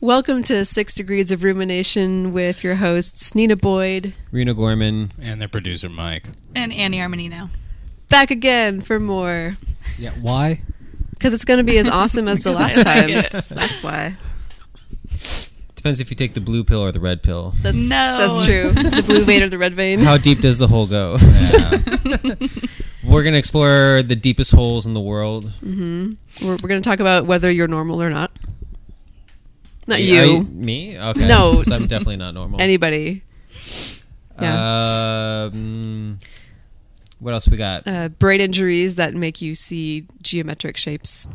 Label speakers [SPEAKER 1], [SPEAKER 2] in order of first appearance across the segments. [SPEAKER 1] Welcome to Six Degrees of Rumination with your hosts, Nina Boyd,
[SPEAKER 2] Reno Gorman.
[SPEAKER 3] And their producer, Mike.
[SPEAKER 4] And Annie Armenino.
[SPEAKER 1] back again for more.
[SPEAKER 2] Yeah, why?
[SPEAKER 1] Because it's going to be as awesome as the
[SPEAKER 4] Because
[SPEAKER 1] last
[SPEAKER 4] I
[SPEAKER 1] time.
[SPEAKER 4] like it.
[SPEAKER 1] That's why.
[SPEAKER 2] Depends if you take the blue pill or the red pill.
[SPEAKER 1] That's,
[SPEAKER 4] No.
[SPEAKER 1] That's true. The blue vein or the red vein.
[SPEAKER 2] How deep does the hole go? We're going to explore the deepest holes in the world.
[SPEAKER 1] We're, we're going to talk about whether you're normal or not. Not
[SPEAKER 2] Are
[SPEAKER 1] you.
[SPEAKER 2] me? Okay.
[SPEAKER 1] No,
[SPEAKER 2] 'Cause I'm
[SPEAKER 1] just
[SPEAKER 2] definitely not normal.
[SPEAKER 1] Anybody. Yeah.
[SPEAKER 2] Um, what else we got?
[SPEAKER 1] uh, brain injuries that make you see geometric shapes.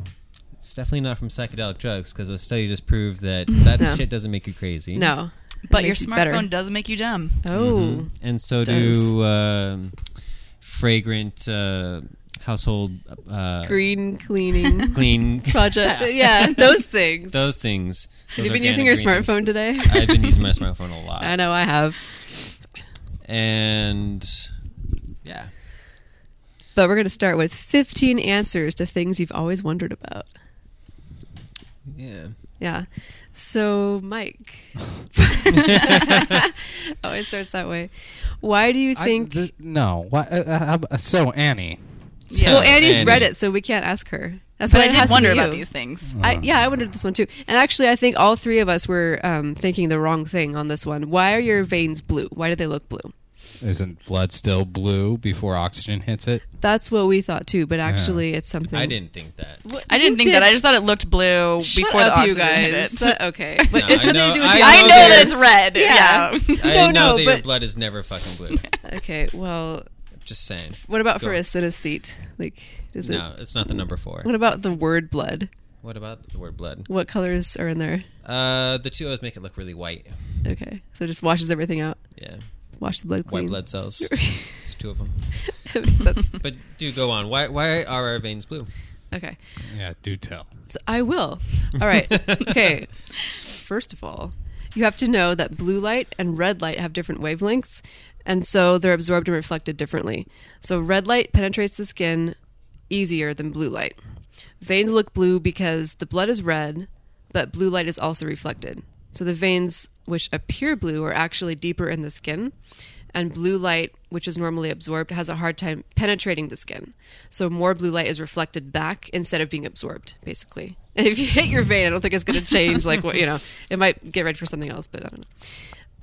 [SPEAKER 2] it's definitely not from psychedelic drugs because a study just proved that that
[SPEAKER 1] No.
[SPEAKER 2] shit doesn't make you crazy. Mm-hmm.
[SPEAKER 1] No. That
[SPEAKER 4] But your
[SPEAKER 1] makes you better.
[SPEAKER 4] smartphone does make you dumb.
[SPEAKER 1] Oh.
[SPEAKER 2] And so
[SPEAKER 1] Does.
[SPEAKER 2] do um, fragrant uh, household uh,
[SPEAKER 1] Green cleaning
[SPEAKER 2] clean
[SPEAKER 1] project. yeah, those things.
[SPEAKER 2] those things.
[SPEAKER 1] Have
[SPEAKER 2] those
[SPEAKER 1] you been using your
[SPEAKER 2] organic green
[SPEAKER 1] smartphone
[SPEAKER 2] things.
[SPEAKER 1] today?
[SPEAKER 2] I've been using my smartphone a lot.
[SPEAKER 1] I know I have.
[SPEAKER 2] And yeah,
[SPEAKER 1] But we're going to start with 15 answers to things you've always wondered about.
[SPEAKER 2] yeah.
[SPEAKER 1] Yeah. So, Mike. Always starts that way. Why do you
[SPEAKER 3] I
[SPEAKER 1] think.
[SPEAKER 3] th- no. Why, uh, uh, how ab- so, Annie.
[SPEAKER 4] Yeah.
[SPEAKER 1] well, Annie's
[SPEAKER 2] Annie.
[SPEAKER 1] read it, so we can't ask her. That's
[SPEAKER 4] but
[SPEAKER 1] why
[SPEAKER 4] I
[SPEAKER 1] it has
[SPEAKER 4] did
[SPEAKER 1] to
[SPEAKER 4] wonder
[SPEAKER 1] be
[SPEAKER 4] about
[SPEAKER 1] you. Mm.
[SPEAKER 4] these things.
[SPEAKER 1] I,
[SPEAKER 3] uh,
[SPEAKER 1] yeah, I wondered this one too. And actually, I think all three of us were um, thinking the wrong thing on this one. Why are your veins blue? Why do they look blue?
[SPEAKER 3] Isn't blood still blue before oxygen hits it?
[SPEAKER 1] That's what we thought too, but actually, it's something
[SPEAKER 2] I didn't think that.
[SPEAKER 1] What-
[SPEAKER 4] I
[SPEAKER 1] you
[SPEAKER 4] didn't think
[SPEAKER 1] did-
[SPEAKER 4] that. I just thought it looked blue
[SPEAKER 1] Shut
[SPEAKER 4] before
[SPEAKER 1] up,
[SPEAKER 4] the
[SPEAKER 1] you
[SPEAKER 4] oxygen
[SPEAKER 1] guys.
[SPEAKER 4] hit it.
[SPEAKER 1] That- okay, but
[SPEAKER 2] No,
[SPEAKER 1] it's
[SPEAKER 2] I
[SPEAKER 1] something
[SPEAKER 2] know-
[SPEAKER 1] to do with
[SPEAKER 2] I
[SPEAKER 1] the
[SPEAKER 4] I
[SPEAKER 2] know
[SPEAKER 4] know that
[SPEAKER 2] there-
[SPEAKER 4] it's red.
[SPEAKER 1] Yeah.
[SPEAKER 4] Yeah.
[SPEAKER 2] I
[SPEAKER 1] No,
[SPEAKER 2] know
[SPEAKER 1] no,
[SPEAKER 2] that your
[SPEAKER 1] but-
[SPEAKER 2] blood is never fucking blue.
[SPEAKER 1] Okay, well,
[SPEAKER 2] Just saying.
[SPEAKER 1] what about for
[SPEAKER 2] Go.
[SPEAKER 1] a synesthete? Like, is
[SPEAKER 2] No,
[SPEAKER 1] it?
[SPEAKER 2] it's not the number four.
[SPEAKER 1] What about the word blood?
[SPEAKER 2] What about the word blood?
[SPEAKER 1] What colors are in there?
[SPEAKER 2] Uh, the two O's make it look really white.
[SPEAKER 1] Okay, so it just washes everything out.
[SPEAKER 2] Yeah,
[SPEAKER 1] Wash the blood clean.
[SPEAKER 2] white blood cells. There's two of them.
[SPEAKER 1] That makes sense.
[SPEAKER 2] But do go on. Why why are our veins blue?
[SPEAKER 1] Okay.
[SPEAKER 3] Yeah, do tell.
[SPEAKER 1] So I will. All right. Okay. First of all, you have to know that blue light and red light have different wavelengths, and so they're absorbed and reflected differently. So red light penetrates the skin easier than blue light. Veins look blue because the blood is red, but blue light is also reflected. So the veins which appear blue are actually deeper in the skin, and blue light, which is normally absorbed, has a hard time penetrating the skin. So more blue light is reflected back instead of being absorbed, basically. And if you hit your vein, I don't think it's going to change. Like what you know, it might get ready for something else, but I don't know.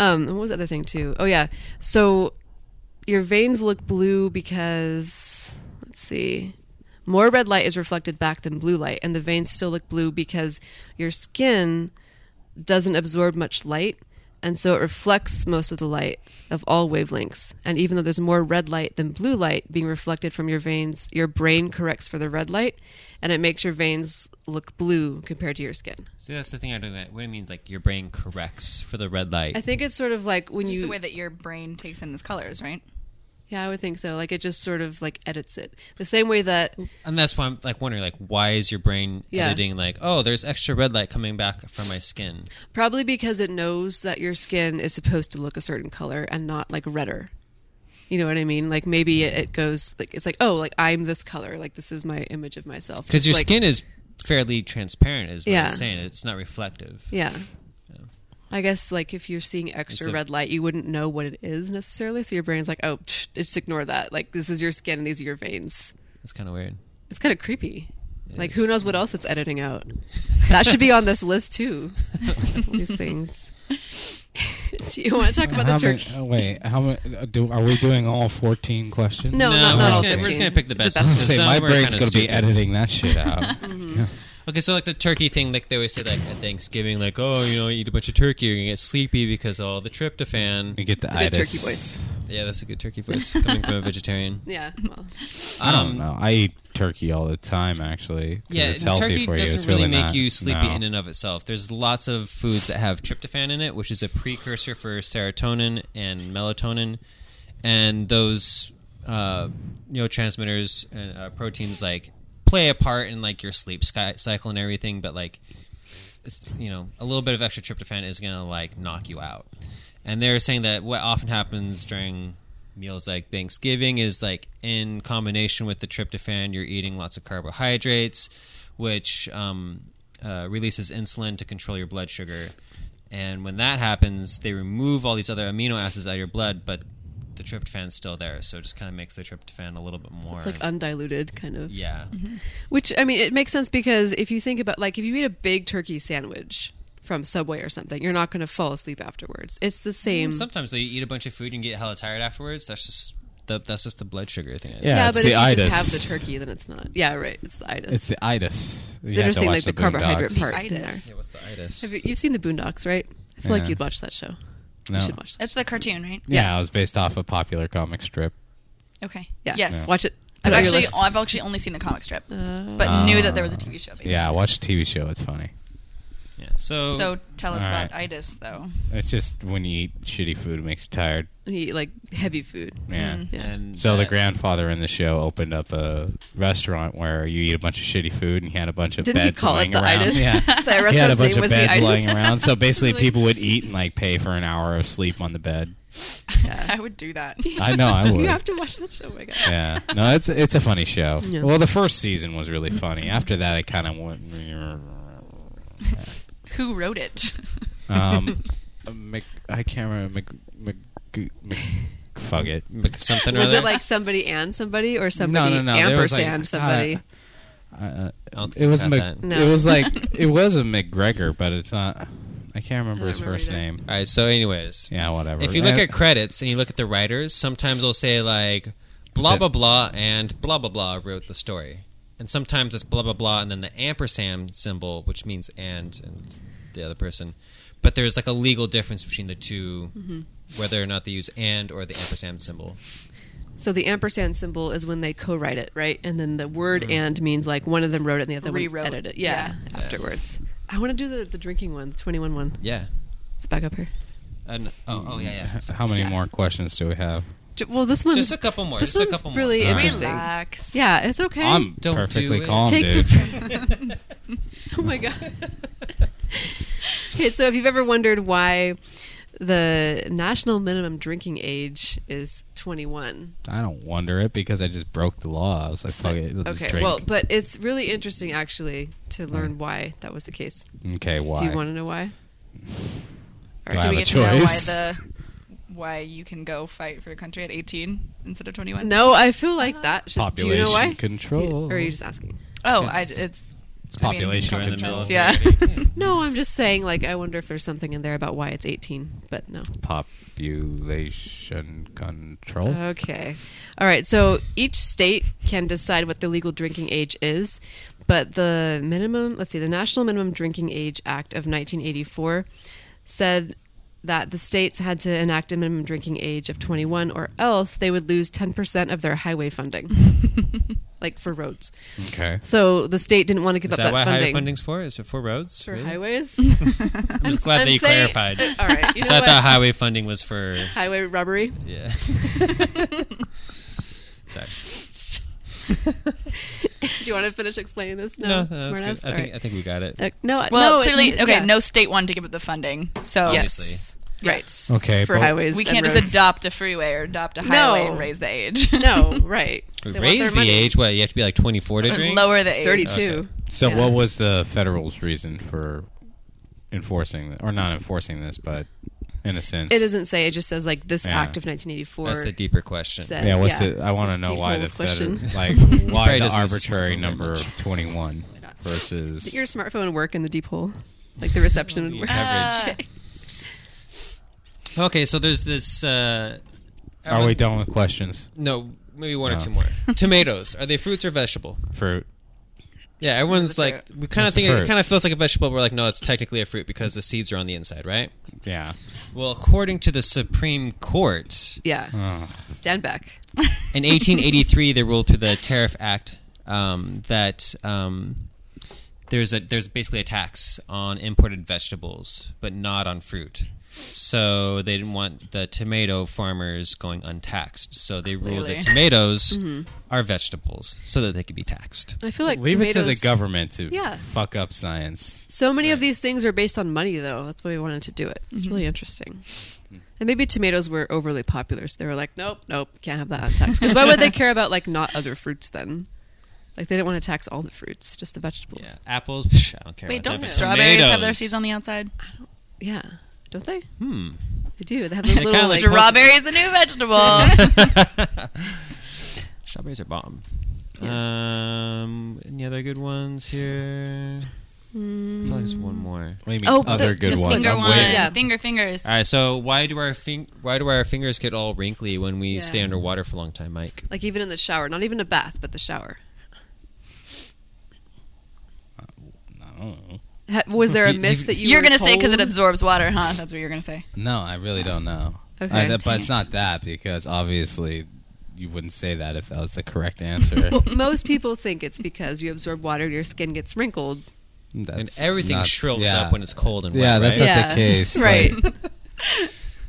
[SPEAKER 1] Um, what was the other thing too? Oh yeah, so your veins look blue because let's see more red light is reflected back than blue light and the veins still look blue because your skin doesn't absorb much light and so it reflects most of the light of all wavelengths and even though there's more red light than blue light being reflected from your veins your brain corrects for the red light and it makes your veins look blue compared to your skin
[SPEAKER 2] See, that's the thing I don't know. What it means, like your brain corrects for the red light.
[SPEAKER 1] i think it's sort of like when
[SPEAKER 4] It's just
[SPEAKER 1] you
[SPEAKER 4] the way that your brain takes in those colors, right?
[SPEAKER 1] yeah i would think so like it just sort of like edits it the same way that
[SPEAKER 2] and that's why I'm like wondering, like, why is your brain
[SPEAKER 1] Yeah.
[SPEAKER 2] editing? Like, oh, there's extra red light coming back from my skin.
[SPEAKER 1] Probably because it knows that your skin is supposed to look a certain color and not like redder. You know what I mean? Like maybe it, it goes like it's like oh like I'm this color like this is my image of myself
[SPEAKER 2] because your
[SPEAKER 1] Like,
[SPEAKER 2] skin is fairly transparent is what
[SPEAKER 1] Yeah.
[SPEAKER 2] i'm saying it's not reflective
[SPEAKER 1] yeah. I guess like if you're seeing extra
[SPEAKER 2] It's a-
[SPEAKER 1] red light, you wouldn't know what it is necessarily. So your brain's like, oh, psh, just ignore that. Like this is your skin and these are your veins.
[SPEAKER 2] it's kind of weird
[SPEAKER 1] It's kind of creepy. like
[SPEAKER 2] is.
[SPEAKER 1] who knows what else it's editing out? that should be on this list too. All these things. Do you want to talk about
[SPEAKER 3] How
[SPEAKER 1] the
[SPEAKER 3] many-
[SPEAKER 1] turkey?
[SPEAKER 3] uh, wait, how ma- uh, do are we doing all 14 questions?
[SPEAKER 1] No,
[SPEAKER 2] No,
[SPEAKER 1] not,
[SPEAKER 2] we're
[SPEAKER 1] not
[SPEAKER 2] just
[SPEAKER 1] all
[SPEAKER 2] gonna- we're just
[SPEAKER 1] 15.
[SPEAKER 2] gonna pick the best
[SPEAKER 3] I was
[SPEAKER 2] So
[SPEAKER 3] gonna say,
[SPEAKER 2] some
[SPEAKER 3] my
[SPEAKER 2] were
[SPEAKER 3] brain's
[SPEAKER 2] kinda
[SPEAKER 3] going to be
[SPEAKER 2] stupid.
[SPEAKER 3] editing that shit out.
[SPEAKER 1] Mm-hmm.
[SPEAKER 2] okay so like the turkey thing like they always say like at thanksgiving like oh you know eat a bunch of turkey you're gonna get sleepy because all the tryptophan
[SPEAKER 3] You get the
[SPEAKER 1] a good
[SPEAKER 3] itis.
[SPEAKER 1] turkey voice.
[SPEAKER 2] yeah that's a good turkey voice coming from a vegetarian
[SPEAKER 1] Yeah. Well,
[SPEAKER 3] I don't know. I eat turkey all the time, actually. 'cause
[SPEAKER 2] Um, yeah
[SPEAKER 3] it's healthy
[SPEAKER 2] turkey
[SPEAKER 3] for you.
[SPEAKER 2] doesn't
[SPEAKER 3] It's
[SPEAKER 2] really,
[SPEAKER 3] really
[SPEAKER 2] make
[SPEAKER 3] not-
[SPEAKER 2] you sleepy
[SPEAKER 3] no.
[SPEAKER 2] in and of itself there's lots of foods that have tryptophan in it which is a precursor for serotonin and melatonin and those uh, neurotransmitters and uh, proteins like play a part in like your sleep sky- cycle and everything but like it's, you know a little bit of extra tryptophan is gonna like knock you out and they're saying that what often happens during meals like thanksgiving is like in combination with the tryptophan you're eating lots of carbohydrates which um uh, releases insulin to control your blood sugar. And when that happens, they remove all these other amino acids out of your blood, but the tryptophan's still there. So it just kind of makes the tryptophan a little bit more.
[SPEAKER 1] It's like Mm-hmm. undiluted, kind of.
[SPEAKER 2] yeah.
[SPEAKER 1] Which I mean, it makes sense because if you think about like if you eat a big turkey sandwich from Subway or something, you're not going to fall asleep afterwards. It's the same.
[SPEAKER 2] Sometimes though, you eat a bunch of food and you get hella tired afterwards. That's just the that's just the blood sugar thing. I think.
[SPEAKER 3] Yeah,
[SPEAKER 1] yeah,
[SPEAKER 3] it's
[SPEAKER 1] but
[SPEAKER 3] the
[SPEAKER 1] if you
[SPEAKER 3] itis.
[SPEAKER 1] just have the turkey, then it's not. Yeah, right. It's the itis.
[SPEAKER 3] It's the itis.
[SPEAKER 1] It's interesting, like the, carbohydrate part in
[SPEAKER 4] Itis.
[SPEAKER 1] there.
[SPEAKER 2] Yeah, what's the itis?
[SPEAKER 1] Have you, you've seen the Boondocks, right? I feel like
[SPEAKER 3] Yeah.
[SPEAKER 1] you'd watch that show.
[SPEAKER 3] No.
[SPEAKER 1] You should watch that.
[SPEAKER 4] That's the cartoon, right?
[SPEAKER 3] Yeah, it was based off a popular comic strip.
[SPEAKER 4] Okay.
[SPEAKER 1] Yeah,
[SPEAKER 4] Yes.
[SPEAKER 1] watch it. Put
[SPEAKER 4] I've
[SPEAKER 1] it on your
[SPEAKER 4] actually,
[SPEAKER 1] list.
[SPEAKER 4] I've actually only seen the comic strip,
[SPEAKER 1] Uh,
[SPEAKER 4] but knew that there was a TV show. Basically.
[SPEAKER 3] Yeah, watch a TV show. It's funny.
[SPEAKER 2] yeah. So,
[SPEAKER 4] So tell us
[SPEAKER 3] All
[SPEAKER 4] about
[SPEAKER 3] right.
[SPEAKER 4] itis, though.
[SPEAKER 3] It's just when you eat shitty food, it makes you tired.
[SPEAKER 1] you eat, like heavy food.
[SPEAKER 3] Yeah.
[SPEAKER 1] Mm. Yeah.
[SPEAKER 2] and
[SPEAKER 3] So the
[SPEAKER 2] that-
[SPEAKER 3] grandfather in the show opened up a restaurant where you eat a bunch of shitty food and he had a bunch of
[SPEAKER 1] Didn't he
[SPEAKER 3] beds
[SPEAKER 1] call it
[SPEAKER 3] laying
[SPEAKER 1] the
[SPEAKER 3] around.
[SPEAKER 1] itis?
[SPEAKER 3] Yeah.
[SPEAKER 1] the
[SPEAKER 3] he had a
[SPEAKER 1] restaurant's
[SPEAKER 3] bunch
[SPEAKER 1] name
[SPEAKER 3] of
[SPEAKER 1] was the
[SPEAKER 3] beds lying
[SPEAKER 1] itis.
[SPEAKER 3] around. So basically,
[SPEAKER 1] Like-
[SPEAKER 3] people would eat and like pay for an hour of sleep on the bed.
[SPEAKER 4] I would do that.
[SPEAKER 3] I know I would.
[SPEAKER 1] You have to watch that show. Oh my god.
[SPEAKER 3] yeah, no, it's it's a funny show.
[SPEAKER 1] Yeah.
[SPEAKER 3] Well, the first season was really funny. After that, it kind of went.
[SPEAKER 4] Who wrote it?
[SPEAKER 3] Um, Mc, I can't remember. Mc, Mc, Mc, fuck it.
[SPEAKER 2] Mc- something or
[SPEAKER 1] Was
[SPEAKER 2] other.
[SPEAKER 1] it like somebody and somebody or
[SPEAKER 3] No,
[SPEAKER 1] somebody
[SPEAKER 3] no, no. there was, like,
[SPEAKER 1] ampersand
[SPEAKER 3] uh,
[SPEAKER 1] somebody?
[SPEAKER 3] Uh,
[SPEAKER 2] I don't think
[SPEAKER 3] it was
[SPEAKER 2] I got
[SPEAKER 3] Mc,
[SPEAKER 2] that.
[SPEAKER 1] No.
[SPEAKER 3] it was like it was a McGregor, but it's not. I can't remember
[SPEAKER 1] I don't
[SPEAKER 3] his
[SPEAKER 1] remember
[SPEAKER 3] first
[SPEAKER 1] either.
[SPEAKER 3] name.
[SPEAKER 2] All right. So, anyways,
[SPEAKER 3] Yeah, whatever.
[SPEAKER 2] if you look
[SPEAKER 3] Uh,
[SPEAKER 2] at credits and you look at the writers, sometimes they'll say like blah blah blah and blah blah blah wrote the story, and sometimes it's blah blah blah and then the ampersand symbol, which means and and the other person. But there's like a legal difference between the 2
[SPEAKER 1] Mm-hmm.
[SPEAKER 2] whether or not they use and or the ampersand symbol.
[SPEAKER 1] So the ampersand symbol is when they co-write it, right? And then the word
[SPEAKER 2] Mm-hmm.
[SPEAKER 1] "and" means like one of them wrote it and the other
[SPEAKER 4] Rewrote.
[SPEAKER 1] one edited it. Yeah,
[SPEAKER 2] Yeah.
[SPEAKER 1] afterwards. I want to do the, the drinking one, the twenty one one.
[SPEAKER 2] Yeah.
[SPEAKER 1] It's back up here.
[SPEAKER 2] And, oh, oh yeah yeah.
[SPEAKER 3] h- how many more questions do we have?
[SPEAKER 1] J- Well, this one's
[SPEAKER 2] Just a couple more.
[SPEAKER 1] This
[SPEAKER 2] Just a
[SPEAKER 1] one's
[SPEAKER 2] couple more.
[SPEAKER 1] really
[SPEAKER 3] All right.
[SPEAKER 1] interesting.
[SPEAKER 4] Relax.
[SPEAKER 1] Yeah, it's okay.
[SPEAKER 3] I'm
[SPEAKER 2] Don't do
[SPEAKER 3] perfectly
[SPEAKER 2] it.
[SPEAKER 3] calm,
[SPEAKER 1] Take the-
[SPEAKER 3] dude.
[SPEAKER 1] oh my god. okay, so if you've ever wondered why the national minimum drinking age is twenty one,
[SPEAKER 3] I don't wonder it because I just broke the law. I was like, fuck it, let's just
[SPEAKER 1] okay.
[SPEAKER 3] drink.
[SPEAKER 1] Well, but it's really interesting actually to learn why that was the case.
[SPEAKER 3] okay, why?
[SPEAKER 1] Do you want to know why?
[SPEAKER 3] Do I
[SPEAKER 4] Do
[SPEAKER 3] have
[SPEAKER 4] we
[SPEAKER 3] a
[SPEAKER 4] get
[SPEAKER 3] choice?
[SPEAKER 4] to know why the why you can go fight for your country at 18 instead of 21?
[SPEAKER 1] No, I feel like that. Should, do you
[SPEAKER 3] population
[SPEAKER 1] know why?
[SPEAKER 3] control.
[SPEAKER 1] Or are you just asking?
[SPEAKER 4] Oh,
[SPEAKER 3] Just-
[SPEAKER 4] I, it's
[SPEAKER 3] it's
[SPEAKER 4] I mean,
[SPEAKER 3] population
[SPEAKER 2] Join the
[SPEAKER 3] control.
[SPEAKER 2] military.
[SPEAKER 4] yeah.
[SPEAKER 1] No, I'm just saying. Like, I wonder if there's something in there about why it's 18. But no.
[SPEAKER 3] Population control.
[SPEAKER 2] Oh.
[SPEAKER 1] Okay. All right. So each state can decide what the legal drinking age is, but the minimum, let's see, the National Minimum Drinking Age Act of 1984 said that the states had to enact a minimum drinking age of 21 or else they would lose 10% of their highway funding. like for roads.
[SPEAKER 3] okay.
[SPEAKER 1] So the state didn't want to give
[SPEAKER 2] Is
[SPEAKER 1] up
[SPEAKER 2] that
[SPEAKER 1] that
[SPEAKER 2] why
[SPEAKER 1] funding.
[SPEAKER 2] highway funding's for? Is it for roads?
[SPEAKER 1] for
[SPEAKER 2] Really?
[SPEAKER 1] highways?
[SPEAKER 2] I'm just glad that you
[SPEAKER 1] saying-
[SPEAKER 2] clarified.
[SPEAKER 1] All right. You
[SPEAKER 2] So
[SPEAKER 1] know
[SPEAKER 2] I
[SPEAKER 1] what?
[SPEAKER 2] thought highway funding was for
[SPEAKER 1] Highway robbery.
[SPEAKER 2] yeah. Sorry.
[SPEAKER 1] Do you want to finish explaining this?
[SPEAKER 2] No,
[SPEAKER 1] No,
[SPEAKER 2] no, that's good.
[SPEAKER 1] smartass?
[SPEAKER 2] I
[SPEAKER 1] All
[SPEAKER 2] think
[SPEAKER 1] right.
[SPEAKER 2] I think we got it.
[SPEAKER 1] Uh, no,
[SPEAKER 4] well,
[SPEAKER 1] no, it-
[SPEAKER 4] clearly, okay,
[SPEAKER 1] yeah.
[SPEAKER 4] no state wanted to give up the funding, so
[SPEAKER 1] Yes. Right.
[SPEAKER 3] Okay.
[SPEAKER 1] For
[SPEAKER 3] but-
[SPEAKER 1] highways.
[SPEAKER 4] we
[SPEAKER 1] and
[SPEAKER 4] can't just
[SPEAKER 1] roads.
[SPEAKER 4] adopt a freeway or adopt a highway
[SPEAKER 1] No.
[SPEAKER 4] and raise the age.
[SPEAKER 1] No, right. They want their
[SPEAKER 2] Raise the
[SPEAKER 1] money.
[SPEAKER 2] age. What you have to be like 24 to drink.
[SPEAKER 4] lower the age.
[SPEAKER 1] 32.
[SPEAKER 2] Okay.
[SPEAKER 3] So,
[SPEAKER 1] Yeah.
[SPEAKER 3] what was the federal's reason for enforcing th- or not enforcing this, but in a sense,
[SPEAKER 1] It doesn't say, it just says, like, this
[SPEAKER 3] Yeah.
[SPEAKER 1] act of 1984.
[SPEAKER 2] That's the deeper question.
[SPEAKER 1] said-
[SPEAKER 3] Yeah. What's
[SPEAKER 1] yeah.
[SPEAKER 3] it? I want to know
[SPEAKER 1] Deep
[SPEAKER 3] why the
[SPEAKER 1] holes
[SPEAKER 3] federal,
[SPEAKER 1] question.
[SPEAKER 3] like,
[SPEAKER 2] Probably
[SPEAKER 3] why the
[SPEAKER 2] doesn't use his
[SPEAKER 3] arbitrary
[SPEAKER 2] smartphone very
[SPEAKER 3] number
[SPEAKER 2] much.
[SPEAKER 3] of twenty-one versus
[SPEAKER 1] Did your smartphone work in the deep hole? Like, the reception would work.
[SPEAKER 2] Average.
[SPEAKER 4] Ah.
[SPEAKER 2] Okay, so there's this. Uh,
[SPEAKER 3] Are we done with questions?
[SPEAKER 2] no, maybe one or
[SPEAKER 3] No.
[SPEAKER 2] two more. Tomatoes are they fruits or vegetable?
[SPEAKER 3] Fruit.
[SPEAKER 2] Yeah, everyone's
[SPEAKER 4] a
[SPEAKER 2] like we kind of
[SPEAKER 3] It's a
[SPEAKER 2] think it
[SPEAKER 3] fruit.
[SPEAKER 2] kind of feels like a vegetable. But we're like, no, it's technically a fruit because the seeds are on the inside, right?
[SPEAKER 3] Yeah.
[SPEAKER 2] Well, according to the Supreme Court,
[SPEAKER 1] Yeah.
[SPEAKER 3] Ugh.
[SPEAKER 1] Stand back.
[SPEAKER 4] Ah.
[SPEAKER 2] In 1883, they ruled through the Tariff Act um, that um, there's a there's basically a tax on imported vegetables, but not on fruit. So they didn't want the tomato farmers going untaxed. So they ruled
[SPEAKER 4] Clearly.
[SPEAKER 2] that tomatoes
[SPEAKER 4] Mm-hmm.
[SPEAKER 2] are vegetables, so that they could be taxed.
[SPEAKER 1] I feel like
[SPEAKER 3] Leave it to the
[SPEAKER 1] tomatoes-
[SPEAKER 3] government to
[SPEAKER 1] Yeah.
[SPEAKER 3] fuck up science.
[SPEAKER 1] So many of these things are based on money, though. That's why we wanted to do it. It's really interesting. And maybe tomatoes were overly popular, so they were like, nope, nope, can't have that on tax. Because why would they care about like not other fruits then? Like they didn't want to tax all the fruits, just the vegetables.
[SPEAKER 2] Apples. Psh, I don't care.
[SPEAKER 4] Wait,
[SPEAKER 2] about
[SPEAKER 4] don't
[SPEAKER 2] that.
[SPEAKER 4] strawberries have their
[SPEAKER 2] Tomatoes.
[SPEAKER 4] seeds on the outside?
[SPEAKER 1] Yeah, don't they?
[SPEAKER 2] Hmm.
[SPEAKER 1] They do. They have those
[SPEAKER 2] They kinda
[SPEAKER 1] little like,
[SPEAKER 2] like pop-
[SPEAKER 4] Strawberry is the new vegetable.
[SPEAKER 2] Strawberries are bomb. Um, any other good ones here? I feel like there's one more.
[SPEAKER 3] What do you mean
[SPEAKER 1] Oh,
[SPEAKER 3] other
[SPEAKER 1] the-
[SPEAKER 3] good
[SPEAKER 1] this
[SPEAKER 3] ones?
[SPEAKER 1] finger
[SPEAKER 3] I'm
[SPEAKER 4] Finger
[SPEAKER 1] I'm
[SPEAKER 4] one.
[SPEAKER 1] waiting. Yeah.
[SPEAKER 4] Finger fingers.
[SPEAKER 2] All right, so why do our fing- why do our fingers get all wrinkly when we
[SPEAKER 1] Yeah.
[SPEAKER 2] stay underwater for a long time, Mike?
[SPEAKER 1] like even in the shower, not even a bath, but the shower.
[SPEAKER 3] I don't know.
[SPEAKER 1] Ha- was there a
[SPEAKER 3] You-
[SPEAKER 1] myth
[SPEAKER 3] you-
[SPEAKER 1] that you
[SPEAKER 4] You are
[SPEAKER 1] were
[SPEAKER 4] gonna say because it
[SPEAKER 1] told?
[SPEAKER 4] absorbs water, huh? That's what you're gonna say.
[SPEAKER 3] No, I really don't know.
[SPEAKER 1] Okay.
[SPEAKER 3] I-
[SPEAKER 1] Dang
[SPEAKER 3] but it's
[SPEAKER 4] it.
[SPEAKER 3] not that because obviously you wouldn't say that if that was the correct answer.
[SPEAKER 1] Most people think it's because you absorb water, your skin gets wrinkled.
[SPEAKER 3] That's
[SPEAKER 2] and everything
[SPEAKER 3] not-
[SPEAKER 2] shrills
[SPEAKER 3] yeah.
[SPEAKER 2] up when it's cold and
[SPEAKER 3] Yeah,
[SPEAKER 2] wet.
[SPEAKER 3] that's
[SPEAKER 2] right?
[SPEAKER 3] not the case,
[SPEAKER 1] right?
[SPEAKER 3] like-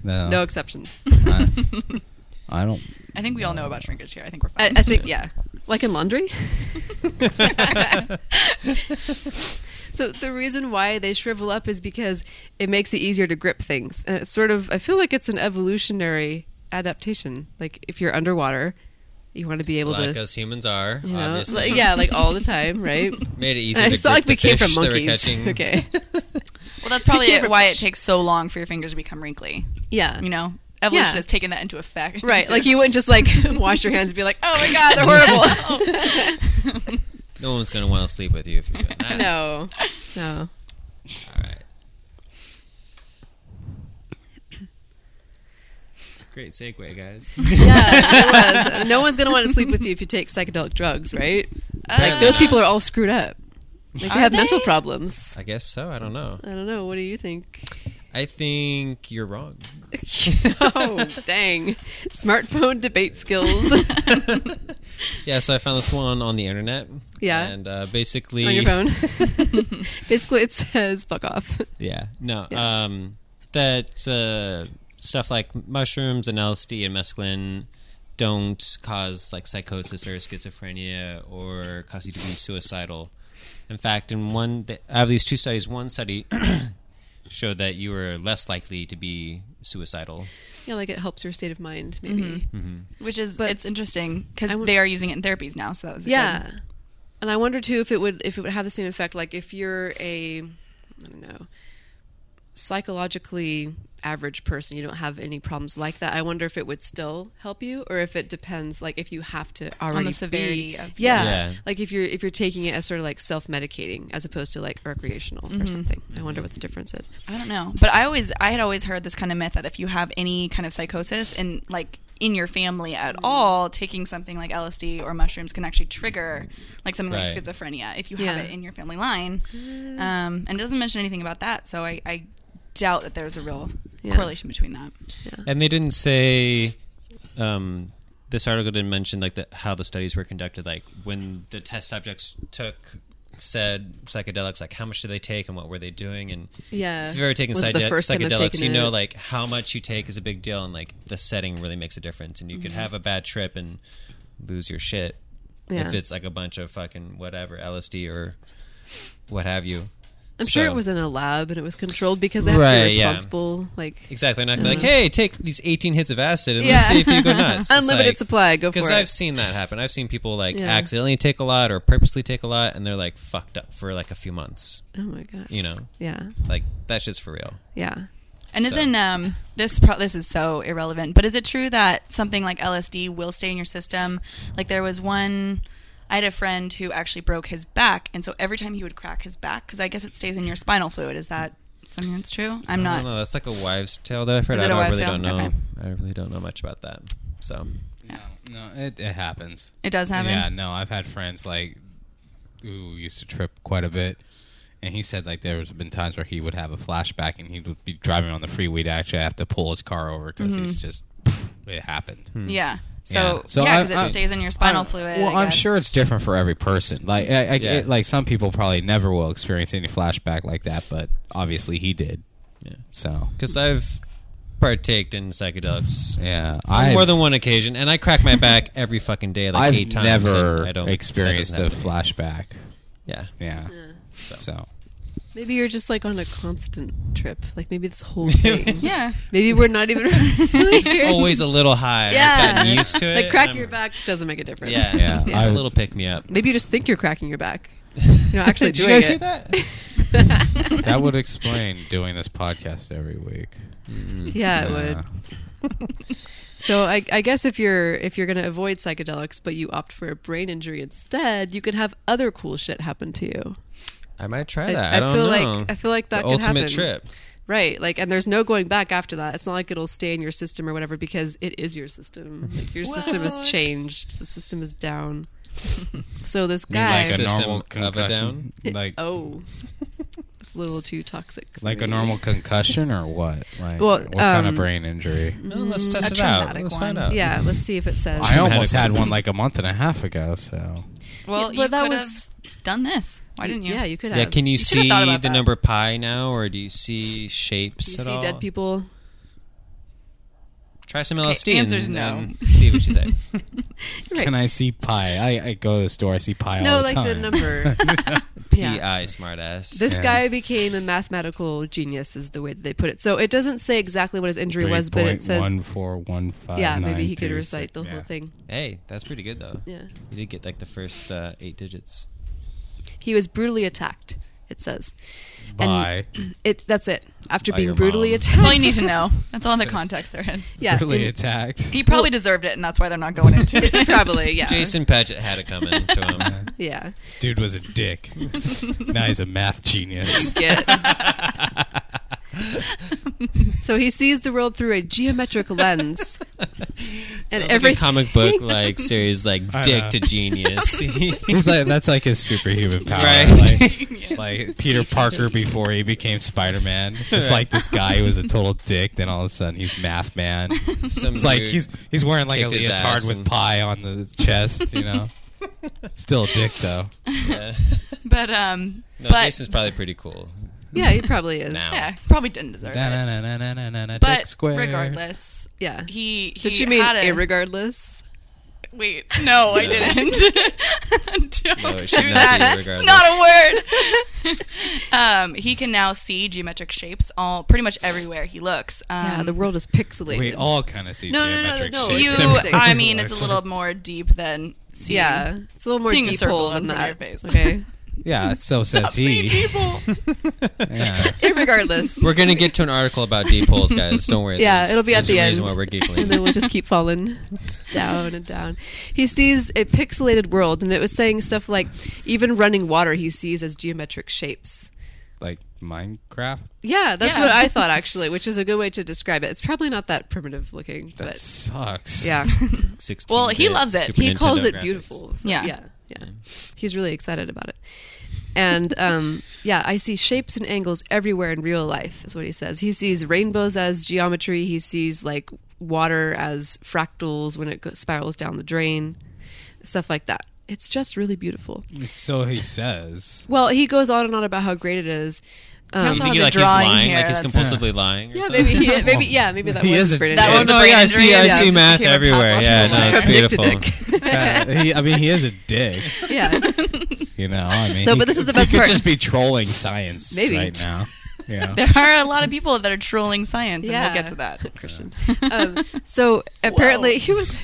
[SPEAKER 3] No,
[SPEAKER 1] no exceptions.
[SPEAKER 3] I, I don't.
[SPEAKER 4] I think we all know about shrinkage here. I think we're
[SPEAKER 1] I,
[SPEAKER 4] fine.
[SPEAKER 1] I think yeah, like in laundry. so the reason why they shrivel up is because it makes it easier to grip things, and it's sort of I feel like it's an evolutionary adaptation. Like if you're underwater, you want to be able
[SPEAKER 2] like
[SPEAKER 1] to.
[SPEAKER 2] us humans are.
[SPEAKER 1] you know,
[SPEAKER 2] obviously.
[SPEAKER 1] like- yeah, like all the time, right?
[SPEAKER 2] Made it easier.
[SPEAKER 1] And
[SPEAKER 2] to
[SPEAKER 1] it's not
[SPEAKER 2] grip
[SPEAKER 1] like we
[SPEAKER 2] the
[SPEAKER 1] came from
[SPEAKER 2] fish that we're
[SPEAKER 1] monkeys.
[SPEAKER 2] catching.
[SPEAKER 1] Okay,
[SPEAKER 4] well, that's probably
[SPEAKER 1] Can't
[SPEAKER 4] it, why it
[SPEAKER 1] reach.
[SPEAKER 4] takes so long for your fingers to become wrinkly.
[SPEAKER 1] yeah,
[SPEAKER 4] You know, evolution
[SPEAKER 1] Yeah.
[SPEAKER 4] has taken that into effect.
[SPEAKER 1] right. Like you wouldn't just like wash your hands and be like, "Oh my god, they're horrible."
[SPEAKER 2] No one's gonna want to sleep with you if you're doing that.
[SPEAKER 1] no, no.
[SPEAKER 2] All right. Great segue, guys.
[SPEAKER 1] Yeah, it was. No one's gonna want to sleep with you if you take psychedelic drugs, right? Like those people are all screwed up. Like they
[SPEAKER 4] Are
[SPEAKER 1] have mental
[SPEAKER 4] they?
[SPEAKER 1] problems.
[SPEAKER 2] I guess so. I don't know.
[SPEAKER 1] I don't know. What do you think?
[SPEAKER 2] I think you're wrong.
[SPEAKER 1] oh, dang! Smartphone debate skills.
[SPEAKER 2] Yeah, so I found this one on the internet.
[SPEAKER 1] Yeah.
[SPEAKER 2] And uh, basically.
[SPEAKER 1] on your phone. Basically, it says "fuck off."
[SPEAKER 2] Yeah. No.
[SPEAKER 1] Yeah.
[SPEAKER 2] Um, that uh, stuff like mushrooms and LSD and mescaline don't cause like psychosis or schizophrenia or cause you to be suicidal. In fact, in one th- out of these two studies, one study showed that you were less likely to be suicidal.
[SPEAKER 1] Yeah, like it helps your state of mind, maybe.
[SPEAKER 4] which is
[SPEAKER 1] But-
[SPEAKER 4] it's interesting because
[SPEAKER 1] I would-
[SPEAKER 4] they are using it in therapies now. So that was a
[SPEAKER 1] Yeah,
[SPEAKER 4] good-
[SPEAKER 1] and I wonder too if it would if it would have the same effect. Like if you're a, I don't know, psychologically average person, you don't have any problems like that. I wonder if it would still help you, or if it depends. Like if you have to already be-
[SPEAKER 4] severity of-
[SPEAKER 1] yeah.
[SPEAKER 2] Yeah.
[SPEAKER 1] Like if you're if you're taking it as sort of like self medicating as opposed to like recreational
[SPEAKER 4] Mm-hmm.
[SPEAKER 1] or something. I wonder what the difference is.
[SPEAKER 4] I don't know, but I always I had always heard this kind of myth that if you have any kind of psychosis and like in your family at all, taking something like LSD or mushrooms can actually trigger like something like
[SPEAKER 2] Right.
[SPEAKER 4] schizophrenia if you
[SPEAKER 1] Yeah.
[SPEAKER 4] have it in your family line. Um, and it doesn't mention anything about that, so I, I doubt that there's a real
[SPEAKER 1] Yeah.
[SPEAKER 4] correlation between that.
[SPEAKER 2] And they didn't say. Um, this article didn't mention like the, how the studies were conducted. Like when the test subjects took said psychedelics, like how much did they take and what were they doing? And
[SPEAKER 1] Yeah.
[SPEAKER 2] if you've ever taken
[SPEAKER 1] Was it the
[SPEAKER 2] psychedel-
[SPEAKER 1] first time I've
[SPEAKER 2] psychedelics,
[SPEAKER 1] taken
[SPEAKER 2] you know
[SPEAKER 1] it?
[SPEAKER 2] like how much you take is a big deal, and like the setting really makes a difference. And you
[SPEAKER 1] Mm-hmm.
[SPEAKER 2] could have a bad trip and lose your shit
[SPEAKER 1] Yeah.
[SPEAKER 2] if it's like a bunch of fucking whatever LSD or what have you.
[SPEAKER 1] I'm sure
[SPEAKER 2] So-
[SPEAKER 1] it was in a lab and it was controlled because they have to
[SPEAKER 2] uh, Right,
[SPEAKER 1] be
[SPEAKER 2] yeah.
[SPEAKER 1] responsible. Like
[SPEAKER 2] Exactly, and I'd be like, "Hey, take these 18 hits of acid and let's
[SPEAKER 1] Uh-huh. Yeah.
[SPEAKER 2] see if you go nuts." It's
[SPEAKER 1] unlimited
[SPEAKER 2] like-
[SPEAKER 1] supply, go for
[SPEAKER 2] Because
[SPEAKER 1] it.
[SPEAKER 2] I've seen that happen. I've seen people like
[SPEAKER 1] Yeah.
[SPEAKER 2] accidentally take a lot or purposely take a lot, and they're like fucked up for like a few months.
[SPEAKER 1] oh my gosh.
[SPEAKER 2] You know,
[SPEAKER 1] Yeah.
[SPEAKER 2] like that's just for real.
[SPEAKER 1] Yeah.
[SPEAKER 4] And
[SPEAKER 2] So-
[SPEAKER 4] isn't um, this pro- this is so irrelevant? But is it true that something like LSD will stay in your system? Like there was one, I had a friend who actually broke his back, and so every time he would crack his back, because I guess it stays in your spinal fluid. Is that something that's true? I'm
[SPEAKER 2] I
[SPEAKER 4] not.
[SPEAKER 2] don't know. That's like a wives' tale that I've heard.
[SPEAKER 4] Is it
[SPEAKER 2] I
[SPEAKER 4] a
[SPEAKER 2] don't, I
[SPEAKER 4] wives'
[SPEAKER 2] really
[SPEAKER 4] tale?
[SPEAKER 2] don't know.
[SPEAKER 4] Okay.
[SPEAKER 2] I really don't know much about that. So
[SPEAKER 3] No, no, it, it happens.
[SPEAKER 4] It does happen.
[SPEAKER 3] Yeah, no, I've had friends like who used to trip quite a bit, and he said like there was been times where he would have a flashback, and he would be driving on the freeway to actually have to pull his car over because he's
[SPEAKER 4] Mm-hmm.
[SPEAKER 3] just it happened.
[SPEAKER 4] Yeah. So yeah,
[SPEAKER 3] Yeah. So I-
[SPEAKER 4] because
[SPEAKER 3] I-
[SPEAKER 4] it stays in your spinal
[SPEAKER 3] I don't-
[SPEAKER 4] fluid.
[SPEAKER 3] Hmm. Well,
[SPEAKER 4] I
[SPEAKER 3] am
[SPEAKER 4] guess.
[SPEAKER 3] sure it's different for every person. Like, I, I,
[SPEAKER 2] Yeah.
[SPEAKER 3] it- like some people probably never will experience any flashback like that, but obviously he did.
[SPEAKER 2] yeah,
[SPEAKER 3] So
[SPEAKER 2] because I've partaked in psychedelics
[SPEAKER 3] yeah,
[SPEAKER 2] on
[SPEAKER 3] I
[SPEAKER 2] more than one occasion, and I crack my back every fucking day, like
[SPEAKER 3] I've
[SPEAKER 2] eight times. and
[SPEAKER 3] never
[SPEAKER 2] I don't that
[SPEAKER 3] experienced
[SPEAKER 2] doesn't
[SPEAKER 3] a
[SPEAKER 2] happen to me.
[SPEAKER 3] flashback.
[SPEAKER 2] Yeah,
[SPEAKER 3] Yeah, so
[SPEAKER 1] Maybe you're just like on a constant trip. Like maybe this whole thing.
[SPEAKER 4] Yeah.
[SPEAKER 1] Maybe we're not even really sure.
[SPEAKER 2] Always a little high. Yeah.
[SPEAKER 4] Yeah.
[SPEAKER 2] I've gotten used to it.
[SPEAKER 1] like crack
[SPEAKER 2] I'm-
[SPEAKER 1] your back doesn't make a difference.
[SPEAKER 2] Yeah,
[SPEAKER 3] Yeah,
[SPEAKER 2] yeah.
[SPEAKER 3] I-
[SPEAKER 2] A little pick me up.
[SPEAKER 1] Maybe you just think you're cracking your back. You're not actually
[SPEAKER 2] Did you
[SPEAKER 1] doing
[SPEAKER 2] guys
[SPEAKER 1] it.
[SPEAKER 2] hear that?
[SPEAKER 1] that?
[SPEAKER 3] That would explain doing this podcast every week.
[SPEAKER 2] Mm.
[SPEAKER 1] Yeah, it would. So I, I guess if you're if you're gonna avoid psychedelics, but you opt for a brain injury instead, you could have other cool shit happen to you.
[SPEAKER 2] I might try
[SPEAKER 1] I-
[SPEAKER 2] that.
[SPEAKER 1] I
[SPEAKER 2] I, don't
[SPEAKER 1] feel like-
[SPEAKER 2] know.
[SPEAKER 1] I feel like that
[SPEAKER 2] the
[SPEAKER 1] could
[SPEAKER 2] ultimate
[SPEAKER 1] happen.
[SPEAKER 2] trip.
[SPEAKER 1] Right, like, and there's no going back after that. It's not like it'll stay in your system or whatever because it is your system. Like, your system
[SPEAKER 4] What?
[SPEAKER 1] is changed. The system is down. so this
[SPEAKER 3] I mean,
[SPEAKER 1] guy,
[SPEAKER 3] like a
[SPEAKER 2] System
[SPEAKER 3] normal
[SPEAKER 2] of a
[SPEAKER 3] concussion, like
[SPEAKER 1] oh, it's a little too toxic. for
[SPEAKER 3] like a
[SPEAKER 1] me.
[SPEAKER 3] normal concussion or what? Like
[SPEAKER 1] Well,
[SPEAKER 3] what kind
[SPEAKER 1] um,
[SPEAKER 3] of brain injury?
[SPEAKER 2] Well, let's test
[SPEAKER 4] a
[SPEAKER 2] it out.
[SPEAKER 4] traumatic
[SPEAKER 2] Let's
[SPEAKER 4] one.
[SPEAKER 2] find out.
[SPEAKER 1] Yeah, let's see if it says.
[SPEAKER 3] I almost
[SPEAKER 2] had
[SPEAKER 3] had
[SPEAKER 2] a-
[SPEAKER 3] one like a month and a half ago. So
[SPEAKER 4] Well,
[SPEAKER 1] Yeah, but
[SPEAKER 4] you
[SPEAKER 1] that
[SPEAKER 4] could
[SPEAKER 1] was-
[SPEAKER 4] have done this. Why didn't you?
[SPEAKER 1] Yeah, you could
[SPEAKER 2] Yeah,
[SPEAKER 1] have.
[SPEAKER 2] can you,
[SPEAKER 4] You should've
[SPEAKER 2] see
[SPEAKER 4] thought
[SPEAKER 2] the
[SPEAKER 4] about that.
[SPEAKER 2] number pi now, or do you see shapes
[SPEAKER 1] Do you
[SPEAKER 2] at
[SPEAKER 1] see
[SPEAKER 2] all?
[SPEAKER 1] dead people?
[SPEAKER 2] Try some
[SPEAKER 4] Okay,
[SPEAKER 2] LSD and,
[SPEAKER 4] answer's no.
[SPEAKER 2] and see what you say.
[SPEAKER 1] Right.
[SPEAKER 3] can I see pie? I, I go to the store. I see pie
[SPEAKER 1] no,
[SPEAKER 3] all the
[SPEAKER 1] like
[SPEAKER 3] time.
[SPEAKER 1] the number. Yeah.
[SPEAKER 2] Pi smartass.
[SPEAKER 1] This
[SPEAKER 3] Yeah.
[SPEAKER 1] guy became a mathematical genius, is the way that they put it. So it doesn't say exactly what his injury was, but it says,
[SPEAKER 3] one four one five.
[SPEAKER 1] yeah, maybe he could recite the whole thing.
[SPEAKER 2] hey, that's pretty good though.
[SPEAKER 1] Yeah,
[SPEAKER 2] You did get like the first uh, eight digits.
[SPEAKER 1] he was brutally attacked. It says
[SPEAKER 3] Bye.
[SPEAKER 1] it. That's it. After
[SPEAKER 2] By
[SPEAKER 1] being
[SPEAKER 2] your
[SPEAKER 1] brutally
[SPEAKER 2] mom.
[SPEAKER 1] attacked,
[SPEAKER 4] That's all you need to know. That's all the context there is.
[SPEAKER 1] yeah,
[SPEAKER 3] Brutally
[SPEAKER 1] in-
[SPEAKER 3] attacked.
[SPEAKER 4] He probably deserved it, and that's why they're not going into it.
[SPEAKER 1] probably yeah,
[SPEAKER 2] Jason Paget had it coming to him.
[SPEAKER 1] yeah.
[SPEAKER 3] This dude was a dick. now he's a math genius.
[SPEAKER 1] so he sees the world through a geometric lens, and
[SPEAKER 2] Sounds
[SPEAKER 1] every
[SPEAKER 2] like a comic book like series like
[SPEAKER 3] I
[SPEAKER 2] Dick
[SPEAKER 3] know.
[SPEAKER 2] to Genius.
[SPEAKER 3] He's like that's like his superhuman power.
[SPEAKER 2] Right.
[SPEAKER 3] Like, like Peter Parker before he became Spider Man. It's just like this guy who was a total dick, then all of a sudden he's Math Man.
[SPEAKER 2] Some
[SPEAKER 3] It's like
[SPEAKER 2] dude-
[SPEAKER 3] he's he's wearing like a
[SPEAKER 2] Kicked his
[SPEAKER 3] leotard
[SPEAKER 2] ass
[SPEAKER 3] with
[SPEAKER 2] and-
[SPEAKER 3] pie on the chest, you know. Still a dick though.
[SPEAKER 2] yeah.
[SPEAKER 4] but um,
[SPEAKER 2] No,
[SPEAKER 4] but
[SPEAKER 2] Jason's probably pretty cool.
[SPEAKER 1] yeah, he probably is.
[SPEAKER 2] Now.
[SPEAKER 4] yeah, probably didn't deserve it.
[SPEAKER 3] Da-na-na-na-na-na-na,
[SPEAKER 4] But
[SPEAKER 3] dick square.
[SPEAKER 4] regardless,
[SPEAKER 1] Yeah.
[SPEAKER 4] he he
[SPEAKER 1] Did you mean
[SPEAKER 4] had a,
[SPEAKER 1] irregardless?
[SPEAKER 4] Wait, no, I
[SPEAKER 2] No.
[SPEAKER 4] didn't. Don't
[SPEAKER 2] No, it should
[SPEAKER 4] do
[SPEAKER 2] not
[SPEAKER 4] that.
[SPEAKER 2] be
[SPEAKER 4] It's not a word. um, he can now see geometric shapes all pretty much everywhere he looks. Um,
[SPEAKER 1] yeah, the world is pixelated.
[SPEAKER 3] We all kind of see
[SPEAKER 1] No, no, no,
[SPEAKER 3] geometric
[SPEAKER 1] no,
[SPEAKER 3] shapes.
[SPEAKER 4] you.
[SPEAKER 1] It's everything.
[SPEAKER 4] I mean, it's a little more deep than seeing.
[SPEAKER 1] yeah, it's a little more
[SPEAKER 4] Seeing a
[SPEAKER 1] deep
[SPEAKER 4] circle
[SPEAKER 1] hole
[SPEAKER 4] in
[SPEAKER 1] than
[SPEAKER 4] front
[SPEAKER 1] that.
[SPEAKER 4] of your face.
[SPEAKER 1] Okay,
[SPEAKER 3] Yeah, so
[SPEAKER 4] Stop
[SPEAKER 3] says
[SPEAKER 4] seeing
[SPEAKER 3] he.
[SPEAKER 4] people.
[SPEAKER 3] Yeah.
[SPEAKER 1] irregardless.
[SPEAKER 2] We're gonna get to an article about deep holes, guys. Don't worry.
[SPEAKER 1] Yeah,
[SPEAKER 2] There's-
[SPEAKER 1] it'll be at
[SPEAKER 2] there's
[SPEAKER 1] the
[SPEAKER 2] a
[SPEAKER 1] end.
[SPEAKER 2] Reason why we're
[SPEAKER 1] and then
[SPEAKER 2] giggling.
[SPEAKER 1] we'll just keep falling down and down. He sees a pixelated world, and it was saying stuff like even running water he sees as geometric shapes.
[SPEAKER 3] like Minecraft.
[SPEAKER 1] Yeah, that's
[SPEAKER 4] Yeah.
[SPEAKER 1] what I thought actually, which is a good way to describe it. It's probably not that primitive looking,
[SPEAKER 3] That
[SPEAKER 1] but
[SPEAKER 3] sucks.
[SPEAKER 1] yeah,
[SPEAKER 2] 16
[SPEAKER 4] Well, he
[SPEAKER 2] bit
[SPEAKER 4] loves it.
[SPEAKER 2] Super
[SPEAKER 1] he calls
[SPEAKER 2] Nintendo
[SPEAKER 1] it
[SPEAKER 2] graphics.
[SPEAKER 1] beautiful. So,
[SPEAKER 4] Yeah.
[SPEAKER 1] yeah, yeah. He's really excited about it. And um, yeah, I see shapes and angles everywhere in real life, is what he says. He sees rainbows as geometry. He sees like water as fractals when it go- spirals down the drain, stuff like that. It's just really beautiful.
[SPEAKER 3] So he says.
[SPEAKER 1] Well, he goes on and on about how great it is. Um,
[SPEAKER 2] You
[SPEAKER 4] also-
[SPEAKER 2] think he,
[SPEAKER 4] the
[SPEAKER 2] like he's
[SPEAKER 4] drawing
[SPEAKER 2] lying,
[SPEAKER 4] here,
[SPEAKER 2] like he's
[SPEAKER 4] that's-
[SPEAKER 2] compulsively lying. Or
[SPEAKER 1] yeah,
[SPEAKER 2] something?
[SPEAKER 1] maybe he, maybe yeah, maybe that
[SPEAKER 3] He
[SPEAKER 1] was
[SPEAKER 3] isn't-
[SPEAKER 1] Brandon.
[SPEAKER 4] That
[SPEAKER 2] Yeah,
[SPEAKER 4] was the
[SPEAKER 2] no,
[SPEAKER 4] brain
[SPEAKER 2] yeah, I
[SPEAKER 4] injury,
[SPEAKER 2] see, I
[SPEAKER 4] yeah,
[SPEAKER 2] see
[SPEAKER 4] just
[SPEAKER 2] math
[SPEAKER 4] became a
[SPEAKER 2] everywhere.
[SPEAKER 4] pathological
[SPEAKER 2] Yeah, no,
[SPEAKER 4] liar.
[SPEAKER 2] it's
[SPEAKER 1] From dick to
[SPEAKER 2] beautiful.
[SPEAKER 3] Uh, he, I mean, he is a dick.
[SPEAKER 1] yeah.
[SPEAKER 3] You know, I mean.
[SPEAKER 1] So,
[SPEAKER 3] he
[SPEAKER 1] but this
[SPEAKER 3] could-
[SPEAKER 1] is the best
[SPEAKER 3] he
[SPEAKER 1] part.
[SPEAKER 3] could just be trolling science
[SPEAKER 1] Maybe.
[SPEAKER 3] right now. Yeah.
[SPEAKER 4] There are a lot of people that are trolling science, and we'll get to that.
[SPEAKER 1] Christians. Um, so apparently he was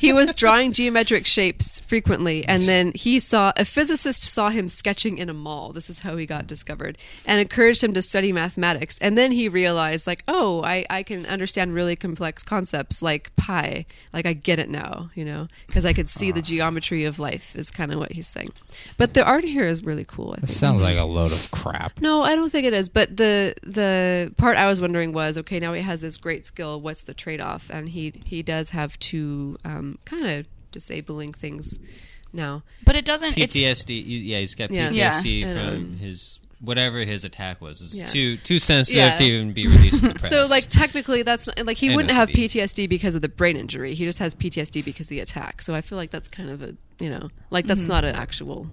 [SPEAKER 1] he was drawing geometric shapes frequently, and then he saw a physicist saw him sketching in a mall. This is how he got discovered, and encouraged him to study mathematics. And then he realized, like, oh, I I can understand really complex concepts like pi. Like I get it now, you know, because I could
[SPEAKER 4] Ah.
[SPEAKER 1] see the geometry of life is kind of what he's saying. But the art here is really cool. I think.
[SPEAKER 3] Sounds like a load of crap.
[SPEAKER 1] No, I don't think it is. But the the part I was wondering was okay. Now he has this great skill. What's the trade off? And he he does have two um, kind of disabling things now.
[SPEAKER 4] But it doesn't. It's,
[SPEAKER 2] PTSD. Yeah, he's got
[SPEAKER 1] Yeah.
[SPEAKER 2] PTSD
[SPEAKER 1] Yeah. um,
[SPEAKER 2] from his whatever his attack was. It's
[SPEAKER 1] Yeah.
[SPEAKER 2] too too sensitive
[SPEAKER 1] Yeah.
[SPEAKER 2] to even be released to the press.
[SPEAKER 1] So like technically, that's not, like he
[SPEAKER 2] And
[SPEAKER 1] wouldn't have
[SPEAKER 2] OCD.
[SPEAKER 1] PTSD because of the brain injury. He just has PTSD because of the attack. So I feel like that's kind of a you know like that's not an actual.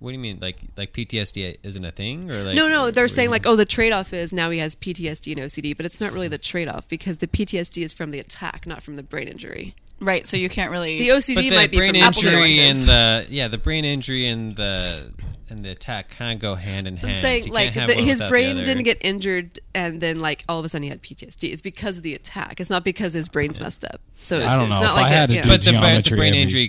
[SPEAKER 2] what do you mean? Like like PTSD isn't a thing, or like
[SPEAKER 1] No, no,
[SPEAKER 2] what
[SPEAKER 1] they're
[SPEAKER 2] do
[SPEAKER 1] saying
[SPEAKER 2] you-
[SPEAKER 1] like oh the trade off is now he has PTSD and OCD, but it's not really the trade off because the PTSD is from the attack, not from the brain injury.
[SPEAKER 4] right, so you can't really.
[SPEAKER 1] The OCD
[SPEAKER 2] but the
[SPEAKER 1] might be
[SPEAKER 2] brain
[SPEAKER 1] from apple
[SPEAKER 2] injury
[SPEAKER 1] oranges.
[SPEAKER 2] and the yeah the brain injury and the and the attack kind of go hand in hand.
[SPEAKER 1] I'm saying
[SPEAKER 2] You
[SPEAKER 1] like
[SPEAKER 2] can't have
[SPEAKER 1] the,
[SPEAKER 2] one
[SPEAKER 1] his
[SPEAKER 2] without the
[SPEAKER 1] brain
[SPEAKER 2] other.
[SPEAKER 1] didn't get injured, and then like all of a sudden he had PTSD. It's because of the attack. It's not because his brain's messed up. So
[SPEAKER 3] I don't
[SPEAKER 1] it's
[SPEAKER 3] know.
[SPEAKER 1] Not
[SPEAKER 3] If
[SPEAKER 1] like
[SPEAKER 3] I had
[SPEAKER 1] a,
[SPEAKER 3] to
[SPEAKER 1] you
[SPEAKER 3] do
[SPEAKER 1] know,
[SPEAKER 2] but the, but the
[SPEAKER 3] geometry
[SPEAKER 2] brain
[SPEAKER 3] every-
[SPEAKER 2] injury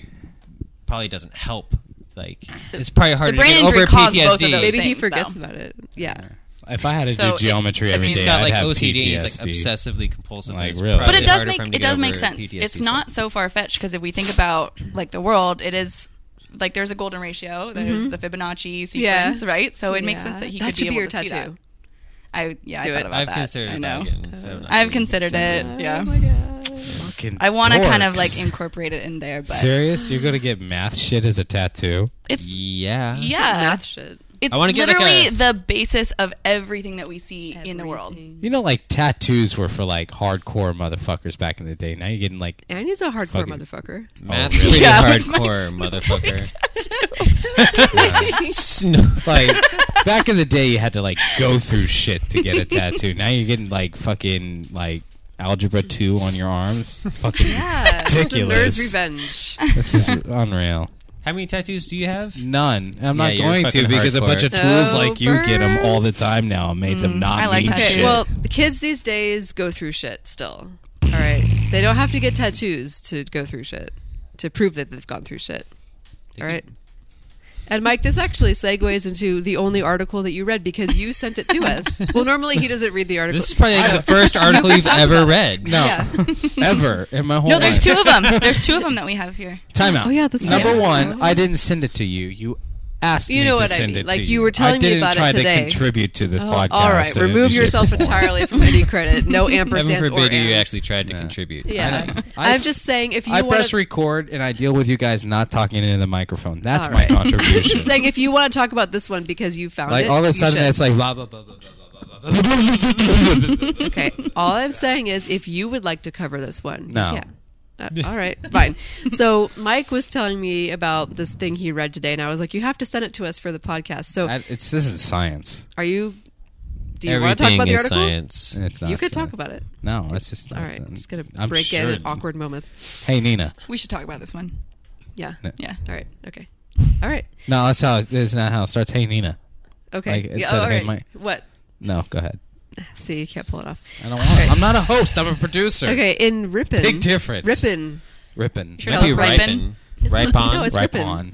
[SPEAKER 2] probably doesn't help. Like it's probably harder to
[SPEAKER 4] brain
[SPEAKER 2] get
[SPEAKER 4] injury
[SPEAKER 2] over
[SPEAKER 4] caused both of
[SPEAKER 2] PTSD.
[SPEAKER 4] those
[SPEAKER 1] maybe he
[SPEAKER 4] things,
[SPEAKER 1] forgets
[SPEAKER 4] though.
[SPEAKER 1] about it. Yeah.
[SPEAKER 3] If I had to
[SPEAKER 4] So
[SPEAKER 3] do geometry
[SPEAKER 4] if
[SPEAKER 3] every
[SPEAKER 2] He's
[SPEAKER 3] day,
[SPEAKER 2] got like
[SPEAKER 3] I'd have
[SPEAKER 2] OCD. and He's
[SPEAKER 3] PTSD.
[SPEAKER 2] like obsessively compulsive. and
[SPEAKER 3] Like,
[SPEAKER 2] it's
[SPEAKER 3] really.
[SPEAKER 2] probably
[SPEAKER 3] But
[SPEAKER 4] but it does
[SPEAKER 2] harder
[SPEAKER 4] make
[SPEAKER 2] for him to
[SPEAKER 4] it
[SPEAKER 2] get
[SPEAKER 4] does make
[SPEAKER 2] over
[SPEAKER 4] sense.
[SPEAKER 2] PTSD
[SPEAKER 4] It's
[SPEAKER 2] stuff.
[SPEAKER 4] not so far fetched because if we think about like the world, it is like there's a golden ratio. There's the Fibonacci sequence, right? So it makes
[SPEAKER 1] Mm-hmm. Yeah.
[SPEAKER 4] sense that he
[SPEAKER 1] That
[SPEAKER 4] could
[SPEAKER 1] should
[SPEAKER 4] be
[SPEAKER 1] be
[SPEAKER 4] able
[SPEAKER 1] your
[SPEAKER 4] to see that.
[SPEAKER 1] tattoo.
[SPEAKER 4] I yeah,
[SPEAKER 1] Do
[SPEAKER 4] I
[SPEAKER 1] it.
[SPEAKER 4] thought about
[SPEAKER 2] I've
[SPEAKER 4] that.
[SPEAKER 2] considered.
[SPEAKER 4] I know.
[SPEAKER 2] that getting Fibonacci
[SPEAKER 4] I've considered it.
[SPEAKER 1] Oh
[SPEAKER 2] tattoo.
[SPEAKER 4] Yeah.
[SPEAKER 3] Fucking
[SPEAKER 4] I want to kind of
[SPEAKER 3] dorks.
[SPEAKER 4] like incorporate it in there, but
[SPEAKER 3] Serious? You're gonna get math shit as a tattoo?
[SPEAKER 4] it's
[SPEAKER 2] Yeah.
[SPEAKER 4] yeah,
[SPEAKER 1] Math shit.
[SPEAKER 4] it's
[SPEAKER 2] I wanna get, like,
[SPEAKER 4] literally
[SPEAKER 2] a-
[SPEAKER 4] the basis of everything that we see in the world.
[SPEAKER 1] Everything.
[SPEAKER 3] You know, like tattoos were for like hardcore motherfuckers back in the day. Now you're getting like
[SPEAKER 1] Annie's a hardcore
[SPEAKER 3] Fucking-
[SPEAKER 1] motherfucker.
[SPEAKER 2] Math's
[SPEAKER 3] Oh,
[SPEAKER 2] pretty
[SPEAKER 3] really?
[SPEAKER 4] Yeah, with my
[SPEAKER 2] hardcore, motherfucker.
[SPEAKER 3] like back in the day you had to like go through shit to get a tattoo. Now you're getting like fucking like algebra two on your arms. Fucking
[SPEAKER 1] Yeah. it's the
[SPEAKER 3] Ridiculous.
[SPEAKER 1] Nerd's revenge.
[SPEAKER 3] this is unreal.
[SPEAKER 2] How many tattoos do you have?
[SPEAKER 3] None.
[SPEAKER 2] Yeah,
[SPEAKER 3] I'm not
[SPEAKER 2] you're
[SPEAKER 3] going to
[SPEAKER 2] fucking
[SPEAKER 3] because a bunch of
[SPEAKER 1] hardcore.
[SPEAKER 3] tools like you get them
[SPEAKER 1] Dober.
[SPEAKER 3] all the time now and made them not
[SPEAKER 4] I like
[SPEAKER 3] mean
[SPEAKER 4] tattoos.
[SPEAKER 3] shit.
[SPEAKER 1] Well, the kids these days go through shit still. All right. They don't have to get tattoos to go through shit, to prove that they've gone through shit. All right. And Mike, this actually segues into the only article that you read because you sent it to us. well, normally he doesn't read the article. Oh.
[SPEAKER 2] This is probably like, the first article you've ever read.
[SPEAKER 3] no,
[SPEAKER 1] yeah.
[SPEAKER 3] ever in my whole
[SPEAKER 4] No, there's
[SPEAKER 3] life.
[SPEAKER 4] two of them. There's two of them that we have here.
[SPEAKER 3] Time out.
[SPEAKER 1] Oh, yeah, that's
[SPEAKER 3] Number
[SPEAKER 1] right.
[SPEAKER 3] one, I didn't send it to you. You asked
[SPEAKER 1] You
[SPEAKER 3] me
[SPEAKER 1] know
[SPEAKER 3] to
[SPEAKER 1] what I
[SPEAKER 3] send
[SPEAKER 1] mean.
[SPEAKER 3] it
[SPEAKER 1] Like,
[SPEAKER 3] to
[SPEAKER 1] you were telling
[SPEAKER 3] I
[SPEAKER 1] me
[SPEAKER 3] didn't
[SPEAKER 1] about it
[SPEAKER 3] try
[SPEAKER 1] today.
[SPEAKER 3] to contribute to this
[SPEAKER 1] Oh,
[SPEAKER 3] podcast.
[SPEAKER 1] all right.
[SPEAKER 3] in
[SPEAKER 1] Remove
[SPEAKER 3] any shape or
[SPEAKER 1] yourself
[SPEAKER 3] form.
[SPEAKER 1] entirely from any credit. No
[SPEAKER 2] Heaven
[SPEAKER 1] ampersands or
[SPEAKER 2] forbid you
[SPEAKER 1] ands.
[SPEAKER 2] actually tried to contribute.
[SPEAKER 1] Yeah.
[SPEAKER 3] I-
[SPEAKER 1] I'm just saying if you
[SPEAKER 3] I
[SPEAKER 1] want
[SPEAKER 3] press record and I deal with you guys not talking into the microphone. That's
[SPEAKER 1] All
[SPEAKER 3] my
[SPEAKER 1] right.
[SPEAKER 3] contribution.
[SPEAKER 1] just saying if you want to talk about this one because you found
[SPEAKER 3] like
[SPEAKER 1] it.
[SPEAKER 3] all of
[SPEAKER 1] you
[SPEAKER 3] a sudden,
[SPEAKER 1] should.
[SPEAKER 3] it's like blah blah blah blah blah blah. blah, blah, blah, blah, blah.
[SPEAKER 1] Okay. All I'm saying is, if you would like to cover this one,
[SPEAKER 3] No.
[SPEAKER 1] Yeah. all right, fine. So Mike was telling me about this thing he read today, and I was like, "You have to send it to us for the podcast." So,
[SPEAKER 3] That, it's, this isn't science.
[SPEAKER 1] are you? Do you want to talk
[SPEAKER 2] Everything
[SPEAKER 1] about the
[SPEAKER 2] is
[SPEAKER 1] article?
[SPEAKER 2] science.
[SPEAKER 3] It's not
[SPEAKER 1] You could
[SPEAKER 3] science.
[SPEAKER 1] talk about it.
[SPEAKER 3] No, it's just
[SPEAKER 1] All right,
[SPEAKER 3] nonsense.
[SPEAKER 1] I'm just gonna
[SPEAKER 3] I'm
[SPEAKER 1] break
[SPEAKER 3] sure-
[SPEAKER 1] in at awkward moments.
[SPEAKER 3] Hey Nina,
[SPEAKER 4] We should talk about this one.
[SPEAKER 1] Yeah.
[SPEAKER 3] No.
[SPEAKER 4] Yeah.
[SPEAKER 1] All right. Okay. All right.
[SPEAKER 3] no, that's how. That's not how it starts. Hey Nina,
[SPEAKER 1] Okay.
[SPEAKER 3] Like, it
[SPEAKER 1] Yeah,
[SPEAKER 3] said,
[SPEAKER 1] all
[SPEAKER 3] hey,
[SPEAKER 1] right.
[SPEAKER 3] Mike.
[SPEAKER 1] What?
[SPEAKER 3] no, go ahead.
[SPEAKER 1] See, you can't pull it off.
[SPEAKER 3] I don't want. I'm not a host. I'm a producer.
[SPEAKER 1] Okay. In Ripon.
[SPEAKER 3] Big difference.
[SPEAKER 1] Ripon.
[SPEAKER 3] Rippin.
[SPEAKER 4] Sure.
[SPEAKER 2] Might be
[SPEAKER 4] Ripen.
[SPEAKER 2] ripen. Ripe on.
[SPEAKER 1] No, it's
[SPEAKER 3] Ripe
[SPEAKER 1] Rippin.
[SPEAKER 3] on.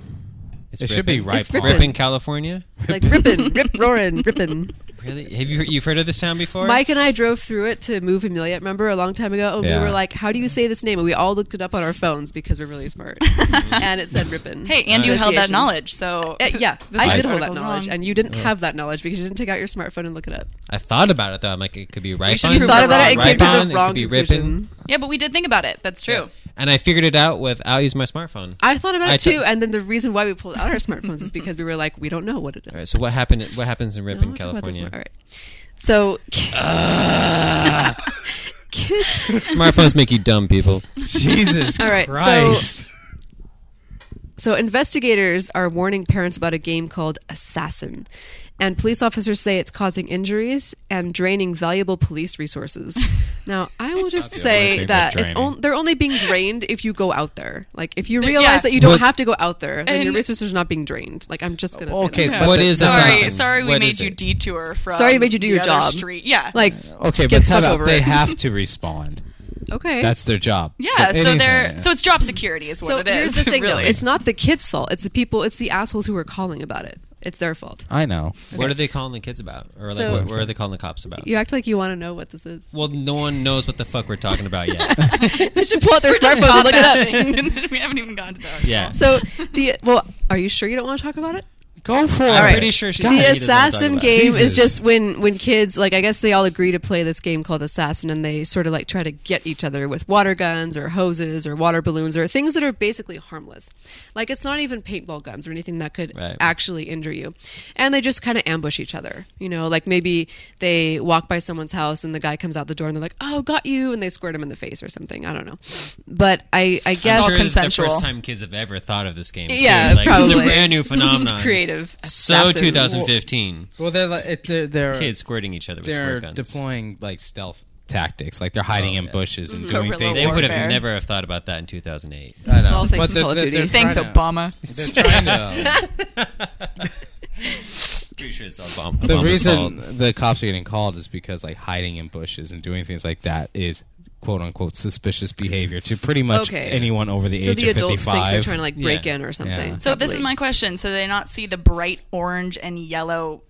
[SPEAKER 2] It's
[SPEAKER 3] It should be
[SPEAKER 2] rippin'.
[SPEAKER 3] ripe
[SPEAKER 1] It's
[SPEAKER 3] on.
[SPEAKER 1] Rippin.
[SPEAKER 2] Rippin', California.
[SPEAKER 1] Like Ripon. Rip roaring. Ripon.
[SPEAKER 2] Really? Have you you've heard of this town before?
[SPEAKER 1] Mike and I drove through it to move Amelia. Remember a long time ago, and
[SPEAKER 3] Yeah.
[SPEAKER 1] we were like, "How do you say this name?" And we all looked it up on our phones because we're really smart. and it said Ripon.
[SPEAKER 4] Hey, and you held that
[SPEAKER 1] Mm-hmm. Association.
[SPEAKER 4] knowledge, so
[SPEAKER 1] Uh, yeah,
[SPEAKER 4] this
[SPEAKER 1] I
[SPEAKER 4] next
[SPEAKER 1] did hold that
[SPEAKER 4] article's
[SPEAKER 1] knowledge,
[SPEAKER 4] wrong.
[SPEAKER 1] and you didn't have that knowledge because you didn't take out your smartphone and look it up.
[SPEAKER 2] I thought about it though. I'm like, it could be ripe
[SPEAKER 4] should
[SPEAKER 2] on.
[SPEAKER 1] You
[SPEAKER 4] be Prove
[SPEAKER 1] thought
[SPEAKER 4] it
[SPEAKER 1] about it
[SPEAKER 4] wrong.
[SPEAKER 1] and came to
[SPEAKER 2] Ripe on,
[SPEAKER 1] the wrong
[SPEAKER 2] It could be
[SPEAKER 1] conclusion.
[SPEAKER 2] rippin'.
[SPEAKER 4] yeah, but we did think about it. That's true.
[SPEAKER 2] And I figured it out without using my smartphone.
[SPEAKER 1] I thought about
[SPEAKER 2] I
[SPEAKER 1] it
[SPEAKER 2] took-
[SPEAKER 1] too, and then the reason why we pulled out our smartphones is because we were like, we don't know what it is.
[SPEAKER 2] All right. So what happened? What happens in Ripon,
[SPEAKER 1] I wanna talk about this
[SPEAKER 2] California?
[SPEAKER 1] more. All right. So, kids.
[SPEAKER 2] Smartphones make you dumb people.
[SPEAKER 3] Jesus
[SPEAKER 1] All right, so-
[SPEAKER 3] Christ.
[SPEAKER 1] So, investigators are warning parents about a game called Assassin, and police officers say it's causing injuries and draining valuable police resources. Now, I will just
[SPEAKER 3] the only
[SPEAKER 1] say
[SPEAKER 3] thing
[SPEAKER 1] that
[SPEAKER 3] that's
[SPEAKER 1] it's
[SPEAKER 3] draining.
[SPEAKER 1] on, they're only being drained if you go out there. Like, if you
[SPEAKER 4] Th-
[SPEAKER 1] realize
[SPEAKER 4] yeah.
[SPEAKER 1] that you don't
[SPEAKER 2] But-
[SPEAKER 1] have to go out there, then your
[SPEAKER 4] And-
[SPEAKER 1] resources are not being drained. Like, I'm just gonna
[SPEAKER 3] Okay,
[SPEAKER 1] say that.
[SPEAKER 3] but
[SPEAKER 2] What
[SPEAKER 3] the-
[SPEAKER 2] is
[SPEAKER 4] Sorry,
[SPEAKER 2] Assassin.
[SPEAKER 4] sorry, we
[SPEAKER 2] What
[SPEAKER 4] made
[SPEAKER 2] is
[SPEAKER 4] you
[SPEAKER 2] it?
[SPEAKER 4] detour from.
[SPEAKER 1] Sorry, I made you do
[SPEAKER 4] the
[SPEAKER 1] your
[SPEAKER 4] other
[SPEAKER 1] job.
[SPEAKER 4] Street. Yeah,
[SPEAKER 1] Like,
[SPEAKER 3] Okay,
[SPEAKER 1] get
[SPEAKER 3] but
[SPEAKER 1] the
[SPEAKER 3] time
[SPEAKER 1] fuck
[SPEAKER 3] out.
[SPEAKER 1] over
[SPEAKER 3] They
[SPEAKER 1] it.
[SPEAKER 3] have to respond.
[SPEAKER 1] okay.
[SPEAKER 3] That's their job.
[SPEAKER 4] yeah. So,
[SPEAKER 3] anything-
[SPEAKER 4] they're so it's job security is what
[SPEAKER 1] so
[SPEAKER 4] it is.
[SPEAKER 1] here's the thing,
[SPEAKER 4] really.
[SPEAKER 1] though. It's not the kids' fault. It's the people. It's the assholes who are calling about it. It's their fault.
[SPEAKER 3] I know.
[SPEAKER 2] What are they calling the kids about? Or like,
[SPEAKER 1] So-
[SPEAKER 2] what, what are they calling the cops about?
[SPEAKER 1] You act like you want to know what this is.
[SPEAKER 2] Well, no one knows what the fuck we're talking about yet.
[SPEAKER 1] They should pull out their smartphones and look it up.
[SPEAKER 4] it up. we haven't even gone to that.
[SPEAKER 2] yeah.
[SPEAKER 1] So the well, are you sure you don't want to talk about it?
[SPEAKER 3] Go for it.
[SPEAKER 2] I'm pretty sure she.
[SPEAKER 1] The
[SPEAKER 2] he doesn't wanna talk
[SPEAKER 1] assassin
[SPEAKER 2] about it.
[SPEAKER 1] game is
[SPEAKER 3] Jesus.
[SPEAKER 1] just when when kids like I guess they all agree to play this game called assassin and they sort of like try to get each other with water guns or hoses or water balloons or things that are basically harmless. Like it's not even paintball guns or anything that could
[SPEAKER 2] Right.
[SPEAKER 1] actually injure you. And they just kind of ambush each other. You know, like maybe they walk by someone's house and the guy comes out the door and they're like, "Oh, got you." And they squirt him in the face or something. I don't know. But I I
[SPEAKER 2] I'm
[SPEAKER 1] guess
[SPEAKER 2] sure this is
[SPEAKER 4] consensual.
[SPEAKER 2] the first time kids have ever thought of this game. too.
[SPEAKER 1] Yeah,
[SPEAKER 2] like, This is
[SPEAKER 1] probably.
[SPEAKER 2] a brand new
[SPEAKER 1] This is
[SPEAKER 2] phenomenon.
[SPEAKER 1] creative.
[SPEAKER 2] So
[SPEAKER 1] Assassin.
[SPEAKER 2] 2015,
[SPEAKER 3] Well, they're like, it- they're, they're
[SPEAKER 2] kids squirting each other with
[SPEAKER 3] they're
[SPEAKER 2] squirt guns.
[SPEAKER 3] deploying like stealth tactics. Like they're hiding in bushes
[SPEAKER 1] Mm-hmm.
[SPEAKER 3] and doing
[SPEAKER 4] Guerrilla
[SPEAKER 3] things.
[SPEAKER 2] They would
[SPEAKER 4] Warfare.
[SPEAKER 2] have never have thought about that in 2008.
[SPEAKER 3] I know.
[SPEAKER 4] Uh,
[SPEAKER 1] all thanks
[SPEAKER 3] But
[SPEAKER 1] to
[SPEAKER 3] they're-
[SPEAKER 1] Call of
[SPEAKER 3] they're-
[SPEAKER 1] Duty.
[SPEAKER 3] they're
[SPEAKER 4] Thanks,
[SPEAKER 3] trying to-
[SPEAKER 4] Obama.
[SPEAKER 3] They're trying to.
[SPEAKER 2] Pretty sure it's all Obama,
[SPEAKER 3] the
[SPEAKER 2] Obama's
[SPEAKER 3] reason
[SPEAKER 2] fault.
[SPEAKER 3] the cops are getting called is because like hiding in bushes and doing things like that is quote unquote suspicious behavior to pretty much
[SPEAKER 1] Okay.
[SPEAKER 3] anyone over the
[SPEAKER 1] so
[SPEAKER 3] age
[SPEAKER 1] the
[SPEAKER 3] of
[SPEAKER 1] adults
[SPEAKER 3] 55
[SPEAKER 1] think they're trying to like break
[SPEAKER 2] Yeah.
[SPEAKER 1] in or something.
[SPEAKER 3] Yeah.
[SPEAKER 4] So this is
[SPEAKER 1] probably.
[SPEAKER 4] my question. So they not see the bright orange and yellow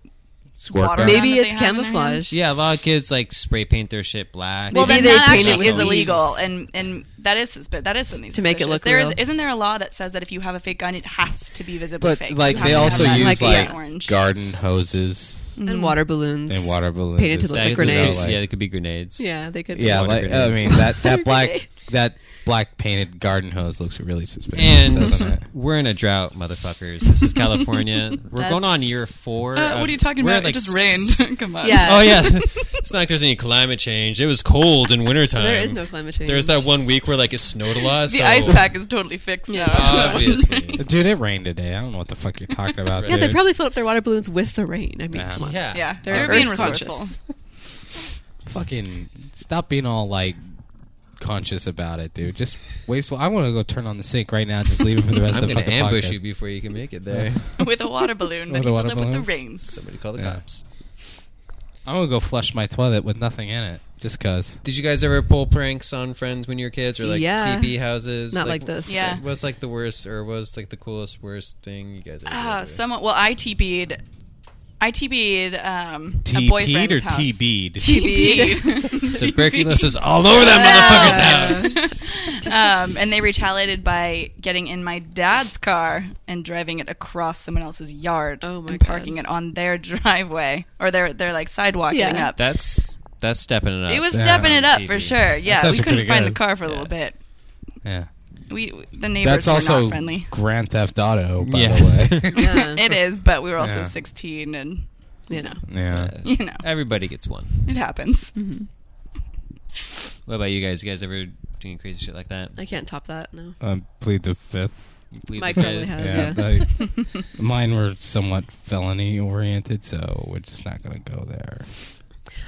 [SPEAKER 3] Squirt
[SPEAKER 4] water.
[SPEAKER 3] gun.
[SPEAKER 4] gun
[SPEAKER 1] Maybe
[SPEAKER 4] that they
[SPEAKER 1] it's
[SPEAKER 4] have in their
[SPEAKER 1] camouflage.
[SPEAKER 2] Yeah, a lot of kids like spray paint their shit black.
[SPEAKER 4] Well,
[SPEAKER 1] Maybe
[SPEAKER 4] then
[SPEAKER 1] they
[SPEAKER 4] that
[SPEAKER 1] paint it
[SPEAKER 4] actually
[SPEAKER 1] with
[SPEAKER 4] is
[SPEAKER 1] leaves.
[SPEAKER 4] illegal, and and that is suspi- that is something
[SPEAKER 1] To make it look
[SPEAKER 4] suspicious. there is-
[SPEAKER 1] real.
[SPEAKER 4] isn't there a law that says that if you have a fake gun, it has to be visibly
[SPEAKER 3] but
[SPEAKER 4] fake?
[SPEAKER 3] like
[SPEAKER 4] You have
[SPEAKER 3] they
[SPEAKER 4] to have
[SPEAKER 3] also
[SPEAKER 4] that
[SPEAKER 3] use
[SPEAKER 1] Like,
[SPEAKER 3] like,
[SPEAKER 1] yeah.
[SPEAKER 4] orange.
[SPEAKER 3] garden hoses
[SPEAKER 4] Mm.
[SPEAKER 1] and water balloons
[SPEAKER 3] and water balloons
[SPEAKER 1] painted to
[SPEAKER 3] and
[SPEAKER 1] look
[SPEAKER 2] That
[SPEAKER 1] like
[SPEAKER 3] stuff.
[SPEAKER 2] could be-
[SPEAKER 1] grenades.
[SPEAKER 2] Yeah, they could be grenades.
[SPEAKER 1] Yeah, they could.
[SPEAKER 3] yeah
[SPEAKER 2] Water
[SPEAKER 3] like i
[SPEAKER 2] grenades.
[SPEAKER 3] mean that that black
[SPEAKER 1] grenades.
[SPEAKER 3] that black painted garden hose looks really suspicious doesn't it
[SPEAKER 2] And we're in a drought, motherfuckers. This is California. We're going on year four.
[SPEAKER 4] Uh,
[SPEAKER 2] of-
[SPEAKER 4] what are you talking
[SPEAKER 2] we're
[SPEAKER 4] about?
[SPEAKER 2] at, like,
[SPEAKER 4] it just rained. Come on.
[SPEAKER 1] Yeah.
[SPEAKER 2] Oh yeah, it's not like there's any climate change. It was cold in wintertime.
[SPEAKER 1] There is no climate change.
[SPEAKER 2] There's that one week where like it snowed a lot. Oh,
[SPEAKER 4] The
[SPEAKER 2] so Oh,
[SPEAKER 4] ice pack is totally fixed
[SPEAKER 1] Yeah.
[SPEAKER 4] now.
[SPEAKER 2] Obviously.
[SPEAKER 3] Dude, it rained today. I don't know what the fuck you're talking about.
[SPEAKER 1] Yeah, they
[SPEAKER 3] dude.
[SPEAKER 1] probably filled up their water balloons with the rain. I mean,
[SPEAKER 3] Yeah.
[SPEAKER 1] come on.
[SPEAKER 2] yeah.
[SPEAKER 4] yeah,
[SPEAKER 1] They're
[SPEAKER 4] they're being
[SPEAKER 1] earth conscious.
[SPEAKER 4] resourceful.
[SPEAKER 3] fucking stop being all like conscious about it, dude. Just wasteful. I want to go turn on the sink right now. Just leave it for the rest
[SPEAKER 2] I'm
[SPEAKER 3] of the
[SPEAKER 2] gonna
[SPEAKER 3] fucking
[SPEAKER 2] ambush
[SPEAKER 3] podcast.
[SPEAKER 2] you before you can make it there.
[SPEAKER 4] with a water balloon that
[SPEAKER 3] With a
[SPEAKER 4] he
[SPEAKER 3] water
[SPEAKER 4] filled up with the
[SPEAKER 3] balloon?
[SPEAKER 4] rain.
[SPEAKER 2] Somebody call the
[SPEAKER 3] Yeah.
[SPEAKER 2] cops.
[SPEAKER 3] I'm gonna go flush my toilet with nothing in it, just cause.
[SPEAKER 2] Did you guys ever pull pranks on friends when you were kids, or like
[SPEAKER 1] Yeah.
[SPEAKER 2] TB houses?
[SPEAKER 1] Not like this.
[SPEAKER 4] Yeah.
[SPEAKER 2] What's like the worst, or was like the coolest, worst thing you guys ever?
[SPEAKER 4] Ah,
[SPEAKER 2] did?
[SPEAKER 4] someone. Well, I TB'd. I TB'd um, a
[SPEAKER 3] TP'd
[SPEAKER 4] boyfriend's
[SPEAKER 3] or
[SPEAKER 4] house.
[SPEAKER 3] TB'd?
[SPEAKER 4] TB'd.
[SPEAKER 2] Tuberculosis is all over that motherfucker's house.
[SPEAKER 4] um, and they retaliated by getting in my dad's car and driving it across someone else's yard
[SPEAKER 1] Oh my
[SPEAKER 4] and
[SPEAKER 1] God.
[SPEAKER 4] parking it on their driveway or their their like sidewalk
[SPEAKER 1] Yeah.
[SPEAKER 4] getting up.
[SPEAKER 2] That's that's stepping it up.
[SPEAKER 4] it was
[SPEAKER 3] Damn.
[SPEAKER 4] stepping it up for
[SPEAKER 2] TV.
[SPEAKER 4] sure. Yeah, we
[SPEAKER 3] actually
[SPEAKER 4] couldn't
[SPEAKER 3] pretty
[SPEAKER 4] find the
[SPEAKER 3] good.
[SPEAKER 4] car for a little bit.
[SPEAKER 3] Yeah.
[SPEAKER 4] We the
[SPEAKER 3] That's
[SPEAKER 4] neighbors were
[SPEAKER 3] also
[SPEAKER 4] not friendly.
[SPEAKER 3] Grand Theft Auto, by
[SPEAKER 2] Yeah.
[SPEAKER 3] the way.
[SPEAKER 1] Yeah.
[SPEAKER 4] it is, but we were also
[SPEAKER 3] Yeah.
[SPEAKER 4] 16 and you know,
[SPEAKER 3] yeah.
[SPEAKER 4] you know,
[SPEAKER 2] Everybody gets one.
[SPEAKER 4] it happens.
[SPEAKER 2] What about you guys? You guys ever doing crazy shit like that?
[SPEAKER 1] I can't top that. No.
[SPEAKER 3] Um, plead the fifth.
[SPEAKER 2] You bleed
[SPEAKER 1] Mike
[SPEAKER 2] the
[SPEAKER 1] probably
[SPEAKER 2] fifth?
[SPEAKER 1] has.
[SPEAKER 3] Yeah.
[SPEAKER 1] Yeah.
[SPEAKER 3] like, mine were somewhat felony oriented, so we're just not gonna go there.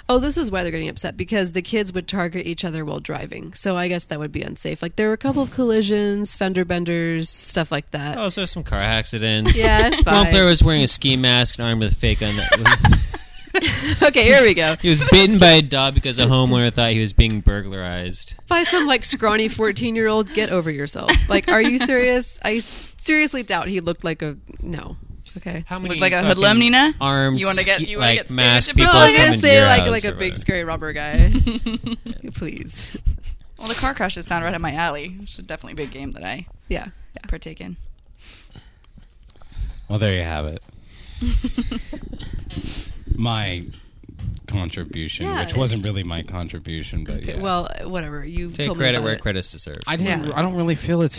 [SPEAKER 1] Oh, this is why they're getting upset because the kids would target each other while driving. So I guess that would be unsafe. Like there were a couple of collisions, fender benders, stuff like that.
[SPEAKER 2] Oh, so there's some car accidents.
[SPEAKER 1] Yeah, it's
[SPEAKER 2] One
[SPEAKER 1] fine.
[SPEAKER 2] player was wearing a ski mask and armed with a fake gun.
[SPEAKER 1] okay, here we go.
[SPEAKER 2] he was bitten by a dog because a homeowner thought he was being burglarized.
[SPEAKER 1] By some like scrawny fourteen-year-old, get over yourself. Like, are you serious? I seriously doubt he looked like a no. Okay.
[SPEAKER 2] How
[SPEAKER 4] Looked like a hoodlum, Nina.
[SPEAKER 2] Armed,
[SPEAKER 4] You wanna get-
[SPEAKER 2] ski-
[SPEAKER 4] you wanna
[SPEAKER 2] like
[SPEAKER 4] get
[SPEAKER 2] masked
[SPEAKER 4] stereotypical?
[SPEAKER 2] people
[SPEAKER 1] No,
[SPEAKER 4] Well,
[SPEAKER 1] I
[SPEAKER 2] coming
[SPEAKER 1] gotta
[SPEAKER 2] to
[SPEAKER 1] say
[SPEAKER 2] your
[SPEAKER 1] like
[SPEAKER 2] house
[SPEAKER 1] like a
[SPEAKER 2] or
[SPEAKER 1] big
[SPEAKER 2] whatever.
[SPEAKER 1] scary robber guy. Please.
[SPEAKER 4] Well, the car crashes sound right up my alley. Which should definitely be a game that I
[SPEAKER 1] Yeah. yeah.
[SPEAKER 4] partake in.
[SPEAKER 3] Well, there you have it. my contribution,
[SPEAKER 1] Yeah.
[SPEAKER 3] which wasn't really my contribution, but yeah.
[SPEAKER 1] Well, whatever. You
[SPEAKER 2] Take
[SPEAKER 1] told me
[SPEAKER 2] credit
[SPEAKER 1] about
[SPEAKER 2] where
[SPEAKER 1] it.
[SPEAKER 2] credit's deserved.
[SPEAKER 3] I didn't.
[SPEAKER 1] Yeah.
[SPEAKER 3] I don't really feel it's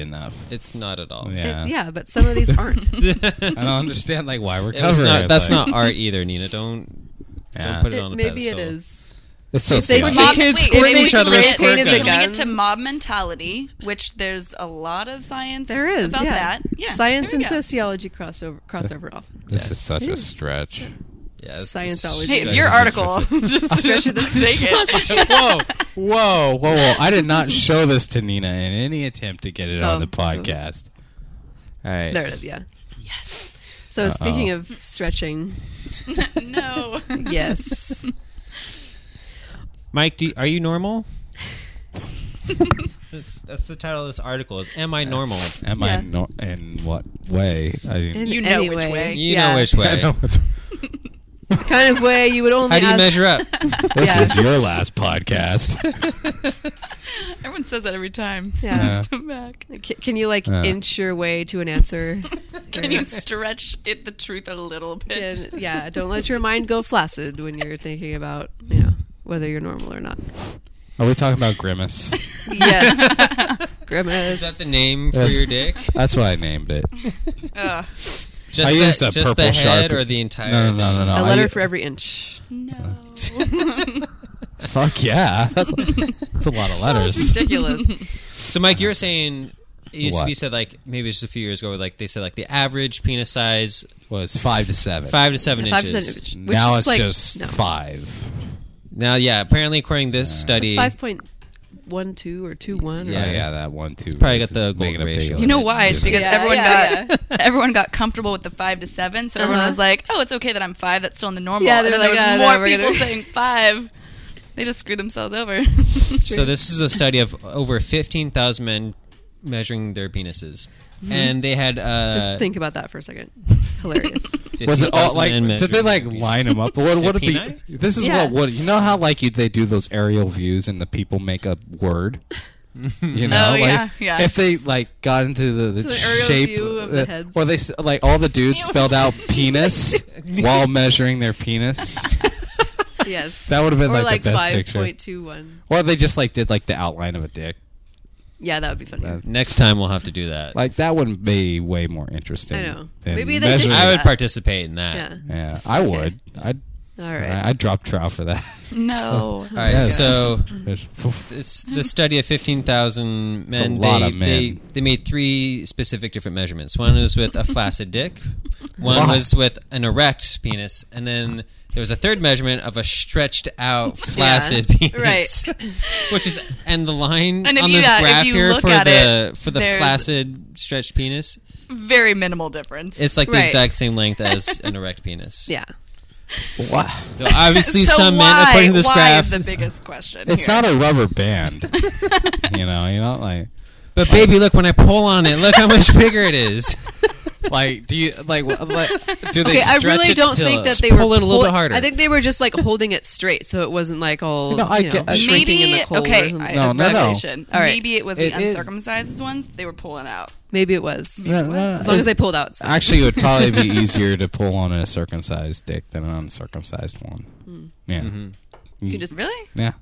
[SPEAKER 3] enough.
[SPEAKER 2] it's not at all.
[SPEAKER 1] It-
[SPEAKER 3] Yeah,
[SPEAKER 1] yeah. but some of these aren't.
[SPEAKER 3] I don't understand like why we're
[SPEAKER 2] It was
[SPEAKER 3] covering
[SPEAKER 2] not-
[SPEAKER 3] it.
[SPEAKER 2] that's
[SPEAKER 3] like-
[SPEAKER 2] not art either, Nina. Don't
[SPEAKER 3] Yeah.
[SPEAKER 2] don't put it,
[SPEAKER 1] It-
[SPEAKER 2] on the
[SPEAKER 1] maybe it
[SPEAKER 2] pedestal.
[SPEAKER 1] is.
[SPEAKER 3] It's so
[SPEAKER 1] If they
[SPEAKER 3] silly.
[SPEAKER 2] Two
[SPEAKER 1] Mob-
[SPEAKER 2] kids
[SPEAKER 1] wait,
[SPEAKER 2] squirting
[SPEAKER 1] if
[SPEAKER 2] each
[SPEAKER 1] they
[SPEAKER 2] other with
[SPEAKER 1] red
[SPEAKER 2] squirt
[SPEAKER 1] painted the
[SPEAKER 4] When we
[SPEAKER 2] guns.
[SPEAKER 1] gun-
[SPEAKER 4] get to mob mentality, which there's a lot of science
[SPEAKER 1] There is
[SPEAKER 4] about
[SPEAKER 1] yeah.
[SPEAKER 4] that. Yeah,
[SPEAKER 1] Science
[SPEAKER 4] there
[SPEAKER 1] and
[SPEAKER 4] we go.
[SPEAKER 1] sociology crossover crossover often.
[SPEAKER 3] This is such
[SPEAKER 1] Yeah.
[SPEAKER 3] a stretch.
[SPEAKER 2] Yeah, it's-
[SPEAKER 1] Scientology.
[SPEAKER 4] Hey, it's
[SPEAKER 1] Sociology.
[SPEAKER 4] your article. just
[SPEAKER 1] Stretch it.
[SPEAKER 4] take it.
[SPEAKER 3] whoa, whoa, whoa, whoa! I did not show this to Nina in any attempt to get it
[SPEAKER 1] Oh.
[SPEAKER 3] on the podcast.
[SPEAKER 2] All right.
[SPEAKER 1] There it is. Yeah.
[SPEAKER 4] Yes.
[SPEAKER 1] So
[SPEAKER 3] Uh-oh.
[SPEAKER 1] speaking of stretching,
[SPEAKER 4] no.
[SPEAKER 1] yes.
[SPEAKER 2] Mike, do you, are you normal? that's, that's the title of this article. Is Am I Normal?
[SPEAKER 3] Am
[SPEAKER 1] Yeah.
[SPEAKER 3] I no- in what way? I
[SPEAKER 1] In
[SPEAKER 3] didn't.
[SPEAKER 4] You know
[SPEAKER 1] any
[SPEAKER 4] which way.
[SPEAKER 2] You
[SPEAKER 1] yeah.
[SPEAKER 2] know which
[SPEAKER 3] I
[SPEAKER 2] way.
[SPEAKER 3] know it's-
[SPEAKER 1] The kind of way you would only.
[SPEAKER 2] How do you
[SPEAKER 1] ask-
[SPEAKER 2] measure up?
[SPEAKER 3] This
[SPEAKER 1] Yeah.
[SPEAKER 3] is your last podcast.
[SPEAKER 4] Everyone says that every time.
[SPEAKER 1] Yeah.
[SPEAKER 3] Yeah.
[SPEAKER 4] Just come back.
[SPEAKER 1] C- Can you like
[SPEAKER 3] Yeah.
[SPEAKER 1] inch your way to an answer?
[SPEAKER 4] Can you stretch it the truth a little bit?
[SPEAKER 1] And, yeah. Don't let your mind go flaccid when you're thinking about you know whether you're normal or not.
[SPEAKER 3] Are we talking about grimace?
[SPEAKER 1] Yes. Grimace.
[SPEAKER 2] Is that the name for
[SPEAKER 3] Yes.
[SPEAKER 2] your dick?
[SPEAKER 3] That's why I named it.
[SPEAKER 4] Ugh.
[SPEAKER 2] Just,
[SPEAKER 3] I used
[SPEAKER 2] the,
[SPEAKER 3] a
[SPEAKER 2] just the
[SPEAKER 3] purple
[SPEAKER 2] head
[SPEAKER 3] sharpie.
[SPEAKER 2] or the entire?
[SPEAKER 3] No, no, no,
[SPEAKER 2] thing?
[SPEAKER 3] no, no.
[SPEAKER 1] a
[SPEAKER 3] I-
[SPEAKER 1] letter for every inch.
[SPEAKER 4] No.
[SPEAKER 3] Fuck yeah, that's, that's a lot of letters.
[SPEAKER 1] Ridiculous.
[SPEAKER 2] So, Mike, you were saying it used to be
[SPEAKER 3] What?
[SPEAKER 2] said like maybe just a few years ago, like they said like the average penis size
[SPEAKER 3] Was five to seven.
[SPEAKER 2] five to seven
[SPEAKER 1] Five
[SPEAKER 2] inches.
[SPEAKER 1] percent. Which
[SPEAKER 3] now
[SPEAKER 1] is
[SPEAKER 3] it's
[SPEAKER 1] like,
[SPEAKER 3] just
[SPEAKER 1] no.
[SPEAKER 3] five.
[SPEAKER 2] Now, yeah, apparently according to this study,
[SPEAKER 1] Five point one two or two one.
[SPEAKER 2] Yeah.
[SPEAKER 3] Yeah, Oh, yeah, that one too.
[SPEAKER 2] probably
[SPEAKER 3] is
[SPEAKER 2] got the
[SPEAKER 3] making
[SPEAKER 2] golden
[SPEAKER 3] a big
[SPEAKER 2] ratio.
[SPEAKER 4] You know why? It's because
[SPEAKER 1] Yeah,
[SPEAKER 4] everyone
[SPEAKER 1] yeah,
[SPEAKER 4] got everyone got comfortable with the five to seven, so everyone
[SPEAKER 1] Uh-huh.
[SPEAKER 4] was like, "Oh, it's okay that I'm five. That's still in the normal."
[SPEAKER 1] Yeah,
[SPEAKER 4] and
[SPEAKER 1] they're
[SPEAKER 4] then there was
[SPEAKER 1] like, "Ah, no,
[SPEAKER 4] more
[SPEAKER 1] we're
[SPEAKER 4] people
[SPEAKER 1] gonna-
[SPEAKER 4] saying five. They just screwed themselves over.
[SPEAKER 2] So this is a study of over 15,000 men measuring their penises. And they had uh
[SPEAKER 1] Just think about that for a second. Hilarious.
[SPEAKER 3] Was it all
[SPEAKER 2] 15,000
[SPEAKER 3] like?
[SPEAKER 2] men
[SPEAKER 3] Did they
[SPEAKER 2] measuring
[SPEAKER 3] like
[SPEAKER 2] their
[SPEAKER 3] line
[SPEAKER 2] penis.
[SPEAKER 3] them up? What would it
[SPEAKER 2] Their
[SPEAKER 3] be? This is
[SPEAKER 1] Yeah.
[SPEAKER 3] what would you know how like you they do those aerial views and the people make a word.
[SPEAKER 1] Mm-hmm.
[SPEAKER 3] You know,
[SPEAKER 4] Oh,
[SPEAKER 3] like
[SPEAKER 4] yeah, yeah.
[SPEAKER 3] if they like got into the,
[SPEAKER 1] So
[SPEAKER 3] the
[SPEAKER 1] an aerial
[SPEAKER 3] shape,
[SPEAKER 1] view of the
[SPEAKER 3] uh,
[SPEAKER 1] heads.
[SPEAKER 3] or they s- like all the dudes
[SPEAKER 4] Ew.
[SPEAKER 3] spelled out penis while measuring their penis.
[SPEAKER 1] yes.
[SPEAKER 3] That would have been
[SPEAKER 1] or
[SPEAKER 3] like,
[SPEAKER 1] like
[SPEAKER 3] the best
[SPEAKER 1] five
[SPEAKER 3] picture.
[SPEAKER 1] point two one.
[SPEAKER 3] Or they just like did like the outline of a dick.
[SPEAKER 1] Yeah, that would be funny.
[SPEAKER 3] That-
[SPEAKER 2] Next time we'll have to do that.
[SPEAKER 3] Like that would be way more interesting.
[SPEAKER 1] I know.
[SPEAKER 3] than
[SPEAKER 1] Maybe they did
[SPEAKER 3] measuring-
[SPEAKER 2] I would
[SPEAKER 1] Yeah.
[SPEAKER 2] participate in that.
[SPEAKER 1] Yeah.
[SPEAKER 3] Yeah, I would. I'd.
[SPEAKER 1] All
[SPEAKER 3] All
[SPEAKER 1] right.
[SPEAKER 3] right. I'd drop trout for that.
[SPEAKER 4] no.
[SPEAKER 2] All right.
[SPEAKER 3] Yes.
[SPEAKER 2] So
[SPEAKER 3] There's-
[SPEAKER 2] this the study of 15,000
[SPEAKER 3] a
[SPEAKER 2] men,
[SPEAKER 3] lot
[SPEAKER 2] they,
[SPEAKER 3] of men.
[SPEAKER 2] they they made three specific different measurements. One was with a flaccid dick, one
[SPEAKER 3] Wow.
[SPEAKER 2] was with an erect penis, and then there was a third measurement of a stretched out flaccid penis.
[SPEAKER 1] right.
[SPEAKER 2] Which is and the line
[SPEAKER 4] And if
[SPEAKER 2] on
[SPEAKER 4] you-
[SPEAKER 2] this
[SPEAKER 4] yeah, if
[SPEAKER 2] graph
[SPEAKER 4] you
[SPEAKER 2] here
[SPEAKER 4] look
[SPEAKER 2] for
[SPEAKER 4] at
[SPEAKER 2] the
[SPEAKER 4] it,
[SPEAKER 2] for the
[SPEAKER 4] there's-
[SPEAKER 2] flaccid stretched penis,
[SPEAKER 4] Very minimal difference.
[SPEAKER 2] it's like the
[SPEAKER 1] Right.
[SPEAKER 2] exact same length as an erect penis.
[SPEAKER 1] Yeah.
[SPEAKER 3] Wow.
[SPEAKER 2] Though obviously
[SPEAKER 4] so
[SPEAKER 2] some
[SPEAKER 4] why,
[SPEAKER 2] men according to this
[SPEAKER 4] why
[SPEAKER 2] graph
[SPEAKER 4] is the biggest question.
[SPEAKER 3] It's
[SPEAKER 4] here?
[SPEAKER 3] not a rubber band. you know, you know, like,
[SPEAKER 2] But baby, look when I pull on it, look how much bigger it is.
[SPEAKER 3] like, do you like, wh- like do they?
[SPEAKER 1] Okay, I
[SPEAKER 3] stretch
[SPEAKER 1] really
[SPEAKER 3] it
[SPEAKER 1] don't
[SPEAKER 3] till
[SPEAKER 1] think
[SPEAKER 3] it's-
[SPEAKER 1] that they
[SPEAKER 2] pull
[SPEAKER 1] were
[SPEAKER 2] it a little bit
[SPEAKER 1] pull-
[SPEAKER 2] harder.
[SPEAKER 1] I think they were just like holding it straight, so it wasn't like all
[SPEAKER 3] No, I
[SPEAKER 1] you know,
[SPEAKER 3] get- I-
[SPEAKER 1] shrinking in the cold. or
[SPEAKER 4] okay,
[SPEAKER 1] something.
[SPEAKER 4] I,
[SPEAKER 3] No, no, no.
[SPEAKER 4] revelation.
[SPEAKER 1] All right.
[SPEAKER 4] Maybe it was
[SPEAKER 3] It
[SPEAKER 4] the
[SPEAKER 3] is-
[SPEAKER 4] uncircumcised ones they were pulling out.
[SPEAKER 1] Maybe it was.
[SPEAKER 3] No, no, no.
[SPEAKER 1] As long as they pulled out. it's fine.
[SPEAKER 3] Actually, it would probably be easier to pull on a circumcised dick than an uncircumcised one. Yeah,
[SPEAKER 1] Hmm. You could just
[SPEAKER 4] Really?
[SPEAKER 3] yeah,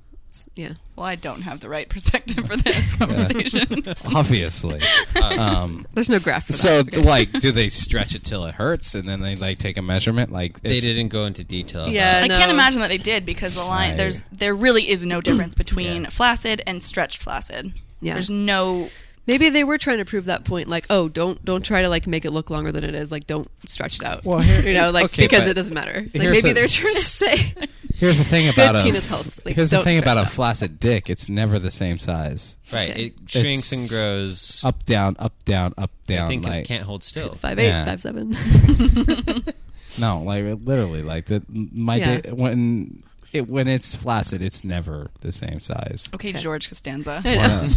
[SPEAKER 1] yeah.
[SPEAKER 4] Well, I don't have the right perspective for this conversation.
[SPEAKER 3] obviously. um,
[SPEAKER 1] There's no graph for that.
[SPEAKER 3] so,
[SPEAKER 1] Okay.
[SPEAKER 3] like, do they stretch it till it hurts, and then they like take a measurement? Like,
[SPEAKER 2] they didn't go into detail. about
[SPEAKER 1] Yeah.
[SPEAKER 2] it.
[SPEAKER 4] I
[SPEAKER 1] no.
[SPEAKER 4] can't imagine that they did because the line
[SPEAKER 3] Right.
[SPEAKER 4] there's there really is no difference between
[SPEAKER 2] Yeah.
[SPEAKER 4] flaccid and stretched flaccid.
[SPEAKER 1] Yeah.
[SPEAKER 4] There's no
[SPEAKER 1] Maybe they were trying to prove that point, like, oh, don't don't try to like make it look longer than it is. Like, don't stretch it out.
[SPEAKER 3] Well, here-
[SPEAKER 1] you know, like
[SPEAKER 3] okay,
[SPEAKER 1] because
[SPEAKER 3] but
[SPEAKER 1] it doesn't matter. Like
[SPEAKER 3] here's
[SPEAKER 1] maybe
[SPEAKER 3] a-
[SPEAKER 1] they're trying to say
[SPEAKER 3] Here's the thing
[SPEAKER 1] good
[SPEAKER 3] about a
[SPEAKER 1] penis health. Like,
[SPEAKER 3] here's
[SPEAKER 1] don't
[SPEAKER 3] the thing
[SPEAKER 1] stretch
[SPEAKER 3] about a
[SPEAKER 1] out.
[SPEAKER 3] flaccid dick. It's never the same size.
[SPEAKER 2] Right.
[SPEAKER 1] Okay.
[SPEAKER 2] It shrinks
[SPEAKER 3] It's-
[SPEAKER 2] and grows.
[SPEAKER 3] Up down, up down, up down.
[SPEAKER 2] I think
[SPEAKER 3] like,
[SPEAKER 2] it can't hold still.
[SPEAKER 1] five eight,
[SPEAKER 3] Yeah.
[SPEAKER 1] five seven.
[SPEAKER 3] No, like it literally, like the my
[SPEAKER 1] Yeah.
[SPEAKER 3] dick when it when it's flaccid, it's never the same size.
[SPEAKER 1] Oh,
[SPEAKER 4] okay, George Costanza.
[SPEAKER 1] I know.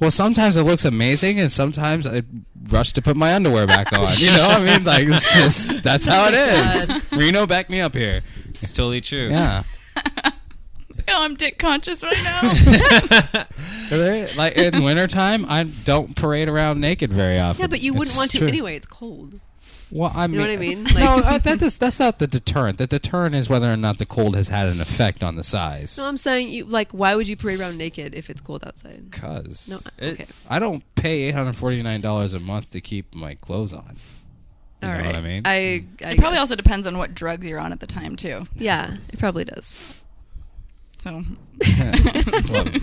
[SPEAKER 3] Well, sometimes it looks amazing, and sometimes I rush to put my underwear back on. You know, I mean, like it's just that's how it
[SPEAKER 1] Oh
[SPEAKER 3] is. Reno, back me up here.
[SPEAKER 2] It's totally true.
[SPEAKER 3] Yeah,
[SPEAKER 4] Oh, I'm dick conscious right now.
[SPEAKER 3] like in wintertime, I don't parade around naked very often.
[SPEAKER 1] Yeah, but you wouldn't
[SPEAKER 3] It's
[SPEAKER 1] want to
[SPEAKER 3] true.
[SPEAKER 1] anyway. It's cold.
[SPEAKER 3] Well, I mean,
[SPEAKER 1] know what I mean?
[SPEAKER 3] no,
[SPEAKER 1] Like-
[SPEAKER 3] uh, that is that's not the deterrent. The deterrent is whether or not the cold has had an effect on the size.
[SPEAKER 1] No, I'm saying you like. Why would you parade around naked if it's cold outside?
[SPEAKER 3] Because
[SPEAKER 1] No.
[SPEAKER 2] It-
[SPEAKER 1] Okay.
[SPEAKER 3] I don't pay eight hundred forty nine dollars a month to keep my clothes on. You
[SPEAKER 1] All
[SPEAKER 3] know
[SPEAKER 1] right.
[SPEAKER 3] what I mean?
[SPEAKER 1] I,
[SPEAKER 4] It probably
[SPEAKER 1] guess.
[SPEAKER 4] also depends on what drugs you're on at the time too.
[SPEAKER 1] Yeah, it probably does.
[SPEAKER 4] So
[SPEAKER 3] Well,
[SPEAKER 4] keep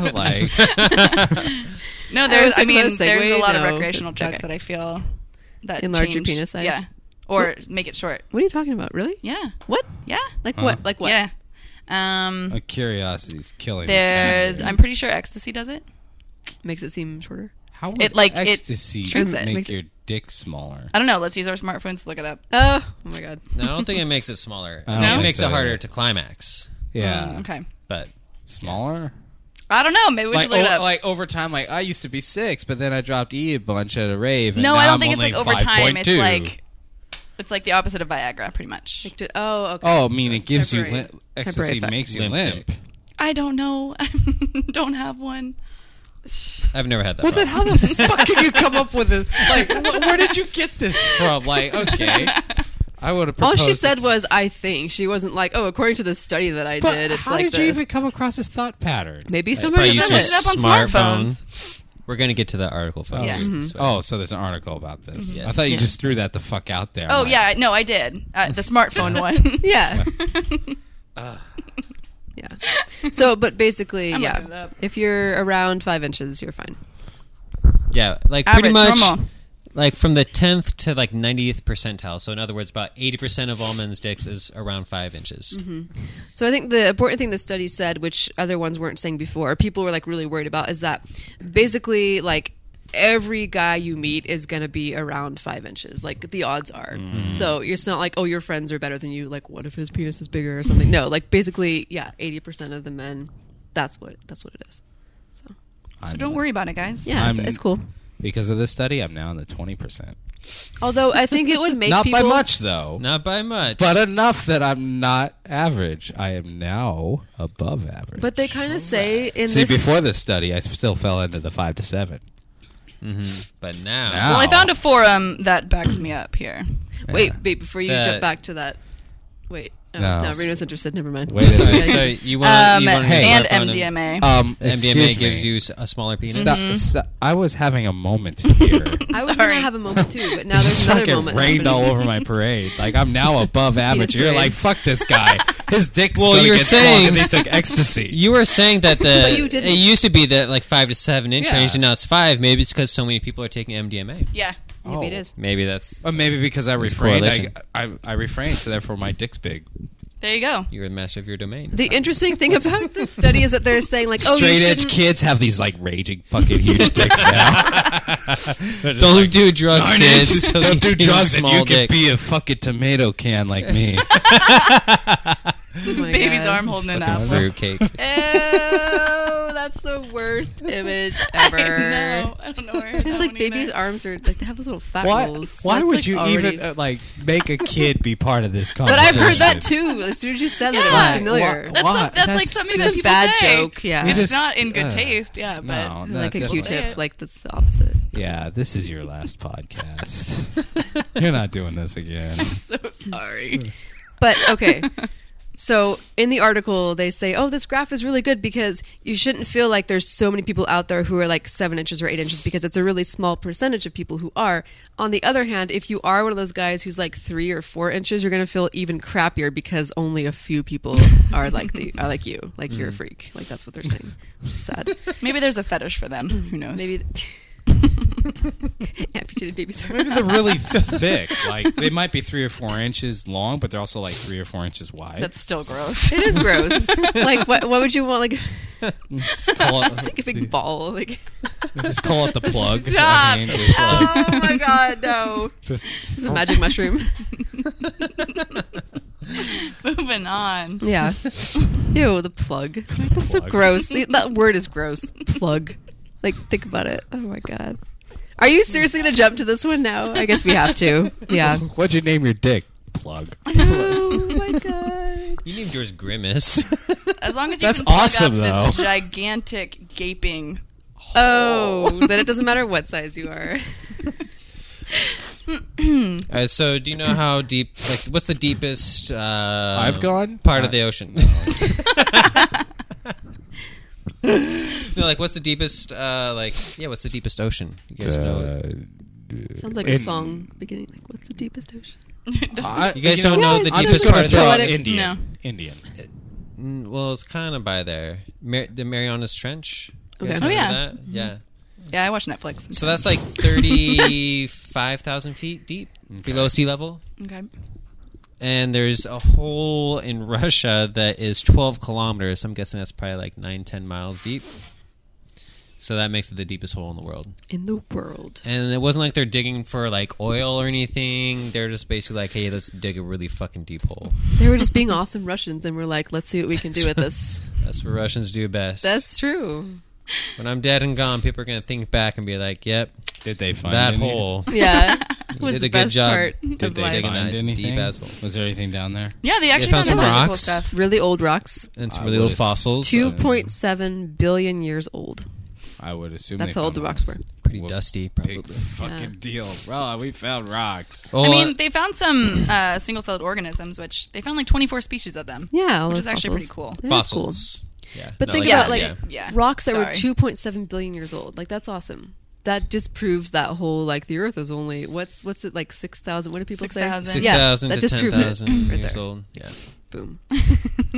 [SPEAKER 4] going.
[SPEAKER 3] like
[SPEAKER 4] no, there's
[SPEAKER 1] was
[SPEAKER 4] I,
[SPEAKER 1] thinking
[SPEAKER 4] mean
[SPEAKER 1] about a
[SPEAKER 4] there's a
[SPEAKER 1] segue,
[SPEAKER 4] lot of
[SPEAKER 1] no.
[SPEAKER 4] recreational drugs
[SPEAKER 1] Okay.
[SPEAKER 4] that I feel that
[SPEAKER 1] Enlarge your
[SPEAKER 4] change-
[SPEAKER 1] penis size?
[SPEAKER 4] Yeah, or make it short.
[SPEAKER 1] What are you talking about? Really?
[SPEAKER 4] Yeah,
[SPEAKER 1] What?
[SPEAKER 4] yeah,
[SPEAKER 1] Like
[SPEAKER 3] Uh,
[SPEAKER 1] what? Like what?
[SPEAKER 4] yeah. Um,
[SPEAKER 3] a curiosity's killing. the
[SPEAKER 4] there's
[SPEAKER 3] cat.
[SPEAKER 4] I'm pretty sure ecstasy does it.
[SPEAKER 1] Makes it seem shorter.
[SPEAKER 3] how would
[SPEAKER 4] it, like, it
[SPEAKER 3] ecstasy
[SPEAKER 4] shrinks it. Mm.
[SPEAKER 3] make
[SPEAKER 1] Makes it-
[SPEAKER 3] your dick smaller?
[SPEAKER 4] I don't know. Let's use our smartphones to look it up.
[SPEAKER 1] Oh, oh my god.
[SPEAKER 2] No, I don't think it makes it smaller.
[SPEAKER 3] I
[SPEAKER 2] I
[SPEAKER 3] don't
[SPEAKER 2] think
[SPEAKER 4] think
[SPEAKER 2] It makes
[SPEAKER 3] so,
[SPEAKER 2] it harder
[SPEAKER 3] either.
[SPEAKER 2] to climax.
[SPEAKER 3] Yeah,
[SPEAKER 4] Mm, okay.
[SPEAKER 2] But
[SPEAKER 3] smaller.
[SPEAKER 4] I don't know. Maybe we
[SPEAKER 3] Like,
[SPEAKER 4] should look it
[SPEAKER 3] o-
[SPEAKER 4] up.
[SPEAKER 3] like over time, like I used to be six, but then I dropped E a bunch at a rave. And
[SPEAKER 4] no,
[SPEAKER 3] now
[SPEAKER 4] I don't
[SPEAKER 3] I'm
[SPEAKER 4] think it's
[SPEAKER 3] only
[SPEAKER 4] like over time. It's
[SPEAKER 3] 5.2.
[SPEAKER 4] like it's like the opposite of Viagra, pretty much.
[SPEAKER 1] Like, do- oh, okay.
[SPEAKER 3] oh, I mean, it gives you
[SPEAKER 1] Temporary-
[SPEAKER 3] lim-
[SPEAKER 1] temporary
[SPEAKER 3] ecstasy
[SPEAKER 1] effect.
[SPEAKER 3] makes you
[SPEAKER 2] Limp
[SPEAKER 3] limp.
[SPEAKER 2] dick.
[SPEAKER 4] I don't know. I don't have one.
[SPEAKER 2] I've never had that.
[SPEAKER 3] Well, then
[SPEAKER 2] problem.
[SPEAKER 3] how the fuck can you come up with this? Like, wh- where did you get this from? Like, okay, I would have.
[SPEAKER 1] All she
[SPEAKER 3] proposed
[SPEAKER 1] said
[SPEAKER 3] this-
[SPEAKER 1] was, "I think." She wasn't like, "Oh, according to this study that I
[SPEAKER 3] But
[SPEAKER 1] did, it's
[SPEAKER 3] how
[SPEAKER 1] like
[SPEAKER 3] did
[SPEAKER 1] this."
[SPEAKER 3] you even come across this thought pattern?
[SPEAKER 1] Maybe
[SPEAKER 2] Probably
[SPEAKER 1] somebody
[SPEAKER 2] use
[SPEAKER 1] said
[SPEAKER 2] your
[SPEAKER 1] it.
[SPEAKER 4] Look it up on
[SPEAKER 2] We're gonna get to that article, folks.
[SPEAKER 4] Yeah. Mhm.
[SPEAKER 2] So-
[SPEAKER 3] Oh, so there's an article about this.
[SPEAKER 2] Mhm.
[SPEAKER 3] I thought you
[SPEAKER 1] Mm-hmm. Yes.
[SPEAKER 3] just threw that the fuck out there.
[SPEAKER 4] Oh
[SPEAKER 3] I'm like,
[SPEAKER 4] yeah, no, I did. Uh, the smartphone one.
[SPEAKER 1] Yeah. Yeah. So, but basically,
[SPEAKER 4] Uh. I'm looking it
[SPEAKER 1] yeah.
[SPEAKER 4] up.
[SPEAKER 1] If you're around five inches, you're fine.
[SPEAKER 2] yeah, like
[SPEAKER 4] Average,
[SPEAKER 2] pretty much.
[SPEAKER 4] normal.
[SPEAKER 2] like from the tenth to like ninetieth percentile. So in other words, about eighty percent of all men's dicks is around five inches.
[SPEAKER 1] So I think the important thing the study said, which other ones weren't saying before, people were like really worried about, is that basically like every guy you meet is going to be around five inches. Like the odds are.
[SPEAKER 3] Mm.
[SPEAKER 1] So it's not like oh your friends are better than you. Like what if his penis is bigger or something? No, like basically yeah, eighty percent of the men. That's what that's what it is.
[SPEAKER 4] So don't worry about it, guys.
[SPEAKER 1] Yeah, it's,
[SPEAKER 3] I'm-
[SPEAKER 1] it's cool.
[SPEAKER 3] Because of this study, I'm now in the twenty percent.
[SPEAKER 1] Although I think it would make
[SPEAKER 3] Not
[SPEAKER 1] people,
[SPEAKER 3] by much though,
[SPEAKER 2] Not by much.
[SPEAKER 3] but enough that I'm not average. I am now above average.
[SPEAKER 1] But they kind of say in
[SPEAKER 3] see,
[SPEAKER 1] this
[SPEAKER 3] before this study, I still fell into the five to seven.
[SPEAKER 2] but now,
[SPEAKER 3] Now-
[SPEAKER 4] Well, I
[SPEAKER 3] Ow.
[SPEAKER 4] found a forum that backs me up here.
[SPEAKER 1] wait
[SPEAKER 3] Yeah.
[SPEAKER 1] wait before you
[SPEAKER 2] That-
[SPEAKER 1] jump back to that. Wait, no,
[SPEAKER 3] No.
[SPEAKER 1] no, Reno's interested. Never mind.
[SPEAKER 3] Wait a
[SPEAKER 2] Sorry,
[SPEAKER 3] minute.
[SPEAKER 1] Okay.
[SPEAKER 2] so you want,
[SPEAKER 4] Um,
[SPEAKER 2] you want
[SPEAKER 3] Hey.
[SPEAKER 4] and
[SPEAKER 2] smartphone
[SPEAKER 4] MDMA.
[SPEAKER 3] Um,
[SPEAKER 2] And
[SPEAKER 3] excuse
[SPEAKER 2] MDMA gives
[SPEAKER 3] me.
[SPEAKER 2] you s- a smaller penis.
[SPEAKER 3] Stop, stop. I was having a moment here.
[SPEAKER 1] I was
[SPEAKER 4] Sorry.
[SPEAKER 1] gonna have a moment too, but now
[SPEAKER 3] It
[SPEAKER 1] there's
[SPEAKER 3] just
[SPEAKER 1] another
[SPEAKER 3] fucking
[SPEAKER 1] moment.
[SPEAKER 3] rained
[SPEAKER 1] happening.
[SPEAKER 3] all over my parade. Like I'm now above average. You're
[SPEAKER 1] parade.
[SPEAKER 3] like, fuck this guy. His dick's
[SPEAKER 2] Well,
[SPEAKER 3] well, gonna
[SPEAKER 2] you're
[SPEAKER 3] get saying
[SPEAKER 2] saying-
[SPEAKER 3] he took ecstasy.
[SPEAKER 2] You were saying that the
[SPEAKER 1] But you didn't.
[SPEAKER 2] it used to be that like five to seven inch
[SPEAKER 3] Yeah.
[SPEAKER 2] range, and now it's five. Maybe it's because so many people are taking MDMA.
[SPEAKER 4] yeah.
[SPEAKER 1] Maybe it is.
[SPEAKER 2] Maybe that's
[SPEAKER 3] Oh. Or maybe because I
[SPEAKER 2] There's a
[SPEAKER 3] refrained, I,
[SPEAKER 2] correlation.
[SPEAKER 3] I, I refrained, so therefore my dick's big.
[SPEAKER 1] Oh,
[SPEAKER 4] There you go.
[SPEAKER 2] you're the master of your domain.
[SPEAKER 1] The interesting thing about this study is that they're saying like, oh,
[SPEAKER 3] Straight
[SPEAKER 1] you
[SPEAKER 3] edge
[SPEAKER 1] shouldn't-
[SPEAKER 3] kids have these like raging fucking huge dicks now.
[SPEAKER 2] Don't do drugs, kids.
[SPEAKER 3] Don't do drugs, and
[SPEAKER 2] Small
[SPEAKER 3] you could
[SPEAKER 2] dick.
[SPEAKER 3] be a fucking tomato can like me.
[SPEAKER 1] Oh my
[SPEAKER 4] Baby's
[SPEAKER 1] God.
[SPEAKER 4] arm holding an
[SPEAKER 3] Fucking
[SPEAKER 4] apple.
[SPEAKER 2] fruitcake.
[SPEAKER 1] Oh, that's the worst image ever.
[SPEAKER 4] I know. I don't know where.
[SPEAKER 1] It's like baby's arms are like they have those little fat holes. That's, like, already-
[SPEAKER 3] uh, like make a kid be part of this
[SPEAKER 1] But
[SPEAKER 3] conversation?
[SPEAKER 1] I've heard that too. As soon as you said that, it
[SPEAKER 4] Yeah.
[SPEAKER 1] was familiar.
[SPEAKER 4] That's,
[SPEAKER 3] Why?
[SPEAKER 4] Like, that's, like
[SPEAKER 3] That's
[SPEAKER 4] something
[SPEAKER 1] just-
[SPEAKER 4] that
[SPEAKER 1] It's a
[SPEAKER 4] people
[SPEAKER 1] bad
[SPEAKER 4] say.
[SPEAKER 1] joke, yeah. We
[SPEAKER 4] It's
[SPEAKER 3] just-
[SPEAKER 4] not in good
[SPEAKER 3] uh,
[SPEAKER 4] taste. Yeah, but
[SPEAKER 3] No, no,
[SPEAKER 1] Like a
[SPEAKER 3] that's-
[SPEAKER 4] Say
[SPEAKER 1] Q-tip.
[SPEAKER 4] it.
[SPEAKER 1] Like that's the opposite.
[SPEAKER 3] Yeah, this is your last podcast. You're not doing this again.
[SPEAKER 4] so sorry.
[SPEAKER 1] But okay. So in the article, they say, "Oh, this graph is really good because you shouldn't feel like there's so many people out there who are like seven inches or eight inches because it's a really small percentage of people who are." On the other hand, if you are one of those guys who's like three or four inches, you're gonna feel even crappier because only a few people are like the are like you, like you're a freak, like that's what they're saying. Which is sad.
[SPEAKER 4] Maybe there's a fetish for them. Who knows?
[SPEAKER 1] Maybe amputated babies are.
[SPEAKER 3] Maybe they're really thick. Like they might be three or four inches long, but they're also like three or four inches wide.
[SPEAKER 4] that's still gross.
[SPEAKER 1] It is gross. like what? What would you want? Like,
[SPEAKER 3] just, call
[SPEAKER 1] like a
[SPEAKER 3] it,
[SPEAKER 1] big ball? Like.
[SPEAKER 3] just call it the plug.
[SPEAKER 4] Stop.
[SPEAKER 3] just, like-
[SPEAKER 1] Oh my god, no.
[SPEAKER 3] just-
[SPEAKER 1] It's a magic mushroom.
[SPEAKER 4] Moving on.
[SPEAKER 1] Yeah. Ew, the plug. That's so
[SPEAKER 3] plug.
[SPEAKER 1] gross. The- that word is gross. Plug. Like, think about it. Oh my god. Are you seriously going to jump to this one now? I guess we have to. Yeah.
[SPEAKER 3] What'd you name your dick? Plug.
[SPEAKER 1] oh my god.
[SPEAKER 2] You named yours Grimace.
[SPEAKER 4] As long as you
[SPEAKER 3] That's
[SPEAKER 4] can plug
[SPEAKER 3] awesome,
[SPEAKER 4] up this
[SPEAKER 3] though.
[SPEAKER 4] gigantic gaping.
[SPEAKER 1] Oh, then it doesn't matter what size you are.
[SPEAKER 2] All right, Uh, so do you know how deep? Like, what's the deepest? Uh,
[SPEAKER 3] I've gone
[SPEAKER 2] part of
[SPEAKER 3] I-
[SPEAKER 2] the ocean. no, like what's the deepest? Uh, like yeah, what's the deepest ocean? You guys know.
[SPEAKER 3] Uh,
[SPEAKER 1] Sounds like a
[SPEAKER 3] In-
[SPEAKER 1] song beginning. Like, what's the deepest ocean?
[SPEAKER 3] I-
[SPEAKER 2] You guys don't know the
[SPEAKER 1] Yeah,
[SPEAKER 3] I'm
[SPEAKER 2] deepest
[SPEAKER 3] just
[SPEAKER 2] part
[SPEAKER 3] gonna
[SPEAKER 2] of
[SPEAKER 3] throw
[SPEAKER 2] the
[SPEAKER 1] out
[SPEAKER 3] out
[SPEAKER 1] it-
[SPEAKER 3] Indian.
[SPEAKER 4] No.
[SPEAKER 3] Indian.
[SPEAKER 2] Mm, Well, it's kind of by there, Mar- the Marianas Trench. You guys
[SPEAKER 1] Okay.
[SPEAKER 4] Oh,
[SPEAKER 2] remember
[SPEAKER 4] yeah.
[SPEAKER 2] that? yeah.
[SPEAKER 4] yeah, I watch Netflix.
[SPEAKER 2] So that's like thirty-five thousand feet deep below sea level.
[SPEAKER 4] okay.
[SPEAKER 2] and there's a hole in Russia that is 12 kilometers. I'm guessing that's probably like 9, 10 miles deep. So that makes it the deepest hole in the world.
[SPEAKER 1] In the world.
[SPEAKER 2] And it wasn't like they're digging for like oil or anything. They're just basically like, hey, let's dig a really fucking deep hole.
[SPEAKER 1] They were just being awesome Russians and we're like, let's see what we can do with this.
[SPEAKER 2] That's what Russians do best.
[SPEAKER 1] That's true.
[SPEAKER 2] when I'm dead and gone, people are gonna think back and be like, "Yep,
[SPEAKER 3] Did they find
[SPEAKER 2] that
[SPEAKER 3] any-
[SPEAKER 2] hole."
[SPEAKER 1] Yeah. It was
[SPEAKER 2] did
[SPEAKER 1] the
[SPEAKER 2] a good
[SPEAKER 1] best
[SPEAKER 2] job.
[SPEAKER 1] part
[SPEAKER 3] Did
[SPEAKER 1] of
[SPEAKER 3] they
[SPEAKER 1] life.
[SPEAKER 2] dig in
[SPEAKER 3] find
[SPEAKER 2] that
[SPEAKER 3] anything?
[SPEAKER 2] deep asshole.
[SPEAKER 3] Was there anything down there?
[SPEAKER 4] Yeah, they actually
[SPEAKER 2] found some
[SPEAKER 4] found magical
[SPEAKER 2] rocks.
[SPEAKER 4] stuff.
[SPEAKER 1] Really old rocks.
[SPEAKER 2] And some
[SPEAKER 3] I
[SPEAKER 2] really old
[SPEAKER 3] would've-
[SPEAKER 2] fossils.
[SPEAKER 1] Two point seven billion years old.
[SPEAKER 3] I would assume
[SPEAKER 1] That's
[SPEAKER 3] they
[SPEAKER 1] how old
[SPEAKER 3] found
[SPEAKER 1] the
[SPEAKER 3] one.
[SPEAKER 1] rocks were.
[SPEAKER 2] pretty
[SPEAKER 3] Whoop.
[SPEAKER 2] dusty,
[SPEAKER 3] Big
[SPEAKER 2] probably.
[SPEAKER 3] fucking deal, bro. We found rocks.
[SPEAKER 2] Well,
[SPEAKER 4] I mean, they found some uh, single-celled organisms, which they found like 24 species of them.
[SPEAKER 1] Yeah, all
[SPEAKER 4] Which
[SPEAKER 1] those
[SPEAKER 4] is actually pretty
[SPEAKER 1] fossils.
[SPEAKER 4] cool.
[SPEAKER 1] It is
[SPEAKER 2] fossils. Yeah.
[SPEAKER 1] But
[SPEAKER 2] No,
[SPEAKER 1] think
[SPEAKER 4] yeah,
[SPEAKER 1] about like
[SPEAKER 4] yeah.
[SPEAKER 1] rocks that were
[SPEAKER 4] Sorry.
[SPEAKER 1] two point seven billion years old. Like that's awesome. that disproves that whole like the Earth is only what's what's it like six thousand? What do people say?
[SPEAKER 4] 6,000.
[SPEAKER 2] Six
[SPEAKER 1] Yeah,
[SPEAKER 2] thousand
[SPEAKER 1] that
[SPEAKER 2] to
[SPEAKER 1] just
[SPEAKER 2] ten
[SPEAKER 1] proves it
[SPEAKER 2] thousand
[SPEAKER 1] right
[SPEAKER 2] years
[SPEAKER 1] there.
[SPEAKER 2] old. Yeah.
[SPEAKER 1] Boom.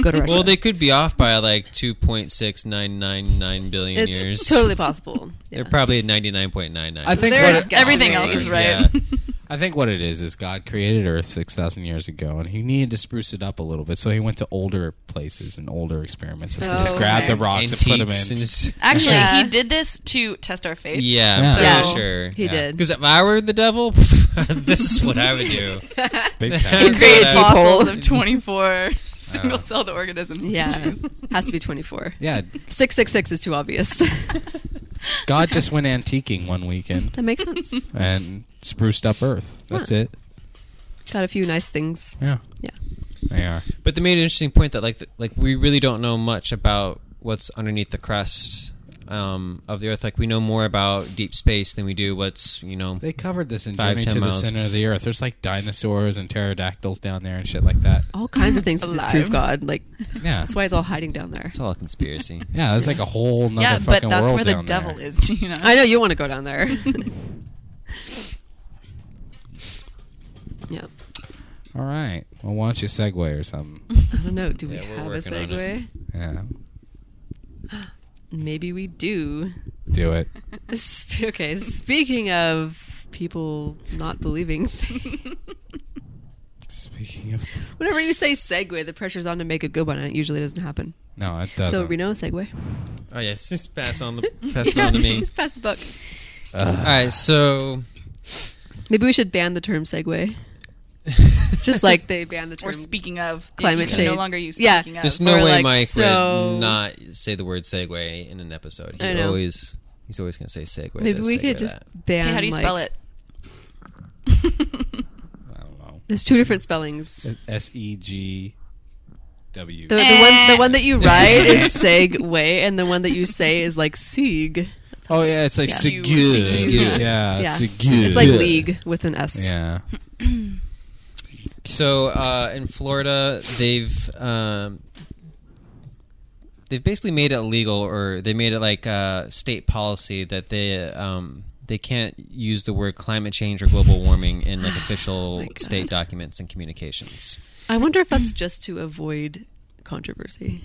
[SPEAKER 1] Go to Russia.
[SPEAKER 2] Well, they could be off by like two point six nine nine nine billion
[SPEAKER 1] it's
[SPEAKER 2] years.
[SPEAKER 1] totally possible. Yeah.
[SPEAKER 2] They're probably at ninety nine point nine nine.
[SPEAKER 3] I think
[SPEAKER 1] There's
[SPEAKER 3] what it-
[SPEAKER 1] gotta
[SPEAKER 4] Everything
[SPEAKER 1] be.
[SPEAKER 4] else is right.
[SPEAKER 2] Yeah.
[SPEAKER 3] I think what it is is God created Earth six thousand years ago, and He needed to spruce it up a little bit, so He went to older places and older experiments and
[SPEAKER 1] Oh,
[SPEAKER 3] just grabbed
[SPEAKER 1] okay.
[SPEAKER 3] the rocks and put them
[SPEAKER 2] Antiques
[SPEAKER 3] in.
[SPEAKER 2] and just-
[SPEAKER 4] Actually,
[SPEAKER 1] Yeah.
[SPEAKER 4] he did this to test our faith.
[SPEAKER 2] yeah,
[SPEAKER 3] Yeah.
[SPEAKER 2] for
[SPEAKER 1] Yeah.
[SPEAKER 2] sure.
[SPEAKER 1] He
[SPEAKER 3] Yeah.
[SPEAKER 1] did.
[SPEAKER 2] Because if I were the devil, this is what I would do.
[SPEAKER 3] Big
[SPEAKER 4] He
[SPEAKER 3] time.
[SPEAKER 2] That's what
[SPEAKER 4] created
[SPEAKER 2] I-
[SPEAKER 4] fossils of 24 single-celled organisms.
[SPEAKER 1] Yeah, has to be twenty four.
[SPEAKER 3] yeah,
[SPEAKER 1] Six six six is too obvious.
[SPEAKER 3] God just went antiquing one weekend
[SPEAKER 1] that makes sense.
[SPEAKER 3] and spruced up Earth. That's it.
[SPEAKER 1] Got a few nice things.
[SPEAKER 3] Yeah,
[SPEAKER 1] Yeah.
[SPEAKER 3] they are.
[SPEAKER 2] But they made an interesting point that like th- like we really don't know much about what's underneath the crust um, of the Earth. Like we know more about deep space than we do what's you know.
[SPEAKER 3] They covered this in
[SPEAKER 2] Five,
[SPEAKER 3] Journey
[SPEAKER 2] ten
[SPEAKER 3] to
[SPEAKER 2] miles.
[SPEAKER 3] the Center of the Earth. There's like dinosaurs and pterodactyls down there and shit like that.
[SPEAKER 1] All kinds of things to
[SPEAKER 4] Alive.
[SPEAKER 1] disprove God. Like
[SPEAKER 3] Yeah,
[SPEAKER 1] that's why he's all hiding down there.
[SPEAKER 2] It's all a conspiracy.
[SPEAKER 3] yeah. There's like a whole nother
[SPEAKER 4] Yeah, but
[SPEAKER 3] fucking
[SPEAKER 4] that's
[SPEAKER 3] world
[SPEAKER 4] where the
[SPEAKER 3] down there.
[SPEAKER 4] devil is. You know?
[SPEAKER 1] I know you want to go down there. yeah.
[SPEAKER 3] All right. Well, why don't you segue or something?
[SPEAKER 1] I don't know. Do we
[SPEAKER 2] Yeah, we're
[SPEAKER 1] have a
[SPEAKER 2] working on
[SPEAKER 1] segue?
[SPEAKER 3] Yeah,
[SPEAKER 1] Maybe we do.
[SPEAKER 3] do it.
[SPEAKER 1] Sp- Okay. Speaking of people not believing,
[SPEAKER 3] Speaking of,
[SPEAKER 1] whenever you say segue, the pressure's on to make a good one, and it usually doesn't happen.
[SPEAKER 3] no, it doesn't.
[SPEAKER 1] So Reno, segue.
[SPEAKER 2] Oh yes, just pass on the pass it on to me.
[SPEAKER 1] Just pass the buck.
[SPEAKER 2] All right, so
[SPEAKER 1] Maybe we should ban the term segue, just like they banned the term.
[SPEAKER 4] Or speaking of
[SPEAKER 1] Climate
[SPEAKER 4] you can
[SPEAKER 1] change.
[SPEAKER 4] No longer use
[SPEAKER 1] Yeah.
[SPEAKER 4] speaking of.
[SPEAKER 2] there's no
[SPEAKER 1] Or,
[SPEAKER 2] way
[SPEAKER 1] like,
[SPEAKER 2] Mike
[SPEAKER 1] so-
[SPEAKER 2] would not say the word segue in an episode. He
[SPEAKER 1] I know.
[SPEAKER 2] always he's always going to say segue.
[SPEAKER 1] Maybe
[SPEAKER 2] this,
[SPEAKER 1] we
[SPEAKER 2] segue
[SPEAKER 1] could just
[SPEAKER 2] that.
[SPEAKER 1] ban.
[SPEAKER 4] Okay, how do you
[SPEAKER 1] like-
[SPEAKER 4] spell it?
[SPEAKER 3] I don't know.
[SPEAKER 1] There's two different spellings.
[SPEAKER 3] S E G W.
[SPEAKER 1] The, the one the one that you ride is Segway, and the one that you say is like Sieg.
[SPEAKER 3] Oh yeah, it's like
[SPEAKER 1] Yeah.
[SPEAKER 3] Segur.
[SPEAKER 2] Segur.
[SPEAKER 3] Yeah,
[SPEAKER 1] yeah,
[SPEAKER 3] Segur.
[SPEAKER 1] it's like league with an S.
[SPEAKER 3] Uh, Yeah.
[SPEAKER 2] So uh, in Florida, they've um, they've basically made it illegal, or they made it like uh, state policy that they um, they can't use the word climate change or global warming in like
[SPEAKER 1] Oh My
[SPEAKER 2] official
[SPEAKER 1] God.
[SPEAKER 2] state documents and communications.
[SPEAKER 1] I wonder if that's just to avoid controversy.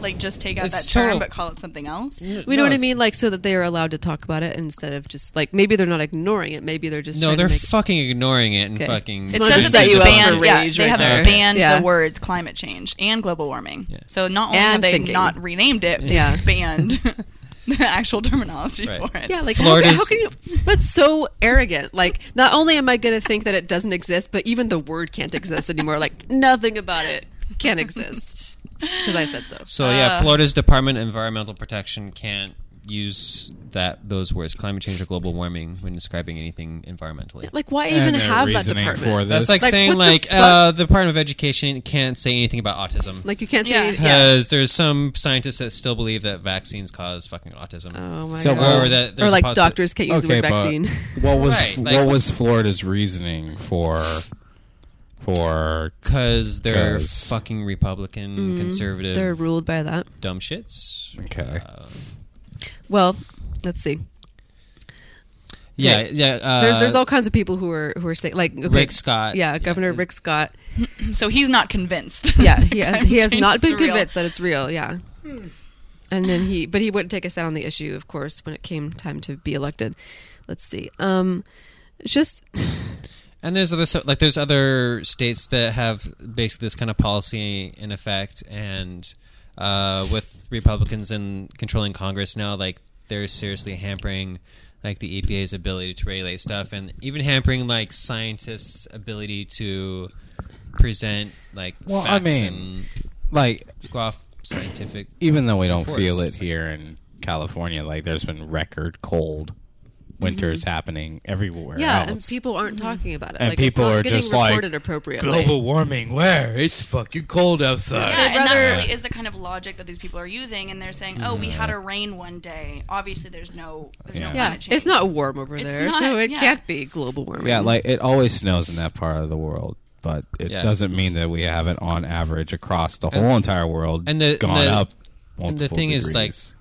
[SPEAKER 4] Like, just take out
[SPEAKER 2] It's
[SPEAKER 4] that term,
[SPEAKER 2] total-
[SPEAKER 4] but call it something else.
[SPEAKER 1] We know what I mean, like so that they are allowed to talk about it instead of just like maybe they're not ignoring it. Maybe they're just
[SPEAKER 2] No,
[SPEAKER 1] trying to
[SPEAKER 2] they're
[SPEAKER 1] make-
[SPEAKER 2] fucking ignoring it and
[SPEAKER 1] Okay.
[SPEAKER 2] fucking.
[SPEAKER 1] It
[SPEAKER 4] It
[SPEAKER 1] Well,
[SPEAKER 4] says
[SPEAKER 1] just
[SPEAKER 4] that
[SPEAKER 1] set you
[SPEAKER 4] they've
[SPEAKER 1] up
[SPEAKER 4] banned,
[SPEAKER 1] for
[SPEAKER 4] yeah,
[SPEAKER 1] rage
[SPEAKER 4] they
[SPEAKER 1] right
[SPEAKER 4] have
[SPEAKER 2] there.
[SPEAKER 4] banned
[SPEAKER 1] Yeah.
[SPEAKER 4] the words climate change and global warming.
[SPEAKER 2] Yeah.
[SPEAKER 4] So not only
[SPEAKER 1] And
[SPEAKER 4] have they
[SPEAKER 1] thinking.
[SPEAKER 4] not renamed it, they
[SPEAKER 1] Yeah.
[SPEAKER 4] have banned the actual terminology
[SPEAKER 2] Right.
[SPEAKER 4] for it.
[SPEAKER 1] yeah, like how,
[SPEAKER 2] Florida's-
[SPEAKER 1] how can you? That's so arrogant. Like, not only am I going to think that it doesn't exist, but even the word can't exist anymore. Like, nothing about it can exist because I said so.
[SPEAKER 2] So yeah,
[SPEAKER 4] Uh.
[SPEAKER 2] Florida's Department of Environmental Protection can't use that those words climate change or global warming when describing anything environmentally.
[SPEAKER 1] Like, why even
[SPEAKER 3] And their
[SPEAKER 1] have that
[SPEAKER 3] reasoning
[SPEAKER 1] department?
[SPEAKER 3] for
[SPEAKER 2] That's
[SPEAKER 3] this.
[SPEAKER 2] like,
[SPEAKER 1] Like,
[SPEAKER 2] saying
[SPEAKER 1] what the
[SPEAKER 2] like
[SPEAKER 1] fuck?
[SPEAKER 2] uh, the Department of Education can't say anything about autism
[SPEAKER 1] Like, you can't say.
[SPEAKER 4] Yeah.
[SPEAKER 1] any- Yeah.
[SPEAKER 3] Uh,
[SPEAKER 2] because there's some scientists that still believe that vaccines cause fucking autism.
[SPEAKER 1] Oh my
[SPEAKER 3] So-
[SPEAKER 1] god.
[SPEAKER 2] or that there's a
[SPEAKER 1] like
[SPEAKER 2] positive-
[SPEAKER 1] doctors can't use
[SPEAKER 3] okay,
[SPEAKER 1] the word vaccine.
[SPEAKER 3] but what was
[SPEAKER 2] Right, like-
[SPEAKER 3] what was Florida's reasoning for for
[SPEAKER 2] Because they're
[SPEAKER 3] 'Cause-
[SPEAKER 2] fucking Republican, conservative,
[SPEAKER 1] Mm-hmm. They're ruled by that.
[SPEAKER 2] dumb shits.
[SPEAKER 3] okay?
[SPEAKER 2] Uh,
[SPEAKER 1] Well, let's see.
[SPEAKER 2] yeah, yeah. Uh,
[SPEAKER 1] There's there's all kinds of people who are who are saying like okay,
[SPEAKER 2] Rick Scott.
[SPEAKER 1] Yeah, Governor
[SPEAKER 2] is-
[SPEAKER 1] Rick Scott.
[SPEAKER 4] So he's not convinced.
[SPEAKER 1] Yeah,
[SPEAKER 4] that
[SPEAKER 1] he has,
[SPEAKER 4] climate
[SPEAKER 1] he has
[SPEAKER 4] change
[SPEAKER 1] not
[SPEAKER 4] is
[SPEAKER 1] been
[SPEAKER 4] real. Hmm.
[SPEAKER 1] convinced that it's real. Yeah. And then he, but he wouldn't take a stand on the issue, of course, when it came time to be elected. Let's see. Um, it's just
[SPEAKER 2] And there's other so- like there's other states that have basically this kind of policy in effect, and uh, with Republicans in controlling Congress now, like they're seriously hampering like the EPA's ability to regulate stuff, and even hampering like scientists' ability to present like
[SPEAKER 3] Well, I
[SPEAKER 2] facts
[SPEAKER 3] mean- Like
[SPEAKER 2] and go off scientific.
[SPEAKER 3] even though we don't
[SPEAKER 2] course.
[SPEAKER 3] feel it here in California, like there's been record cold winters happening everywhere.
[SPEAKER 1] yeah,
[SPEAKER 3] else.
[SPEAKER 1] and people
[SPEAKER 4] Hmm.
[SPEAKER 1] aren't talking about it.
[SPEAKER 3] And
[SPEAKER 1] like, it's
[SPEAKER 3] people
[SPEAKER 1] not
[SPEAKER 3] are
[SPEAKER 1] getting
[SPEAKER 3] just like,
[SPEAKER 1] reported appropriately.
[SPEAKER 3] warming, where it's fucking cold outside.
[SPEAKER 4] Yeah, and that
[SPEAKER 1] rather-
[SPEAKER 4] really is the kind of logic that these people are using, and they're saying, "Oh, we had a rain one day. Obviously, there's no, there's
[SPEAKER 3] Yeah.
[SPEAKER 4] no
[SPEAKER 1] Yeah,
[SPEAKER 4] climate change."
[SPEAKER 1] it's not warm over
[SPEAKER 4] It's
[SPEAKER 1] there,
[SPEAKER 4] not-
[SPEAKER 1] so it
[SPEAKER 4] yeah.
[SPEAKER 1] can't be global warming.
[SPEAKER 3] Yeah, like it always snows in that part of the world, but it
[SPEAKER 2] Yeah.
[SPEAKER 3] doesn't mean that we have it on average across the whole entire world
[SPEAKER 2] and the-
[SPEAKER 3] gone
[SPEAKER 2] the-
[SPEAKER 3] up.
[SPEAKER 2] and the
[SPEAKER 3] multiple
[SPEAKER 2] thing is, like,
[SPEAKER 3] degrees.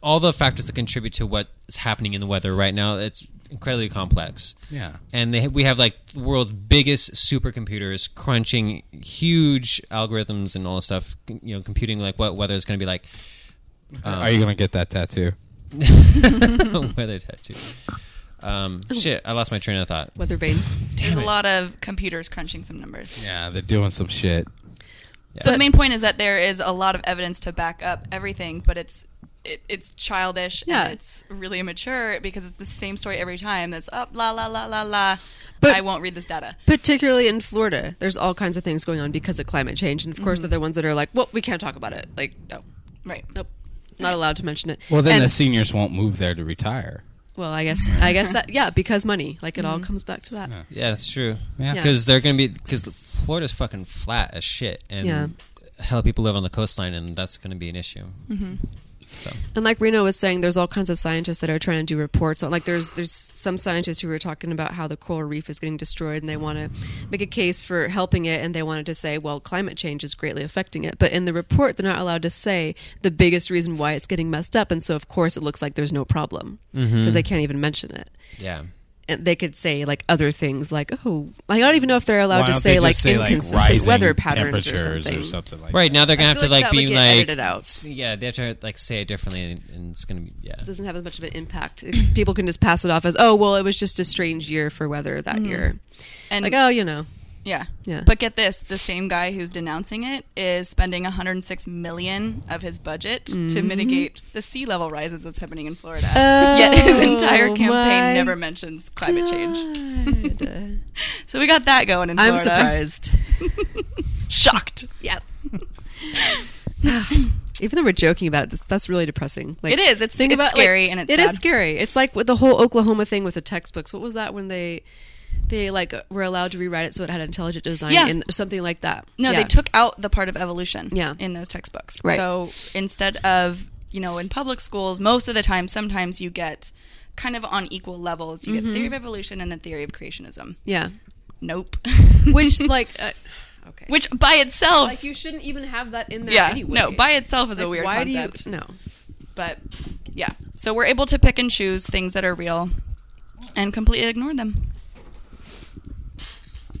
[SPEAKER 2] All the factors that contribute to what is happening in the weather right now. It's incredibly complex.
[SPEAKER 3] Yeah.
[SPEAKER 2] And they, we have like the world's biggest supercomputers crunching huge algorithms and all this stuff, you know, computing like what weather is going to be like. Um,
[SPEAKER 3] Are you gonna get that tattoo?
[SPEAKER 2] weather tattoo? Um, shit, I lost my train of thought.
[SPEAKER 1] Weather vane.
[SPEAKER 4] There's
[SPEAKER 2] it.
[SPEAKER 4] a lot of computers crunching some numbers.
[SPEAKER 3] Yeah, they're doing some shit.
[SPEAKER 4] So the main point is that there is a lot of evidence to back up everything, but it's it, it's childish
[SPEAKER 1] Yeah.
[SPEAKER 4] and it's really immature because it's the same story every time. That's up la la la la la.
[SPEAKER 1] But-
[SPEAKER 4] I won't read this data.
[SPEAKER 1] Particularly in Florida, there's all kinds of things going on because of climate change, and of course, they're the ones that are like, "Well, we can't talk about it." Like, no,
[SPEAKER 4] Right.
[SPEAKER 1] nope, not allowed to mention it.
[SPEAKER 3] Well, then
[SPEAKER 1] And-
[SPEAKER 3] the seniors won't move there to retire.
[SPEAKER 1] well, I guess, I guess that, yeah, because money. Like, it all comes back to that.
[SPEAKER 3] Yeah.
[SPEAKER 2] Yeah, that's true.
[SPEAKER 3] Yeah.
[SPEAKER 1] Yeah.
[SPEAKER 2] Because they're going to be because Florida's fucking flat as shit, and
[SPEAKER 1] Yeah.
[SPEAKER 2] hell, people live on the coastline, and that's going to be an issue.
[SPEAKER 1] Mm-hmm.
[SPEAKER 2] So
[SPEAKER 1] And like Reno was saying, there's all kinds of scientists that are trying to do reports on. Like there's there's some scientists who are talking about how the coral reef is getting destroyed, and they want to make a case for helping it, and they wanted to say, well, climate change is greatly affecting it. But in the report, they're not allowed to say the biggest reason why it's getting messed up, and so of course it looks like there's no problem because
[SPEAKER 3] Mm-hmm.
[SPEAKER 1] they can't even mention it.
[SPEAKER 2] yeah,
[SPEAKER 1] And they could say like other things, like oh, I don't even know if they're allowed
[SPEAKER 3] Why
[SPEAKER 1] to
[SPEAKER 3] don't
[SPEAKER 1] say
[SPEAKER 3] they
[SPEAKER 1] like
[SPEAKER 3] just say, like,
[SPEAKER 1] inconsistent
[SPEAKER 3] rising
[SPEAKER 1] weather patterns or
[SPEAKER 3] temperatures
[SPEAKER 1] something.
[SPEAKER 3] like
[SPEAKER 2] right now they're going
[SPEAKER 1] I
[SPEAKER 2] to
[SPEAKER 1] feel
[SPEAKER 2] have
[SPEAKER 1] like that
[SPEAKER 2] to like
[SPEAKER 1] would
[SPEAKER 2] be
[SPEAKER 1] get
[SPEAKER 2] like
[SPEAKER 1] edited out.
[SPEAKER 2] s- yeah, they have to like say it differently, and, and it's going to be yeah.
[SPEAKER 1] doesn't have as much of an impact. It- People can just pass it off as, oh, well, it was just a strange year for weather that year.
[SPEAKER 4] Mm. And
[SPEAKER 1] like, oh, you know.
[SPEAKER 4] yeah.
[SPEAKER 1] Yeah.
[SPEAKER 4] But get this, the same guy who's denouncing it is spending 106 million of his budget to
[SPEAKER 1] Mm-hmm.
[SPEAKER 4] mitigate the sea level rises that's happening in Florida. Yet his entire
[SPEAKER 1] Oh,
[SPEAKER 4] campaign
[SPEAKER 1] my
[SPEAKER 4] never mentions climate change.
[SPEAKER 1] God.
[SPEAKER 4] So we got that going in
[SPEAKER 1] I'm
[SPEAKER 4] Florida.
[SPEAKER 1] surprised.
[SPEAKER 4] Shocked.
[SPEAKER 1] yep. Even though we're joking about it, that's, that's really depressing. Like
[SPEAKER 4] It is. It's-
[SPEAKER 1] think
[SPEAKER 4] it's
[SPEAKER 1] about, like,
[SPEAKER 4] scary and it's
[SPEAKER 1] it is
[SPEAKER 4] sad.
[SPEAKER 1] scary. It's like with the whole Oklahoma thing with the textbooks. What was that when they they like were allowed to rewrite it so it had intelligent design
[SPEAKER 4] Yeah.
[SPEAKER 1] and something like that?
[SPEAKER 4] No,
[SPEAKER 1] Yeah.
[SPEAKER 4] they took out the part of evolution
[SPEAKER 1] Yeah.
[SPEAKER 4] in those textbooks.
[SPEAKER 1] Right.
[SPEAKER 4] So instead of, you know, in public schools, most of the time, sometimes you get kind of on equal levels. You
[SPEAKER 1] Mm-hmm.
[SPEAKER 4] get the theory of evolution and the theory of creationism.
[SPEAKER 1] yeah,
[SPEAKER 4] Nope.
[SPEAKER 1] which like uh, okay,
[SPEAKER 4] Which by itself,
[SPEAKER 1] like you shouldn't even have that in there
[SPEAKER 4] yeah,
[SPEAKER 1] anyway.
[SPEAKER 4] no, by itself is
[SPEAKER 1] Like,
[SPEAKER 4] a weird
[SPEAKER 1] why
[SPEAKER 4] concept.
[SPEAKER 1] do you no?
[SPEAKER 4] But yeah, so we're able to pick and choose things that are real and completely ignore them.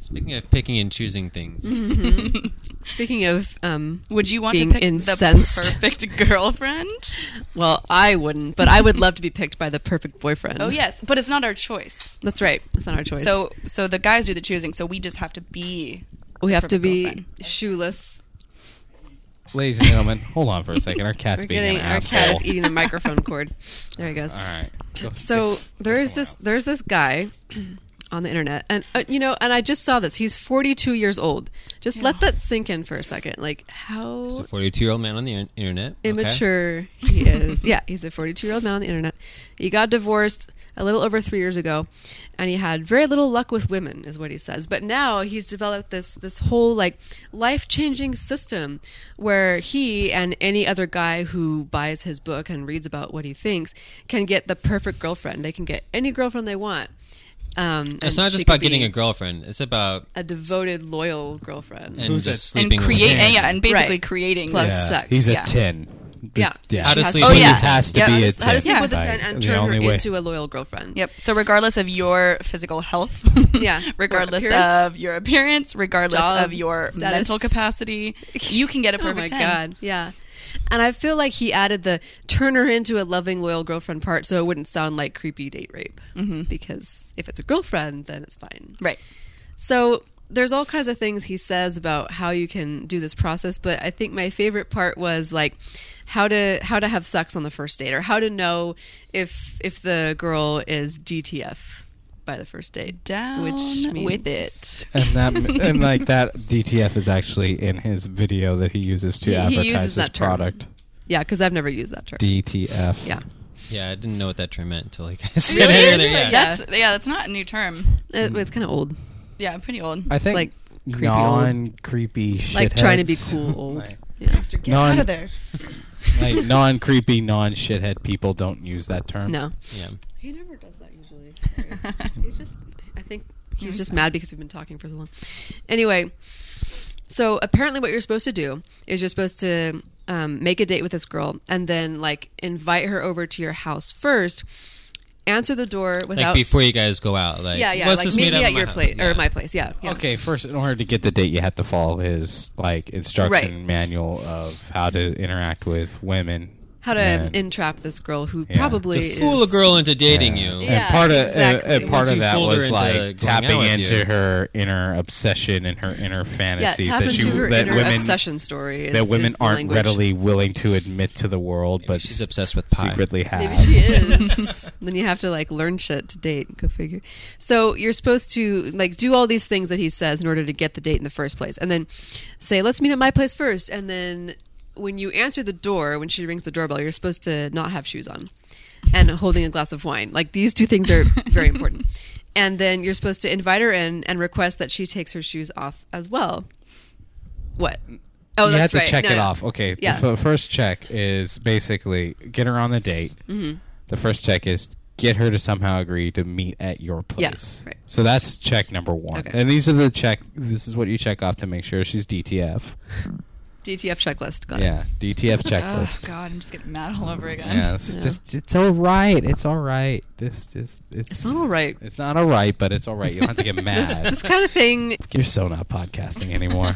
[SPEAKER 2] Speaking of picking and choosing things,
[SPEAKER 1] Mm-hmm. Speaking of, um,
[SPEAKER 4] Would you want
[SPEAKER 1] Being
[SPEAKER 4] to pick
[SPEAKER 1] incensed.
[SPEAKER 4] the perfect girlfriend?
[SPEAKER 1] well, I wouldn't, but I would love to be picked by the perfect boyfriend.
[SPEAKER 4] oh yes, but it's not our choice.
[SPEAKER 1] that's right. That's not our choice.
[SPEAKER 4] So so the guys do the choosing, so we just have to be
[SPEAKER 1] we have to
[SPEAKER 4] perfect
[SPEAKER 1] be
[SPEAKER 4] girlfriend.
[SPEAKER 1] shoeless.
[SPEAKER 3] Ladies and gentlemen, hold on for a second. Our cat's
[SPEAKER 1] We're
[SPEAKER 3] being
[SPEAKER 1] getting
[SPEAKER 3] an
[SPEAKER 1] our
[SPEAKER 3] asshole.
[SPEAKER 1] cat is eating the microphone cord. There he goes.
[SPEAKER 3] All right. Go-
[SPEAKER 1] So
[SPEAKER 3] go- go
[SPEAKER 1] there is
[SPEAKER 3] somewhere
[SPEAKER 1] this
[SPEAKER 3] else.
[SPEAKER 1] there's this guy on the internet, and uh, you know, and I just saw this. He's 42 years old. Just let that sink in for a second. Like how
[SPEAKER 2] it's a forty-two-year-old man on the in- internet, Okay.
[SPEAKER 1] immature he is. yeah, he's a 42 year old man on the internet. He got divorced a little over three years ago, and he had very little luck with women, is what he says. But now he's developed this this whole like life changing system where he and any other guy who buys his book and reads about what he thinks can get the perfect girlfriend. They can get any girlfriend they want. Um,
[SPEAKER 2] It's not just about getting a girlfriend; it's about
[SPEAKER 1] a devoted, loyal girlfriend.
[SPEAKER 2] and just
[SPEAKER 4] and
[SPEAKER 2] sleeping with
[SPEAKER 4] create
[SPEAKER 2] him.
[SPEAKER 4] and, yeah, and basically
[SPEAKER 1] Right.
[SPEAKER 4] creating
[SPEAKER 1] Plus- uh,
[SPEAKER 3] Yeah,
[SPEAKER 1] sucks.
[SPEAKER 3] He's a
[SPEAKER 4] Yeah.
[SPEAKER 3] ten.
[SPEAKER 1] Yeah.
[SPEAKER 3] yeah.
[SPEAKER 2] How to
[SPEAKER 1] She has
[SPEAKER 2] sleep
[SPEAKER 1] to-
[SPEAKER 2] with
[SPEAKER 4] Oh, yeah.
[SPEAKER 2] a
[SPEAKER 3] It has to
[SPEAKER 4] Yeah.
[SPEAKER 3] be
[SPEAKER 4] How
[SPEAKER 3] a
[SPEAKER 4] does-
[SPEAKER 3] ten.
[SPEAKER 1] How does he
[SPEAKER 4] Yeah.
[SPEAKER 1] put the
[SPEAKER 3] Like,
[SPEAKER 1] turn and
[SPEAKER 3] the
[SPEAKER 1] turn her
[SPEAKER 3] only way.
[SPEAKER 1] into a loyal girlfriend?
[SPEAKER 4] Yep. So regardless of your physical health,
[SPEAKER 1] Yeah.
[SPEAKER 4] regardless
[SPEAKER 1] Your appearance.
[SPEAKER 4] of your appearance, regardless
[SPEAKER 1] Job
[SPEAKER 4] of your
[SPEAKER 1] status.
[SPEAKER 4] mental capacity, you can get a perfect
[SPEAKER 1] oh my
[SPEAKER 4] 10.
[SPEAKER 1] god yeah and i feel like he added the turn her into a loving loyal girlfriend part so it wouldn't sound like creepy date rape
[SPEAKER 4] Mm-hmm.
[SPEAKER 1] because if it's a girlfriend then it's fine
[SPEAKER 4] Right.
[SPEAKER 1] so there's all kinds of things he says about how you can do this process, but I think my favorite part was like how to how to have sex on the first date or how to know if if the girl is DTF by the first date.
[SPEAKER 4] Down with it.
[SPEAKER 3] And that and like that DTF is actually in his video that he uses
[SPEAKER 1] He-
[SPEAKER 3] to
[SPEAKER 1] he
[SPEAKER 3] advertise
[SPEAKER 1] uses
[SPEAKER 3] his
[SPEAKER 1] that term.
[SPEAKER 3] product.
[SPEAKER 1] Yeah, because I've never used that term.
[SPEAKER 3] DTF.
[SPEAKER 1] yeah.
[SPEAKER 2] Yeah, I didn't know what that term meant until like I said
[SPEAKER 1] Really?
[SPEAKER 2] it earlier.
[SPEAKER 1] Really?
[SPEAKER 2] Yeah.
[SPEAKER 1] Yeah.
[SPEAKER 4] That's yeah, that's not a new term.
[SPEAKER 1] It, it's kind of old.
[SPEAKER 4] Yeah, pretty old.
[SPEAKER 3] I think
[SPEAKER 1] like creepy old.
[SPEAKER 3] non creepy shit.
[SPEAKER 1] Like trying to be cool old.
[SPEAKER 3] Like-
[SPEAKER 1] Yeah.
[SPEAKER 4] Get
[SPEAKER 3] Non-
[SPEAKER 4] out of there.
[SPEAKER 3] like non creepy, non shithead people don't use that term.
[SPEAKER 1] No.
[SPEAKER 2] yeah.
[SPEAKER 1] He never does that usually. he's just, I think he's just mad because we've been talking for so long. Anyway, so apparently, what you're supposed to do is you're supposed to um, make a date with this girl and then like invite her over to your house first. answer the door without.
[SPEAKER 2] like before you guys go out. Like,
[SPEAKER 1] yeah, yeah.
[SPEAKER 2] Let's
[SPEAKER 1] like
[SPEAKER 2] just
[SPEAKER 1] meet,
[SPEAKER 2] meet
[SPEAKER 1] me
[SPEAKER 2] up
[SPEAKER 1] at
[SPEAKER 2] my
[SPEAKER 1] your
[SPEAKER 2] house.
[SPEAKER 1] place
[SPEAKER 2] Yeah.
[SPEAKER 1] or my place. Yeah. yeah.
[SPEAKER 3] Okay, first, in order to get the date, you have to follow his like instruction
[SPEAKER 1] Right.
[SPEAKER 3] manual of how to interact with women.
[SPEAKER 1] How to
[SPEAKER 3] and,
[SPEAKER 1] entrap this girl who
[SPEAKER 3] Yeah.
[SPEAKER 1] probably
[SPEAKER 2] to fool a
[SPEAKER 1] is-
[SPEAKER 2] girl into dating you.
[SPEAKER 1] Yeah.
[SPEAKER 3] and part of
[SPEAKER 1] exactly.
[SPEAKER 3] and, and part
[SPEAKER 2] Once
[SPEAKER 3] of
[SPEAKER 2] you
[SPEAKER 3] that
[SPEAKER 2] fooled her
[SPEAKER 3] was
[SPEAKER 2] into
[SPEAKER 3] like
[SPEAKER 2] going
[SPEAKER 3] tapping
[SPEAKER 2] out with
[SPEAKER 3] into
[SPEAKER 2] you.
[SPEAKER 3] her inner obsession and her inner
[SPEAKER 1] Yeah,
[SPEAKER 3] fantasies
[SPEAKER 1] tap
[SPEAKER 3] that
[SPEAKER 1] into
[SPEAKER 3] she
[SPEAKER 1] her
[SPEAKER 3] that
[SPEAKER 1] inner
[SPEAKER 3] women
[SPEAKER 1] obsession story. Is,
[SPEAKER 3] that
[SPEAKER 1] is
[SPEAKER 3] women
[SPEAKER 1] the
[SPEAKER 3] aren't
[SPEAKER 1] language.
[SPEAKER 3] readily willing to admit to the world, but
[SPEAKER 2] She's obsessed with pie.
[SPEAKER 3] secretly have.
[SPEAKER 1] Maybe she is. then you have to like learn shit to date. Go figure. So you're supposed to like do all these things that he says in order to get the date in the first place, and then say, "Let's meet at my place first. And then when you answer the door, when she rings the doorbell, you're supposed to not have shoes on and holding a glass of wine. Like these two things are very important. And then you're supposed to invite her in and request that she takes her shoes off as well. What? Oh,
[SPEAKER 3] you have
[SPEAKER 1] that's
[SPEAKER 3] to
[SPEAKER 1] right.
[SPEAKER 3] check
[SPEAKER 1] No,
[SPEAKER 3] it
[SPEAKER 1] no.
[SPEAKER 3] off. Okay.
[SPEAKER 1] Yeah.
[SPEAKER 3] The f- first check is basically get her on the date.
[SPEAKER 1] Mm-hmm.
[SPEAKER 3] The first check is get her to somehow agree to meet at your place.
[SPEAKER 1] right.
[SPEAKER 3] So that's check number one.
[SPEAKER 1] Okay.
[SPEAKER 3] And these are the check. This is what you check off to make sure she's DTF.
[SPEAKER 1] DTF checklist. Got it.
[SPEAKER 3] Yeah, DTF
[SPEAKER 4] Oh
[SPEAKER 3] checklist.
[SPEAKER 4] God, I'm just getting mad all over again.
[SPEAKER 3] Yeah, it's
[SPEAKER 1] Yeah.
[SPEAKER 3] just it's all right. It's all right. This just it's
[SPEAKER 1] It's not all right.
[SPEAKER 3] It's not all right, but it's all right. You don't have to get mad.
[SPEAKER 1] This kind of thing
[SPEAKER 3] You're so not podcasting anymore.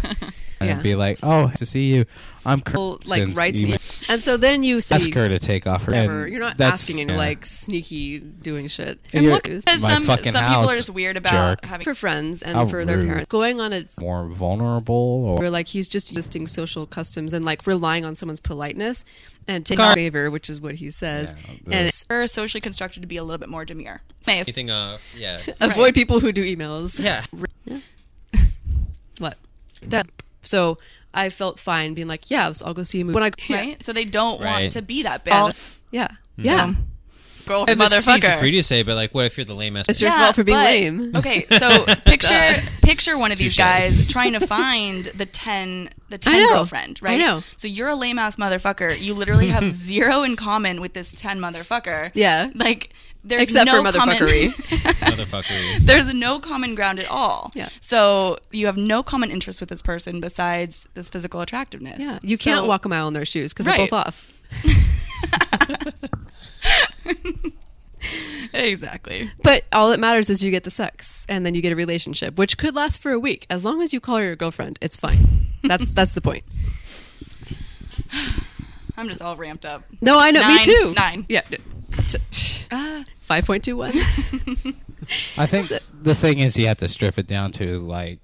[SPEAKER 3] And
[SPEAKER 1] Yeah.
[SPEAKER 3] be like, oh, to see you. I'm
[SPEAKER 1] people, like
[SPEAKER 3] Kirsten's
[SPEAKER 1] writes
[SPEAKER 3] email.
[SPEAKER 1] me, and so then you say
[SPEAKER 3] ask her to take off her.
[SPEAKER 1] whatever.
[SPEAKER 3] and
[SPEAKER 1] You're not
[SPEAKER 3] that's-
[SPEAKER 1] asking, and you're
[SPEAKER 3] yeah.
[SPEAKER 1] like sneaky doing shit.
[SPEAKER 3] And
[SPEAKER 1] And
[SPEAKER 3] you're-
[SPEAKER 1] look,
[SPEAKER 4] Because
[SPEAKER 3] My
[SPEAKER 4] some some
[SPEAKER 3] fucking
[SPEAKER 4] people
[SPEAKER 3] house,
[SPEAKER 4] are just weird about
[SPEAKER 3] jerk.
[SPEAKER 4] having.
[SPEAKER 1] for friends and
[SPEAKER 3] How
[SPEAKER 1] for their
[SPEAKER 3] rude.
[SPEAKER 1] parents going on a
[SPEAKER 3] more vulnerable or
[SPEAKER 1] where like he's just listing social customs and like relying on someone's politeness and taking
[SPEAKER 2] Gar-
[SPEAKER 1] favor, which is what he says,
[SPEAKER 3] Yeah, the-
[SPEAKER 1] and
[SPEAKER 4] Are socially constructed to be a little bit more demure. Say it's-
[SPEAKER 2] Anything off? Yeah.
[SPEAKER 1] avoid people who do emails.
[SPEAKER 2] yeah.
[SPEAKER 1] What? That. So I felt fine being like, yeah, I'll go see a movie when I
[SPEAKER 4] right? So they don't
[SPEAKER 2] Right.
[SPEAKER 4] want to be that
[SPEAKER 1] Yeah.
[SPEAKER 4] bad.
[SPEAKER 1] Yeah.
[SPEAKER 3] Hmm.
[SPEAKER 1] Yeah.
[SPEAKER 4] Um, girl,
[SPEAKER 2] And this is easy for you
[SPEAKER 4] motherfucker.
[SPEAKER 2] to say, but like, what if you're the lame ass?
[SPEAKER 1] It's your fault for being
[SPEAKER 4] but-
[SPEAKER 1] lame.
[SPEAKER 4] Okay, so picture picture one of these
[SPEAKER 2] Touche.
[SPEAKER 4] guys trying to find the ten the ten
[SPEAKER 1] know.
[SPEAKER 4] girlfriend,
[SPEAKER 1] I
[SPEAKER 4] right?
[SPEAKER 1] know.
[SPEAKER 4] So you're a lame ass motherfucker. You literally have zero in common with this ten motherfucker.
[SPEAKER 1] Yeah.
[SPEAKER 4] Like there's
[SPEAKER 1] Except
[SPEAKER 4] no
[SPEAKER 1] for
[SPEAKER 4] common-
[SPEAKER 1] motherfuckery.
[SPEAKER 2] Motherfucker.
[SPEAKER 4] there's no common ground at all.
[SPEAKER 1] Yeah.
[SPEAKER 4] So you have no common interest with this person besides this physical attractiveness.
[SPEAKER 1] Yeah. You can't
[SPEAKER 4] So-
[SPEAKER 1] walk a mile in their shoes because they're
[SPEAKER 4] Right.
[SPEAKER 1] both off.
[SPEAKER 4] Exactly.
[SPEAKER 1] But all that matters is you get the sex, and then you get a relationship, which could last for a week as long as you call your girlfriend. It's fine. That's that's the point.
[SPEAKER 4] I'm just all ramped up.
[SPEAKER 1] No, I know. me
[SPEAKER 4] Nine-
[SPEAKER 1] too.
[SPEAKER 4] nine.
[SPEAKER 1] Yeah. T-
[SPEAKER 4] Ah.
[SPEAKER 1] Five point two one.
[SPEAKER 3] I think the thing is you have to strip it down to like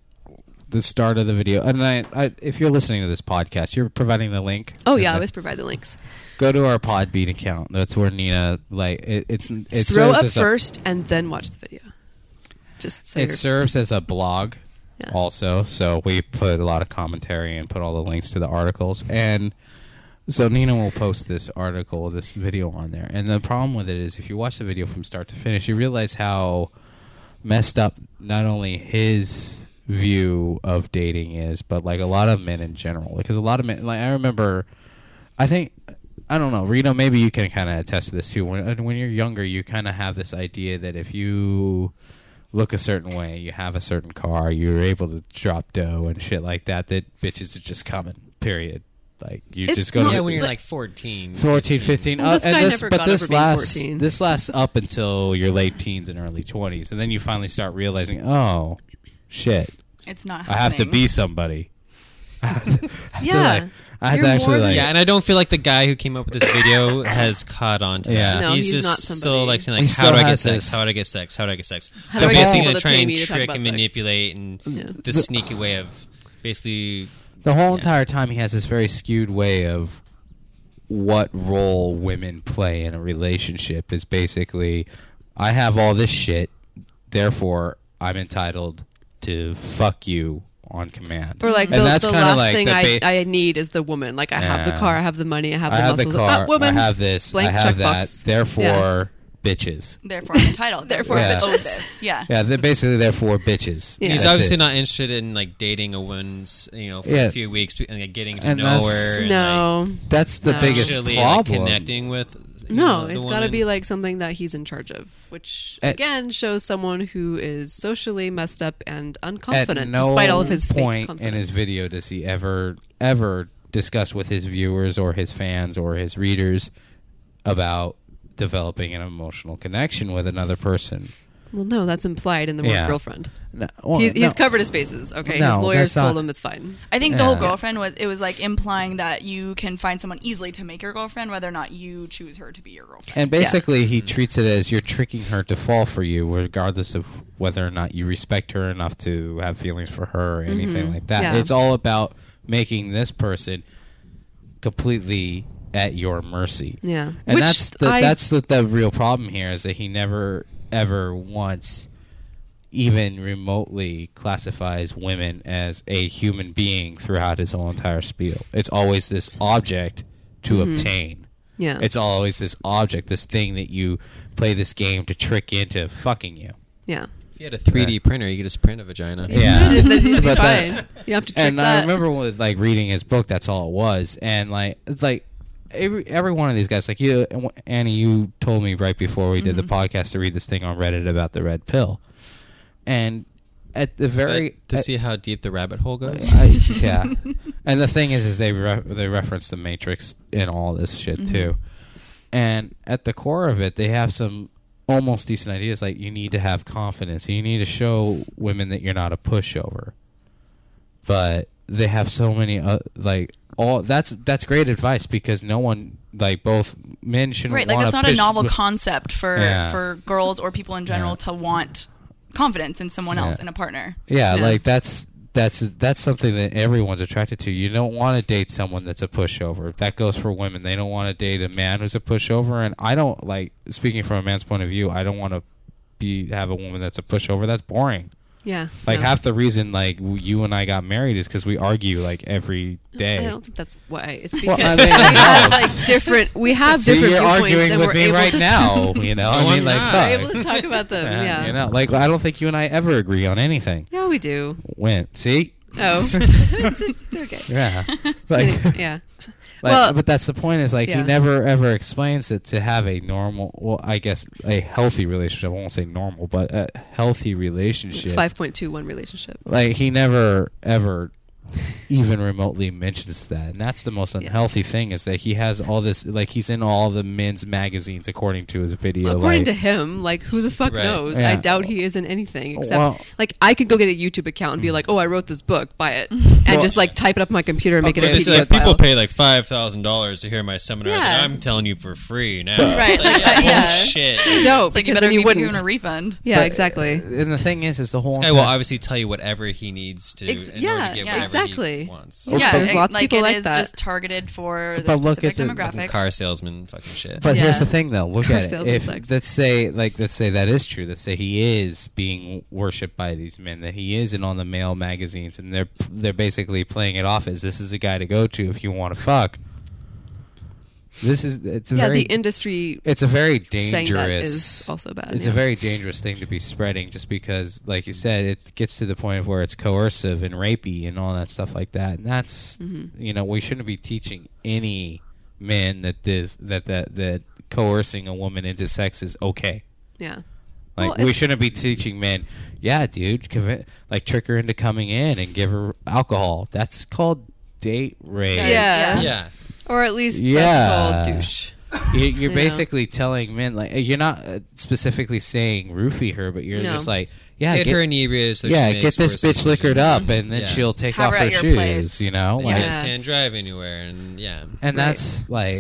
[SPEAKER 3] the start of the video. And I, I if you're listening to this podcast, you're providing the link.
[SPEAKER 1] Oh yeah, I
[SPEAKER 3] Isn't it?
[SPEAKER 1] always provide the links.
[SPEAKER 3] go to our Podbean account. That's where Nina like it, it's it
[SPEAKER 1] Throw
[SPEAKER 3] serves
[SPEAKER 1] up
[SPEAKER 3] as
[SPEAKER 1] first and then watch the video. Just
[SPEAKER 3] A,
[SPEAKER 1] so
[SPEAKER 3] it
[SPEAKER 1] you're-
[SPEAKER 3] serves as a blog.
[SPEAKER 1] Yeah.
[SPEAKER 3] Also, so we put a lot of commentary and put all the links to the articles, and so Nina will post this article, this video on there. And the problem with it is, if you watch the video from start to finish, you realize how messed up not only his view of dating is, but like a lot of men in general. Because a lot of men, like I remember, I think, I don't know, Reno. Maybe you can kind of attest to this too. When when you're younger, you kind of have this idea that if you look a certain way, you have a certain car, you're able to drop dough and shit like that. That bitches are just coming. Period. Like you
[SPEAKER 1] It's
[SPEAKER 3] just go to
[SPEAKER 1] not-
[SPEAKER 2] yeah, when you're like 14.
[SPEAKER 3] 14, 15.
[SPEAKER 1] Well,
[SPEAKER 3] uh,
[SPEAKER 1] this
[SPEAKER 3] and
[SPEAKER 1] guy
[SPEAKER 3] this,
[SPEAKER 1] never
[SPEAKER 3] but
[SPEAKER 1] got
[SPEAKER 3] this
[SPEAKER 1] over being
[SPEAKER 3] lasts,
[SPEAKER 1] 14.
[SPEAKER 3] This lasts up until your late teens and early 20s. And then you finally start realizing, oh, shit,
[SPEAKER 4] It's
[SPEAKER 3] I
[SPEAKER 4] not happening.
[SPEAKER 3] have to be somebody. I have to- I have to,
[SPEAKER 1] Yeah.
[SPEAKER 3] like- I have to
[SPEAKER 1] You're
[SPEAKER 3] actually,
[SPEAKER 1] more
[SPEAKER 3] like,
[SPEAKER 1] than-
[SPEAKER 2] Yeah, and I don't feel like the guy who came up with this video has caught on to
[SPEAKER 3] Yeah.
[SPEAKER 2] that.
[SPEAKER 1] No, he's
[SPEAKER 2] he's,
[SPEAKER 1] not
[SPEAKER 2] just
[SPEAKER 1] somebody.
[SPEAKER 2] still like saying,
[SPEAKER 3] He
[SPEAKER 2] like,
[SPEAKER 3] still
[SPEAKER 2] how do I get
[SPEAKER 3] has
[SPEAKER 2] sex?
[SPEAKER 3] this-
[SPEAKER 2] How do I get sex? How do I get sex?
[SPEAKER 1] How do
[SPEAKER 2] They're
[SPEAKER 1] I get
[SPEAKER 2] basically
[SPEAKER 1] people
[SPEAKER 2] gonna
[SPEAKER 1] to
[SPEAKER 2] try
[SPEAKER 1] pay
[SPEAKER 2] and
[SPEAKER 1] me to talk
[SPEAKER 2] trick
[SPEAKER 1] about
[SPEAKER 2] and
[SPEAKER 1] sex?
[SPEAKER 2] manipulate and this sneaky way of basically.
[SPEAKER 3] the whole
[SPEAKER 2] Yeah.
[SPEAKER 3] entire time he has this very skewed way of what role women play in a relationship is basically I have all this shit, therefore I'm entitled to fuck you on command.
[SPEAKER 1] Or like
[SPEAKER 3] And
[SPEAKER 1] the,
[SPEAKER 3] that's
[SPEAKER 1] the
[SPEAKER 3] kinda
[SPEAKER 1] last
[SPEAKER 3] like
[SPEAKER 1] thing
[SPEAKER 3] the
[SPEAKER 1] I,
[SPEAKER 3] ba-
[SPEAKER 1] I need is the woman. Like I have the
[SPEAKER 3] Yeah.
[SPEAKER 1] car, I have the money, I have
[SPEAKER 3] I
[SPEAKER 1] the
[SPEAKER 3] have the
[SPEAKER 1] muscles.
[SPEAKER 3] car.
[SPEAKER 1] Ah, woman.
[SPEAKER 3] I have this.
[SPEAKER 1] Blank
[SPEAKER 3] I have that.
[SPEAKER 1] checkbox.
[SPEAKER 3] Therefore,
[SPEAKER 1] Yeah.
[SPEAKER 3] bitches.
[SPEAKER 4] Therefore, I'm entitled.
[SPEAKER 1] Therefore,
[SPEAKER 3] Yeah.
[SPEAKER 4] owe
[SPEAKER 1] bitches.
[SPEAKER 4] this. Yeah.
[SPEAKER 3] Yeah, they're basically therefore bitches.
[SPEAKER 1] Yeah.
[SPEAKER 2] He's
[SPEAKER 3] That's
[SPEAKER 2] obviously
[SPEAKER 3] it.
[SPEAKER 2] not interested in like dating a woman's, you know, for
[SPEAKER 3] Yeah.
[SPEAKER 2] a few weeks and like, getting to
[SPEAKER 3] And
[SPEAKER 2] know
[SPEAKER 3] that's-
[SPEAKER 2] her. And, like,
[SPEAKER 1] No,
[SPEAKER 3] That's the
[SPEAKER 1] No.
[SPEAKER 3] biggest
[SPEAKER 2] actually, like,
[SPEAKER 3] problem.
[SPEAKER 2] connecting with. you
[SPEAKER 1] no,
[SPEAKER 2] know, the
[SPEAKER 1] it's got to
[SPEAKER 2] woman.
[SPEAKER 1] be like something that he's in charge of, which
[SPEAKER 3] At-
[SPEAKER 1] again shows someone who is socially messed up and
[SPEAKER 3] At
[SPEAKER 1] unconfident,
[SPEAKER 3] no
[SPEAKER 1] despite all of his fake
[SPEAKER 3] point in
[SPEAKER 1] confidence.
[SPEAKER 3] his video does he ever ever discuss with his viewers or his fans or his readers about developing an emotional connection with another person.
[SPEAKER 1] Well, no, that's implied in the word
[SPEAKER 3] Yeah.
[SPEAKER 1] girlfriend.
[SPEAKER 3] No, well,
[SPEAKER 1] He's, he's
[SPEAKER 3] no.
[SPEAKER 1] covered his bases. Okay,
[SPEAKER 3] No,
[SPEAKER 1] his lawyers
[SPEAKER 3] that's not-
[SPEAKER 1] told him it's fine.
[SPEAKER 4] I think the whole
[SPEAKER 3] Yeah.
[SPEAKER 4] girlfriend was it was like implying that you can find someone easily to make your girlfriend, whether or not you choose her to be your girlfriend.
[SPEAKER 3] And basically, he treats it as you're tricking her to fall for you, regardless of whether or not you respect her enough to have feelings for her or anything like that.
[SPEAKER 1] Mm-hmm. Yeah.
[SPEAKER 3] It's all about making this person completely at your mercy.
[SPEAKER 1] Yeah.
[SPEAKER 3] and
[SPEAKER 1] Which
[SPEAKER 3] that's the,
[SPEAKER 1] I-
[SPEAKER 3] that's the, the real problem here is that he never ever once even remotely classifies women as a human being throughout his whole entire spiel. It's always this object to obtain.
[SPEAKER 1] Mm-hmm. Yeah.
[SPEAKER 3] It's always this object, this thing that you play this game to trick into fucking you.
[SPEAKER 1] yeah.
[SPEAKER 2] If you had a 3D printer, you could just print a vagina.
[SPEAKER 3] Yeah.
[SPEAKER 1] Then he'd be
[SPEAKER 3] But
[SPEAKER 1] fine.
[SPEAKER 3] that-
[SPEAKER 1] you don't have to trick
[SPEAKER 3] and
[SPEAKER 1] that.
[SPEAKER 3] I remember with like reading his book. That's all it was, and like it's like every every one of these guys, like you, Annie, you told me right before we did
[SPEAKER 1] Mm-hmm.
[SPEAKER 3] the podcast to read this thing on Reddit about the red pill, and at the very
[SPEAKER 2] But to
[SPEAKER 3] at-
[SPEAKER 2] see how deep the rabbit hole goes.
[SPEAKER 3] I- yeah, and the thing is, is they re- they reference the Matrix in all this shit
[SPEAKER 4] Mm-hmm.
[SPEAKER 3] too, and at the core of it, they have some almost decent ideas. Like you need to have confidence, you need to show women that you're not a pushover. But they have so many uh, like all that's that's great advice because no one like both men shouldn't
[SPEAKER 4] Right, like
[SPEAKER 3] wanna
[SPEAKER 4] that's not a
[SPEAKER 3] push-
[SPEAKER 4] novel concept for
[SPEAKER 3] Yeah.
[SPEAKER 4] for girls or people in general
[SPEAKER 3] Yeah.
[SPEAKER 4] to want confidence in someone else
[SPEAKER 3] Yeah.
[SPEAKER 4] in a partner.
[SPEAKER 3] Yeah,
[SPEAKER 1] Yeah.
[SPEAKER 3] like that's that's that's something that everyone's attracted to. You don't want to date someone that's a pushover. That goes for women. They don't want to date a man who's a pushover. And I don't like speaking from a man's point of view. I don't want to be have a woman that's a pushover. That's boring.
[SPEAKER 1] yeah.
[SPEAKER 3] Like
[SPEAKER 1] no.
[SPEAKER 3] half the reason like w- you and I got married is because we argue like every day.
[SPEAKER 1] I don't think that's why. It's
[SPEAKER 3] Well,
[SPEAKER 1] because
[SPEAKER 3] I mean,
[SPEAKER 1] we have
[SPEAKER 3] yes.
[SPEAKER 1] like different. We have
[SPEAKER 3] See,
[SPEAKER 1] different
[SPEAKER 3] you're
[SPEAKER 1] viewpoints,
[SPEAKER 3] arguing
[SPEAKER 1] and
[SPEAKER 3] with
[SPEAKER 1] we're
[SPEAKER 3] me
[SPEAKER 1] able
[SPEAKER 3] right
[SPEAKER 1] to
[SPEAKER 3] now. You know, I
[SPEAKER 2] No,
[SPEAKER 3] mean,
[SPEAKER 2] I'm
[SPEAKER 3] like,
[SPEAKER 2] not.
[SPEAKER 1] we're
[SPEAKER 3] fuck.
[SPEAKER 1] able to talk about them.
[SPEAKER 3] Yeah,
[SPEAKER 1] Yeah.
[SPEAKER 3] you know, like I don't think you and I ever agree on anything.
[SPEAKER 1] Yeah, we do.
[SPEAKER 3] When see,
[SPEAKER 1] Oh, it's, it's okay.
[SPEAKER 3] yeah, like.
[SPEAKER 1] yeah.
[SPEAKER 3] Like,
[SPEAKER 1] Well-
[SPEAKER 3] but that's the point. Is like he
[SPEAKER 1] Yeah.
[SPEAKER 3] never ever explains that to have a normal, well, I guess a healthy relationship. I won't say normal, but a healthy relationship.
[SPEAKER 1] Five point two one relationship.
[SPEAKER 3] Like he never ever even remotely mentions that, and that's the most
[SPEAKER 1] Yeah.
[SPEAKER 3] unhealthy thing. Is that he has all this, like he's in all the men's magazines according to his video.
[SPEAKER 1] According
[SPEAKER 3] like-
[SPEAKER 1] to him, like who the fuck
[SPEAKER 2] Right.
[SPEAKER 1] knows?
[SPEAKER 3] Yeah.
[SPEAKER 1] I doubt he is in anything except
[SPEAKER 3] Well-
[SPEAKER 1] like I could go get a YouTube account and be like, oh, I wrote this book, buy it, and just like type it up on my computer and make it a
[SPEAKER 2] But they say,
[SPEAKER 1] PDF
[SPEAKER 2] like, people
[SPEAKER 1] file.
[SPEAKER 2] pay like five thousand dollars to hear my seminar.
[SPEAKER 1] Yeah.
[SPEAKER 2] that I'm telling you for free now.
[SPEAKER 1] Right,
[SPEAKER 2] It's like,
[SPEAKER 1] like,
[SPEAKER 2] yeah,
[SPEAKER 1] yeah.
[SPEAKER 2] bullshit.
[SPEAKER 1] no,
[SPEAKER 4] It's like you
[SPEAKER 1] because
[SPEAKER 4] better
[SPEAKER 1] then you
[SPEAKER 4] be
[SPEAKER 1] wouldn't.
[SPEAKER 4] giving a refund.
[SPEAKER 1] yeah,
[SPEAKER 3] But-
[SPEAKER 1] exactly.
[SPEAKER 3] And the thing is, is the whole
[SPEAKER 2] This guy will
[SPEAKER 3] entire-
[SPEAKER 2] obviously tell you whatever he needs to
[SPEAKER 1] Ex-
[SPEAKER 2] in
[SPEAKER 1] yeah,
[SPEAKER 2] order to get
[SPEAKER 1] yeah,
[SPEAKER 2] whatever
[SPEAKER 1] exactly.
[SPEAKER 2] he wants.
[SPEAKER 1] Yeah,
[SPEAKER 4] yeah,
[SPEAKER 1] there's
[SPEAKER 4] it-
[SPEAKER 1] lots of people
[SPEAKER 4] it
[SPEAKER 1] like
[SPEAKER 4] is
[SPEAKER 1] that.
[SPEAKER 4] just targeted for the
[SPEAKER 3] But look at
[SPEAKER 4] specific
[SPEAKER 3] the-
[SPEAKER 4] demographic.
[SPEAKER 2] Car salesman fucking shit.
[SPEAKER 3] But here's
[SPEAKER 1] Yeah.
[SPEAKER 3] the thing, though. Look
[SPEAKER 1] Car
[SPEAKER 3] at it.
[SPEAKER 1] salesman
[SPEAKER 3] If
[SPEAKER 1] sucks.
[SPEAKER 3] let's say, like, let's say that is true. Let's say he is being worshipped by these men. That he is in all the male magazines, and they're they're basically playing it off as this is a guy to go to if you want to fuck. This is it's a
[SPEAKER 1] Yeah,
[SPEAKER 3] very
[SPEAKER 1] the industry
[SPEAKER 3] it's a very
[SPEAKER 1] saying
[SPEAKER 3] dangerous.
[SPEAKER 1] that is also bad.
[SPEAKER 3] It's
[SPEAKER 1] yeah.
[SPEAKER 3] a very dangerous thing to be spreading, just because, like you said, it gets to the point of where it's coercive and rapey and all that stuff like that. And that's,
[SPEAKER 1] Mm-hmm.
[SPEAKER 3] you know, we shouldn't be teaching any men that this that that that coercing a woman into sex is okay.
[SPEAKER 1] yeah.
[SPEAKER 3] Like
[SPEAKER 1] Well,
[SPEAKER 3] we
[SPEAKER 1] it's-
[SPEAKER 3] shouldn't be teaching men, yeah, dude, commit, like trick her into coming in and give her alcohol. That's called date rape.
[SPEAKER 4] Yeah.
[SPEAKER 1] Yeah.
[SPEAKER 2] yeah.
[SPEAKER 1] Or at least
[SPEAKER 3] Yeah.
[SPEAKER 1] that's called douche.
[SPEAKER 3] You- You're
[SPEAKER 1] You know?
[SPEAKER 3] basically telling men like you're not uh, specifically saying roofie her, but you're
[SPEAKER 1] No.
[SPEAKER 3] just like, yeah,
[SPEAKER 2] get,
[SPEAKER 3] get-
[SPEAKER 2] her inebriated. So
[SPEAKER 3] yeah,
[SPEAKER 2] she
[SPEAKER 3] get
[SPEAKER 2] makes
[SPEAKER 3] this
[SPEAKER 2] worse
[SPEAKER 3] bitch liquored
[SPEAKER 2] decisions.
[SPEAKER 3] up, and then
[SPEAKER 2] Yeah.
[SPEAKER 3] she'll take
[SPEAKER 4] Have
[SPEAKER 3] off
[SPEAKER 4] her
[SPEAKER 3] her
[SPEAKER 4] at your
[SPEAKER 3] shoes.
[SPEAKER 4] place.
[SPEAKER 3] You know,
[SPEAKER 2] You
[SPEAKER 3] like,
[SPEAKER 2] guys
[SPEAKER 1] Yeah.
[SPEAKER 2] can't drive anywhere, and yeah,
[SPEAKER 1] Right.
[SPEAKER 3] and that's like,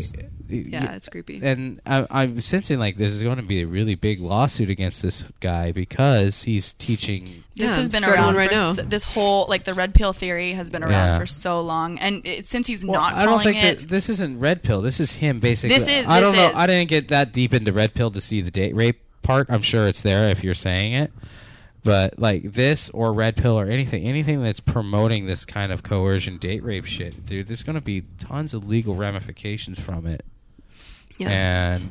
[SPEAKER 1] Yeah, it's creepy.
[SPEAKER 3] And I, I'm sensing like this is going to be a really big lawsuit against this guy because he's teaching.
[SPEAKER 1] Yeah,
[SPEAKER 4] This has
[SPEAKER 1] I'm
[SPEAKER 4] been
[SPEAKER 1] starting
[SPEAKER 4] around
[SPEAKER 1] one right
[SPEAKER 4] for
[SPEAKER 1] now.
[SPEAKER 4] s- this whole like the red pill theory has been around
[SPEAKER 3] Yeah.
[SPEAKER 4] for so long, and it, since he's
[SPEAKER 3] Well,
[SPEAKER 4] not
[SPEAKER 3] I don't
[SPEAKER 4] calling
[SPEAKER 3] think
[SPEAKER 4] it,
[SPEAKER 3] that this isn't red pill. This is him basically.
[SPEAKER 4] This is-
[SPEAKER 3] I don't
[SPEAKER 4] this
[SPEAKER 3] know.
[SPEAKER 4] is.
[SPEAKER 3] I didn't get that deep into red pill to see the date rape part. I'm sure it's there if you're saying it. But like this or red pill or anything, anything that's promoting this kind of coercion date rape shit, dude, there's going to be tons of legal ramifications from it.
[SPEAKER 1] Yeah.
[SPEAKER 3] And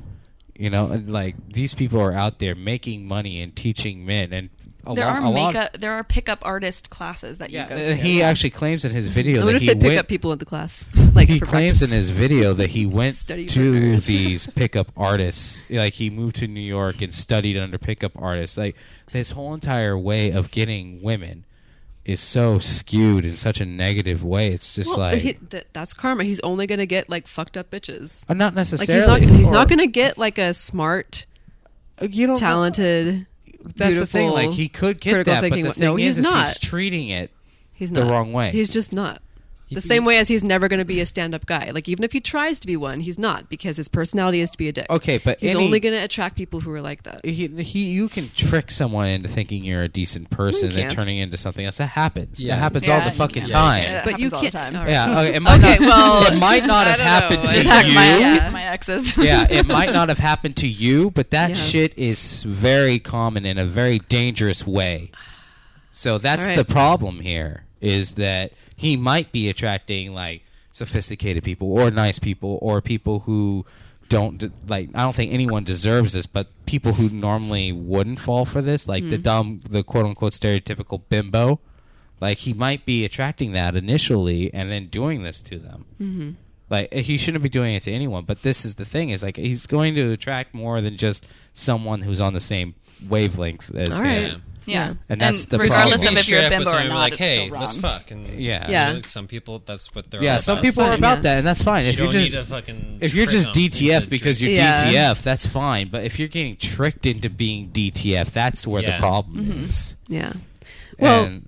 [SPEAKER 3] you know, and, like these people are out there making money and teaching men, and a
[SPEAKER 4] there
[SPEAKER 3] lot,
[SPEAKER 4] are
[SPEAKER 3] a lot-
[SPEAKER 4] makeup, there are pickup artist classes that you go
[SPEAKER 3] Yeah, uh,
[SPEAKER 4] to.
[SPEAKER 3] he actually claims in his
[SPEAKER 1] I
[SPEAKER 3] video that
[SPEAKER 1] wonder if
[SPEAKER 3] he
[SPEAKER 1] they pick
[SPEAKER 3] went,
[SPEAKER 1] up people in the class. Like
[SPEAKER 3] he
[SPEAKER 1] for
[SPEAKER 3] claims in
[SPEAKER 1] practice.
[SPEAKER 3] his video that he went
[SPEAKER 1] Study
[SPEAKER 3] to
[SPEAKER 1] partners.
[SPEAKER 3] these pickup artists. Like he moved to New York and studied under pickup artists. Like this whole entire way of getting women is so skewed in such a negative way. It's just
[SPEAKER 1] Well,
[SPEAKER 3] like
[SPEAKER 1] he, th- that's karma. He's only gonna get like fucked up bitches.
[SPEAKER 3] Uh, not
[SPEAKER 1] Like
[SPEAKER 3] necessarily.
[SPEAKER 1] he's not he's
[SPEAKER 3] or-
[SPEAKER 1] not gonna get like a smart,
[SPEAKER 3] You don't
[SPEAKER 1] talented.
[SPEAKER 3] Oh. That's the thing.
[SPEAKER 1] beautiful,
[SPEAKER 3] Like he could get
[SPEAKER 1] critical
[SPEAKER 3] that,
[SPEAKER 1] thinking.
[SPEAKER 3] but the thing
[SPEAKER 1] no,
[SPEAKER 3] is,
[SPEAKER 1] he's
[SPEAKER 3] is
[SPEAKER 1] not.
[SPEAKER 3] he's treating it.
[SPEAKER 1] he's
[SPEAKER 3] the
[SPEAKER 1] not.
[SPEAKER 3] wrong way.
[SPEAKER 1] He's just not. The same way as he's never going to be a stand-up guy. Like even if he tries to be one, he's not because his personality is to be a dick.
[SPEAKER 3] Okay, but
[SPEAKER 1] he's
[SPEAKER 3] any-
[SPEAKER 1] only going to attract people who are like that.
[SPEAKER 3] He, he, you can trick someone into thinking you're a decent person and
[SPEAKER 1] can't.
[SPEAKER 3] turning into something else. That happens.
[SPEAKER 2] Yeah.
[SPEAKER 3] That happens all
[SPEAKER 4] Yeah,
[SPEAKER 3] the
[SPEAKER 4] you
[SPEAKER 3] fucking
[SPEAKER 4] can't.
[SPEAKER 3] time.
[SPEAKER 4] Yeah, that
[SPEAKER 1] But you
[SPEAKER 4] happens all the
[SPEAKER 1] can't-
[SPEAKER 4] time.
[SPEAKER 1] all right.
[SPEAKER 3] Yeah. Okay. It might
[SPEAKER 1] Okay,
[SPEAKER 3] not,
[SPEAKER 1] well,
[SPEAKER 3] it might not
[SPEAKER 1] I
[SPEAKER 3] have
[SPEAKER 1] don't
[SPEAKER 3] happened
[SPEAKER 1] know.
[SPEAKER 3] to
[SPEAKER 1] It
[SPEAKER 4] Just hacked
[SPEAKER 3] you.
[SPEAKER 4] my,
[SPEAKER 1] Yeah.
[SPEAKER 4] my exes.
[SPEAKER 3] yeah, it might not have happened to you, but that
[SPEAKER 1] Yeah.
[SPEAKER 3] shit is very common in a very dangerous way. So that's
[SPEAKER 1] All right.
[SPEAKER 3] the problem here is that he might be attracting like sophisticated people or nice people or people who don't de- like I don't think anyone deserves this, but people who normally wouldn't fall for this, like
[SPEAKER 1] Hmm.
[SPEAKER 3] the dumb the quote unquote stereotypical bimbo. Like he might be attracting that initially and then doing this to them.
[SPEAKER 1] Mm-hmm.
[SPEAKER 3] Like he shouldn't be doing it to anyone, but this is the thing: is like he's going to attract more than just someone who's on the same wavelength as
[SPEAKER 1] All
[SPEAKER 3] him.
[SPEAKER 1] right.
[SPEAKER 2] Yeah.
[SPEAKER 4] Yeah.
[SPEAKER 1] And
[SPEAKER 3] that's the
[SPEAKER 4] regardless
[SPEAKER 3] problem.
[SPEAKER 4] of if you're
[SPEAKER 2] Straight
[SPEAKER 4] a
[SPEAKER 2] up
[SPEAKER 4] bimbo
[SPEAKER 2] with
[SPEAKER 4] or
[SPEAKER 2] someone,
[SPEAKER 4] not,
[SPEAKER 2] like,
[SPEAKER 4] it's
[SPEAKER 2] hey,
[SPEAKER 4] still wrong.
[SPEAKER 2] let's fuck. And
[SPEAKER 3] Yeah.
[SPEAKER 1] Yeah.
[SPEAKER 2] you know, some people, that's what they're.
[SPEAKER 3] Yeah,
[SPEAKER 2] all
[SPEAKER 3] some
[SPEAKER 2] about.
[SPEAKER 3] people are
[SPEAKER 1] fine,
[SPEAKER 3] about
[SPEAKER 1] yeah.
[SPEAKER 3] that, and that's fine.
[SPEAKER 2] You
[SPEAKER 3] if
[SPEAKER 2] don't
[SPEAKER 3] you're just
[SPEAKER 2] need a fucking.
[SPEAKER 3] if you're
[SPEAKER 2] trick
[SPEAKER 3] just
[SPEAKER 2] on people
[SPEAKER 3] DTF
[SPEAKER 2] to
[SPEAKER 3] because you're
[SPEAKER 2] trick-
[SPEAKER 1] Yeah.
[SPEAKER 3] DTF, that's fine. But if you're getting tricked into being DTF, that's where
[SPEAKER 2] Yeah.
[SPEAKER 3] the problem
[SPEAKER 1] Mm-hmm.
[SPEAKER 3] is.
[SPEAKER 1] Yeah. Well,
[SPEAKER 3] and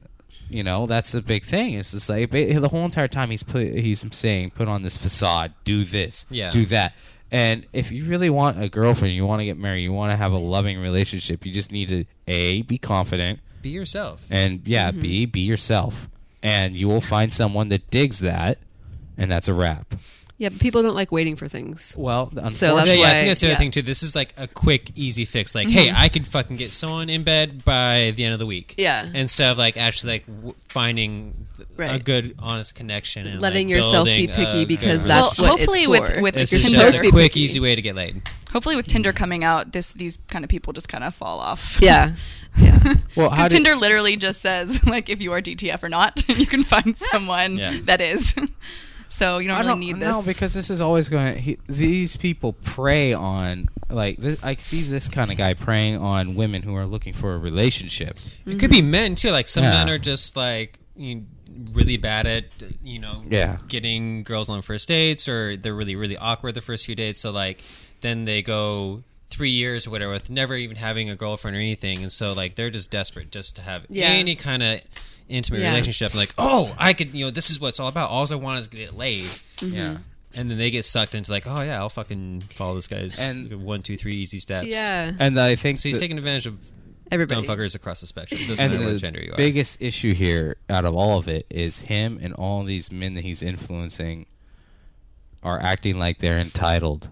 [SPEAKER 3] you know that's the big thing. It's just like ba- the whole entire time he's put, he's saying, put on this facade, do this,
[SPEAKER 2] Yeah.
[SPEAKER 3] do that. And if you really want a girlfriend, you want to get married, you want to have a loving relationship, you just need to a be confident
[SPEAKER 2] Be yourself.
[SPEAKER 3] and yeah, b be yourself, and you will find someone that digs that, and that's a wrap.
[SPEAKER 1] yeah, but people don't like waiting for things.
[SPEAKER 3] Well,
[SPEAKER 1] So that's
[SPEAKER 2] yeah, yeah, I
[SPEAKER 1] why-
[SPEAKER 2] think that's the other
[SPEAKER 1] yeah. Mm-hmm.
[SPEAKER 2] thing too. This is like a quick, easy fix. Like, hey, I can fucking get someone in bed by the end of the week.
[SPEAKER 1] Yeah.
[SPEAKER 2] instead of like actually like w- finding a
[SPEAKER 1] Right.
[SPEAKER 2] good, honest connection and
[SPEAKER 1] Letting
[SPEAKER 2] like,
[SPEAKER 1] yourself be
[SPEAKER 2] building
[SPEAKER 1] picky
[SPEAKER 2] a
[SPEAKER 1] because
[SPEAKER 2] good
[SPEAKER 1] that's what
[SPEAKER 2] relationship.
[SPEAKER 4] well, hopefully
[SPEAKER 1] it's
[SPEAKER 4] with
[SPEAKER 1] for.
[SPEAKER 4] with
[SPEAKER 2] It's
[SPEAKER 1] you're
[SPEAKER 2] just
[SPEAKER 4] Tinder,
[SPEAKER 1] supposed
[SPEAKER 2] just
[SPEAKER 1] to be
[SPEAKER 2] a quick,
[SPEAKER 1] picky.
[SPEAKER 2] easy way to get laid.
[SPEAKER 4] hopefully with Tinder coming out, this these kind of people just kind of fall off.
[SPEAKER 1] Yeah. Yeah.
[SPEAKER 3] well, how
[SPEAKER 4] Because
[SPEAKER 3] did,
[SPEAKER 4] Tinder literally just says like if you are DTF or not, you can find someone
[SPEAKER 2] Yeah.
[SPEAKER 4] that is. so you don't,
[SPEAKER 3] I don't
[SPEAKER 4] really need this.
[SPEAKER 3] no, because this is always going. He, these people prey on like this, I see this kind of guy preying on women who are looking for a relationship.
[SPEAKER 2] It could be men too. Like some
[SPEAKER 3] Yeah.
[SPEAKER 2] men are just like you know, really bad at you know
[SPEAKER 3] Yeah.
[SPEAKER 2] getting girls on first dates, or they're really really awkward the first few dates. So like then they go three years or whatever with never even having a girlfriend or anything, and so like they're just desperate just to have
[SPEAKER 1] Yeah.
[SPEAKER 2] any kind of intimate
[SPEAKER 1] Yeah.
[SPEAKER 2] relationship. Like oh, I could you know this is what it's all about. All I want is to get laid.
[SPEAKER 1] Mm-hmm.
[SPEAKER 3] Yeah,
[SPEAKER 2] And then they get sucked into like, oh yeah, I'll fucking follow this guy's
[SPEAKER 3] And-
[SPEAKER 2] one, two, three easy steps.
[SPEAKER 1] Yeah.
[SPEAKER 3] and I think
[SPEAKER 2] So he's
[SPEAKER 3] that-
[SPEAKER 2] taking advantage of
[SPEAKER 1] Everybody.
[SPEAKER 2] dumb fuckers across the spectrum. Doesn't
[SPEAKER 3] and
[SPEAKER 2] matter
[SPEAKER 3] the
[SPEAKER 2] what gender you are.
[SPEAKER 3] biggest issue here out of all of it is him and all these men that he's influencing are acting like they're entitled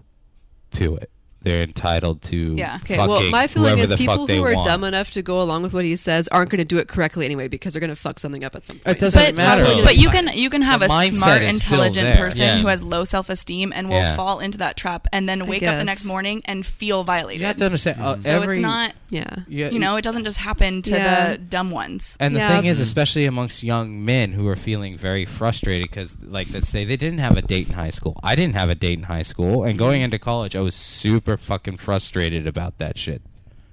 [SPEAKER 3] to it. They're entitled to
[SPEAKER 4] Yeah.
[SPEAKER 1] Okay,
[SPEAKER 3] fucking
[SPEAKER 1] well, my feeling
[SPEAKER 3] whoever
[SPEAKER 1] is
[SPEAKER 3] the
[SPEAKER 1] people
[SPEAKER 3] fuck they
[SPEAKER 1] who are
[SPEAKER 3] want.
[SPEAKER 1] dumb enough to go along with what he says aren't going to do it correctly anyway because they're going to fuck something up at some point.
[SPEAKER 3] doesn't
[SPEAKER 1] But it's
[SPEAKER 3] matter.
[SPEAKER 1] probably gonna
[SPEAKER 4] But
[SPEAKER 1] be
[SPEAKER 4] you
[SPEAKER 1] fine.
[SPEAKER 4] can you can have
[SPEAKER 3] The
[SPEAKER 4] a
[SPEAKER 3] mindset
[SPEAKER 4] smart,
[SPEAKER 3] is still
[SPEAKER 4] intelligent
[SPEAKER 3] there.
[SPEAKER 4] person
[SPEAKER 2] Yeah.
[SPEAKER 4] who has low self esteem and will
[SPEAKER 3] Yeah.
[SPEAKER 4] fall into that trap, and then wake up the
[SPEAKER 1] guess.
[SPEAKER 4] next morning and feel violated.
[SPEAKER 3] You have to understand. uh,
[SPEAKER 4] so
[SPEAKER 3] every-
[SPEAKER 4] it's not
[SPEAKER 1] Yeah.
[SPEAKER 3] yeah,
[SPEAKER 4] you know it doesn't just happen to
[SPEAKER 1] Yeah.
[SPEAKER 4] the dumb ones.
[SPEAKER 3] And the
[SPEAKER 1] Yeah.
[SPEAKER 3] thing is, especially amongst young men who are feeling very frustrated because, like, let's say they didn't have a date in high school. I didn't have a date in high school, and going into college, I was super fucking frustrated about that shit.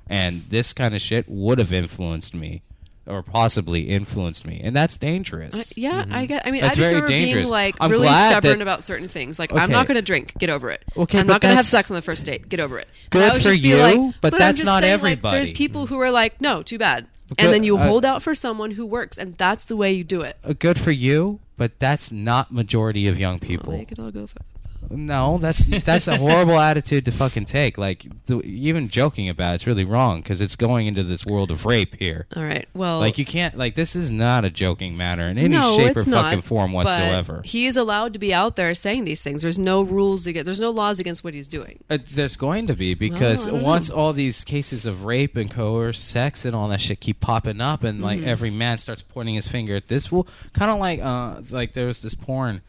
[SPEAKER 3] And this kind of shit would have influenced me, or possibly influenced me, and that's
[SPEAKER 1] I-
[SPEAKER 3] dangerous.
[SPEAKER 1] Uh, Yeah, I get. I mean,
[SPEAKER 3] Mm-hmm. That's
[SPEAKER 1] I just
[SPEAKER 3] very
[SPEAKER 1] remember being
[SPEAKER 3] dangerous.
[SPEAKER 1] like
[SPEAKER 3] I'm
[SPEAKER 1] really
[SPEAKER 3] glad
[SPEAKER 1] stubborn
[SPEAKER 3] that-
[SPEAKER 1] about certain things. Like, I'm
[SPEAKER 3] Okay.
[SPEAKER 1] not going to drink. Get over it.
[SPEAKER 3] Okay,
[SPEAKER 1] I'm
[SPEAKER 3] but
[SPEAKER 1] not going to have
[SPEAKER 3] that's-
[SPEAKER 1] sex on the first date. Get over it.
[SPEAKER 3] Good
[SPEAKER 1] And I would
[SPEAKER 3] for
[SPEAKER 1] just be
[SPEAKER 3] you,
[SPEAKER 1] like,
[SPEAKER 3] but
[SPEAKER 1] I'm
[SPEAKER 3] that's
[SPEAKER 1] just
[SPEAKER 3] not
[SPEAKER 1] saying, Like,
[SPEAKER 3] everybody. uh,
[SPEAKER 1] there's people who are like, no, too bad.
[SPEAKER 3] Good-
[SPEAKER 1] And then you
[SPEAKER 3] I-
[SPEAKER 1] hold out for someone who works, and that's the way you do it.
[SPEAKER 3] Uh, Good for you, but that's not majority of young people.
[SPEAKER 1] They could all go for
[SPEAKER 3] No, that's that's a horrible attitude to fucking take. Like the, even joking about it's really wrong because it's going into this world of rape here.
[SPEAKER 1] All right. Well,
[SPEAKER 3] Like you can't like this is not a joking matter in any
[SPEAKER 1] Oh. no,
[SPEAKER 3] shape
[SPEAKER 1] it's
[SPEAKER 3] or
[SPEAKER 1] not,
[SPEAKER 3] fucking form
[SPEAKER 1] but
[SPEAKER 3] whatsoever.
[SPEAKER 1] He is allowed to be out there saying these things. There's no rules against. There's no laws against what he's doing.
[SPEAKER 3] Uh, there's going to be because
[SPEAKER 1] Well, I don't
[SPEAKER 3] once all these cases of rape and coerced sex and all that shit keep popping up, and like
[SPEAKER 1] Mm-hmm.
[SPEAKER 3] every man starts pointing his finger at this fool, kind of like uh like there was this porn.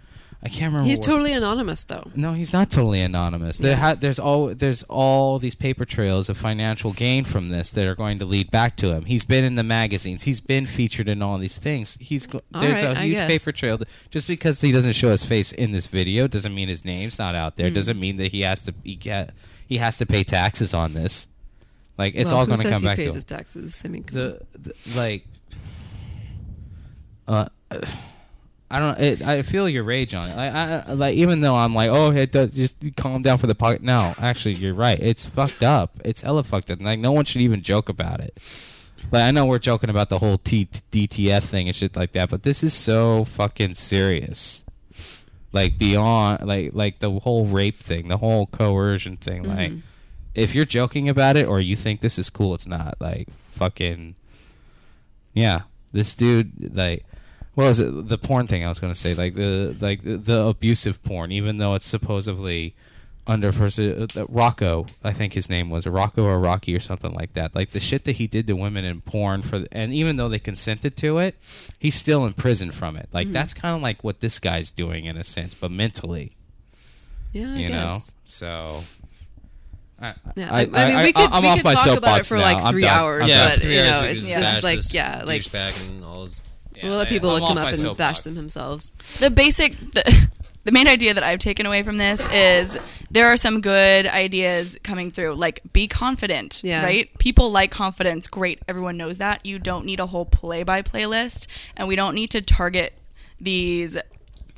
[SPEAKER 3] I can't remember.
[SPEAKER 1] He's
[SPEAKER 3] what-
[SPEAKER 1] totally anonymous, though.
[SPEAKER 3] No, he's not totally anonymous. There ha- there's all there's all these paper trails of financial gain from this that are going to lead back to him. He's been in the magazines. He's been featured in all these things. He's go-
[SPEAKER 1] All
[SPEAKER 3] there's
[SPEAKER 1] right,
[SPEAKER 3] a
[SPEAKER 1] I
[SPEAKER 3] huge
[SPEAKER 1] guess.
[SPEAKER 3] paper trail. that- just because he doesn't show his face in this video doesn't mean his name's not out
[SPEAKER 1] Hmm.
[SPEAKER 3] there. Doesn't mean that he has to he, get, he has to pay taxes on this. Like it's
[SPEAKER 1] well,
[SPEAKER 3] all
[SPEAKER 1] who
[SPEAKER 3] going to
[SPEAKER 1] says
[SPEAKER 3] come
[SPEAKER 1] he
[SPEAKER 3] back
[SPEAKER 1] pays
[SPEAKER 3] to him.
[SPEAKER 1] his taxes. I mean, come on.
[SPEAKER 3] The, the like uh, I don't. It, I feel your rage on it. Like, I, I, like even though I'm like, oh, it does, just calm down for the pocket. No, actually, you're right. It's fucked up. It's hella fucked up. Like no one should even joke about it. Like I know we're joking about the whole T- DTF thing and shit like that, but this is so fucking serious. Like beyond, like like the whole rape thing, the whole coercion thing. Like if you're joking about it or you think this is cool, it's not. Like fucking. Yeah, this dude like what was it the porn thing I was going to say like the like the, the abusive porn even though it's supposedly under first uh, uh, Rocco I think his name was Rocco or Rocky or something like that like the shit that he did to women in porn for and even though they consented to it he's still in prison from it
[SPEAKER 1] Hmm.
[SPEAKER 3] like that's kind of like what this guy's doing in a sense but mentally
[SPEAKER 1] Yeah, I
[SPEAKER 3] you know
[SPEAKER 1] guess.
[SPEAKER 3] so I,
[SPEAKER 1] Yeah, I, I mean, we could,
[SPEAKER 3] I'm
[SPEAKER 1] we
[SPEAKER 3] off
[SPEAKER 1] could
[SPEAKER 3] my
[SPEAKER 1] talk about it
[SPEAKER 3] soapbox
[SPEAKER 1] for
[SPEAKER 3] now.
[SPEAKER 1] like
[SPEAKER 3] I'm
[SPEAKER 1] 3
[SPEAKER 3] done.
[SPEAKER 1] hours,
[SPEAKER 3] I'm
[SPEAKER 2] yeah,
[SPEAKER 1] but
[SPEAKER 2] three
[SPEAKER 1] you
[SPEAKER 2] hours
[SPEAKER 1] know,
[SPEAKER 2] we
[SPEAKER 1] it's
[SPEAKER 2] could
[SPEAKER 1] just
[SPEAKER 2] bash
[SPEAKER 1] like
[SPEAKER 2] this
[SPEAKER 1] yeah, like
[SPEAKER 2] douchebag and all his-
[SPEAKER 1] we'll let
[SPEAKER 3] Yeah,
[SPEAKER 1] people
[SPEAKER 3] I'm
[SPEAKER 1] look them up
[SPEAKER 3] off my
[SPEAKER 1] and bash
[SPEAKER 3] soapbox.
[SPEAKER 1] them themselves.
[SPEAKER 4] the basic the, the main idea that I've taken away from this is there are some good ideas coming through. Like be confident,
[SPEAKER 1] Yeah.
[SPEAKER 4] right? People like confidence. Great, everyone knows that. You don't need a whole play-by-play list, and we don't need to target these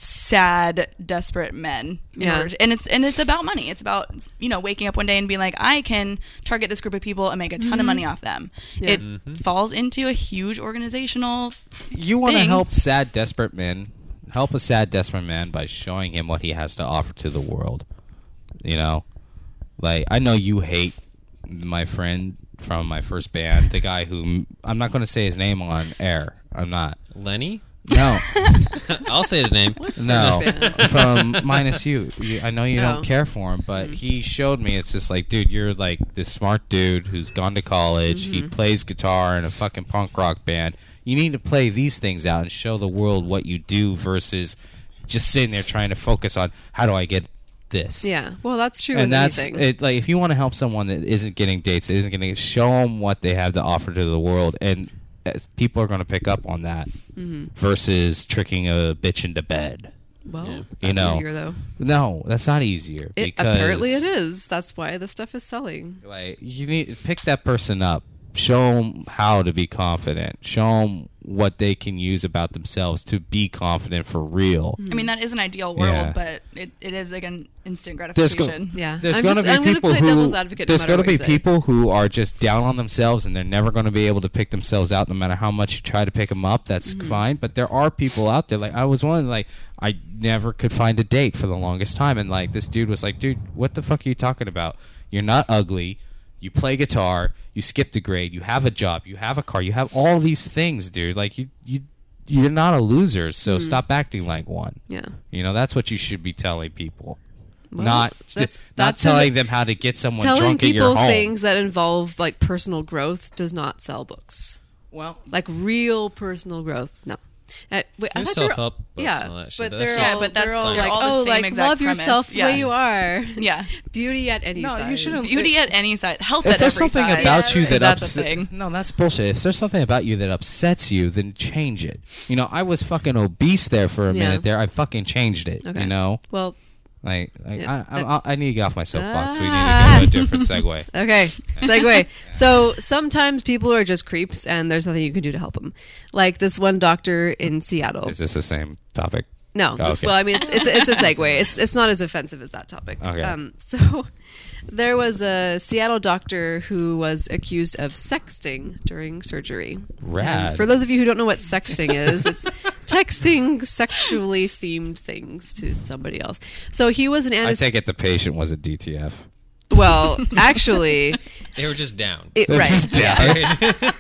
[SPEAKER 4] sad, desperate men. in
[SPEAKER 1] Yeah.
[SPEAKER 4] order to- and it's and it's about money. It's about you know waking up one day and being like, I can target this group of people and make a ton of money off them.
[SPEAKER 1] Mm-hmm. Yeah.
[SPEAKER 4] It falls into a huge organizational
[SPEAKER 3] you want to
[SPEAKER 4] thing.
[SPEAKER 3] help sad, desperate men. Help a sad, desperate man by showing him what he has to offer to the world. You know, like I know you hate my friend from my first band, the guy who I'm not going to say his name on air. I'm not.
[SPEAKER 2] Lenny.
[SPEAKER 3] No,
[SPEAKER 2] I'll say his name.
[SPEAKER 3] no.
[SPEAKER 1] Band.
[SPEAKER 3] From minus you. You- I know you
[SPEAKER 1] Oh.
[SPEAKER 3] don't care for him, but he showed me. It's just like, dude, you're like this smart dude who's gone to college.
[SPEAKER 1] Mm-hmm.
[SPEAKER 3] He plays guitar in a fucking punk rock band. You need to play these things out and show the world what you do versus just sitting there trying to focus on how do I get this
[SPEAKER 1] Yeah, well, that's true. with
[SPEAKER 3] and that's
[SPEAKER 1] anything.
[SPEAKER 3] it, like if you want to help someone that isn't getting dates, that isn't getting show them what they have to offer to the world, and uh, people are going to pick up on that
[SPEAKER 1] Mm-hmm.
[SPEAKER 3] versus tricking a bitch into bed.
[SPEAKER 1] well,
[SPEAKER 2] Yeah.
[SPEAKER 1] that's
[SPEAKER 3] know.
[SPEAKER 1] easier, though.
[SPEAKER 3] No, that's not easier.
[SPEAKER 1] It,
[SPEAKER 3] because,
[SPEAKER 1] apparently, it is. That's why this stuff is selling.
[SPEAKER 3] Like you need pick that person up, show them how to be confident, show them what they can use about themselves to be confident for real.
[SPEAKER 4] I mean, that is an ideal world,
[SPEAKER 3] Yeah.
[SPEAKER 4] but it, it is like an instant
[SPEAKER 3] There's go-
[SPEAKER 4] gratification.
[SPEAKER 1] Yeah,
[SPEAKER 3] There's
[SPEAKER 1] I'm
[SPEAKER 3] going to
[SPEAKER 1] just-
[SPEAKER 3] be
[SPEAKER 1] I'm gonna
[SPEAKER 3] people
[SPEAKER 1] play
[SPEAKER 3] who
[SPEAKER 1] devil's advocate. no
[SPEAKER 3] there's
[SPEAKER 1] matter
[SPEAKER 3] going to
[SPEAKER 1] what you
[SPEAKER 3] be
[SPEAKER 1] say.
[SPEAKER 3] people who are just down on themselves and they're never going to be able to pick themselves out no matter how much you try to pick them up. That's
[SPEAKER 1] Mm-hmm.
[SPEAKER 3] fine, but there are people out there like I was one like I never could find a date for the longest time and like this dude was like, "Dude, what the fuck are you talking about? You're not ugly. You play guitar, you skipped a grade, you have a job, you have a car, you have all these things, dude. Like you you you're not a loser, so
[SPEAKER 1] Mm-hmm.
[SPEAKER 3] stop acting like one."
[SPEAKER 1] Yeah,
[SPEAKER 3] You know, that's what you should be telling people.
[SPEAKER 1] Well,
[SPEAKER 3] not
[SPEAKER 1] that's-
[SPEAKER 3] not
[SPEAKER 1] that's-
[SPEAKER 3] telling them how to get someone
[SPEAKER 1] telling
[SPEAKER 3] drunk at your
[SPEAKER 1] people
[SPEAKER 3] home.
[SPEAKER 1] things that involve like personal growth does not sell books.
[SPEAKER 3] Well,
[SPEAKER 1] Like real personal growth, no. Uh, wait, I
[SPEAKER 2] There's
[SPEAKER 1] thought they were-
[SPEAKER 2] self-help books
[SPEAKER 1] yeah,
[SPEAKER 2] and all that
[SPEAKER 1] but
[SPEAKER 2] shit. That's
[SPEAKER 1] they're
[SPEAKER 2] just-
[SPEAKER 1] all,
[SPEAKER 4] Yeah, but that's
[SPEAKER 1] they're all
[SPEAKER 4] fine.
[SPEAKER 1] like,
[SPEAKER 4] All the
[SPEAKER 1] oh,
[SPEAKER 4] same
[SPEAKER 1] like
[SPEAKER 4] exact
[SPEAKER 1] love
[SPEAKER 4] premise.
[SPEAKER 1] yourself the
[SPEAKER 4] Yeah.
[SPEAKER 1] way you are.
[SPEAKER 4] Yeah.
[SPEAKER 1] beauty at any
[SPEAKER 3] No, you
[SPEAKER 1] size.
[SPEAKER 3] shouldn't-
[SPEAKER 4] Beauty at any size, health
[SPEAKER 3] if
[SPEAKER 4] at every
[SPEAKER 3] there's something
[SPEAKER 4] size.
[SPEAKER 3] about you that
[SPEAKER 4] that's a
[SPEAKER 3] upsets
[SPEAKER 4] thing.
[SPEAKER 3] no, that's bullshit. If there's something about you that upsets you, then change it. You know, I was fucking obese there for a
[SPEAKER 1] Yeah.
[SPEAKER 3] minute. There, I fucking changed it.
[SPEAKER 1] Okay.
[SPEAKER 3] You know,
[SPEAKER 1] Well,
[SPEAKER 3] like, like
[SPEAKER 1] Yeah.
[SPEAKER 3] I, I, I, I need to get off my soapbox.
[SPEAKER 1] Ah.
[SPEAKER 3] We need to go to a different segue.
[SPEAKER 1] okay. Segue. So sometimes people are just creeps, and there's nothing you can do to help them. Like this one doctor in Seattle.
[SPEAKER 3] Is this the same topic?
[SPEAKER 1] No.
[SPEAKER 3] Oh, okay.
[SPEAKER 1] Well, I mean, it's, it's, it's a segue. It's, it's not as offensive as that topic.
[SPEAKER 3] Okay.
[SPEAKER 1] Um, so there was a Seattle doctor who was accused of sexting during surgery.
[SPEAKER 3] Rad.
[SPEAKER 1] And for those of you who don't know what sexting is, it's texting sexually themed things to somebody else. So he was an
[SPEAKER 3] I
[SPEAKER 1] anesthesia.
[SPEAKER 3] take it the patient was a DTF.
[SPEAKER 1] well, actually,
[SPEAKER 2] they were just down.
[SPEAKER 1] it, right.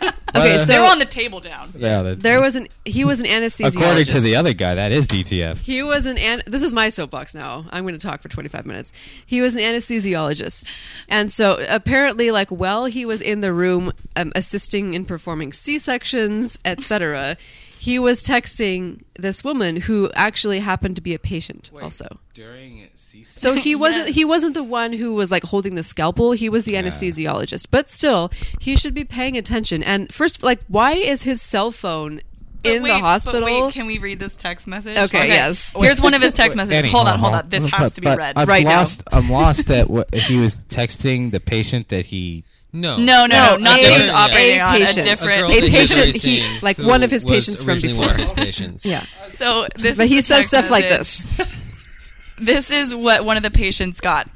[SPEAKER 3] Yeah.
[SPEAKER 1] Okay,
[SPEAKER 3] But, uh,
[SPEAKER 4] They
[SPEAKER 1] so
[SPEAKER 4] were on the table down.
[SPEAKER 3] yeah, that-
[SPEAKER 1] there was an he was an anesthesiologist.
[SPEAKER 3] according to the other guy, that is DTF.
[SPEAKER 1] He was an, an this is my soapbox now. I'm going to talk for 25 minutes. He was an anesthesiologist. And so apparently like while he was in the room um, assisting in performing C-sections, etc., he was texting this woman who actually happened to be a patient also.
[SPEAKER 3] during C
[SPEAKER 1] So he wasn't he wasn't the one who was like holding the scalpel. He was the anesthesiologist. But still, he should be paying attention. And first, like, why is his cell phone in
[SPEAKER 4] Wait,
[SPEAKER 1] the
[SPEAKER 4] but
[SPEAKER 1] hospital?
[SPEAKER 4] wait, can we read this text message?
[SPEAKER 1] Okay, yes.
[SPEAKER 4] Here's one of his text messages.
[SPEAKER 3] Annie,
[SPEAKER 4] hold on, hold on. This
[SPEAKER 3] But-
[SPEAKER 4] has to be
[SPEAKER 3] but
[SPEAKER 4] read
[SPEAKER 3] I'm
[SPEAKER 1] Right now.
[SPEAKER 3] lost, I'm lost that what, if he was texting the patient that he
[SPEAKER 2] No,
[SPEAKER 4] No,
[SPEAKER 1] No,
[SPEAKER 4] no, not
[SPEAKER 1] a-
[SPEAKER 4] that he was
[SPEAKER 1] a
[SPEAKER 4] operating on a
[SPEAKER 1] patient. A
[SPEAKER 2] A, girl
[SPEAKER 4] different.
[SPEAKER 1] A
[SPEAKER 2] that he's
[SPEAKER 1] patient
[SPEAKER 2] already
[SPEAKER 1] he-
[SPEAKER 2] seen
[SPEAKER 1] like
[SPEAKER 2] who
[SPEAKER 1] one of his
[SPEAKER 2] was
[SPEAKER 1] patients from
[SPEAKER 2] originally One of his
[SPEAKER 1] before.
[SPEAKER 2] patients.
[SPEAKER 1] Yeah.
[SPEAKER 4] So this.
[SPEAKER 1] But
[SPEAKER 4] is
[SPEAKER 1] he
[SPEAKER 4] the
[SPEAKER 1] said
[SPEAKER 4] text
[SPEAKER 1] stuff like
[SPEAKER 4] message.
[SPEAKER 1] this.
[SPEAKER 4] This is what one of the patients got.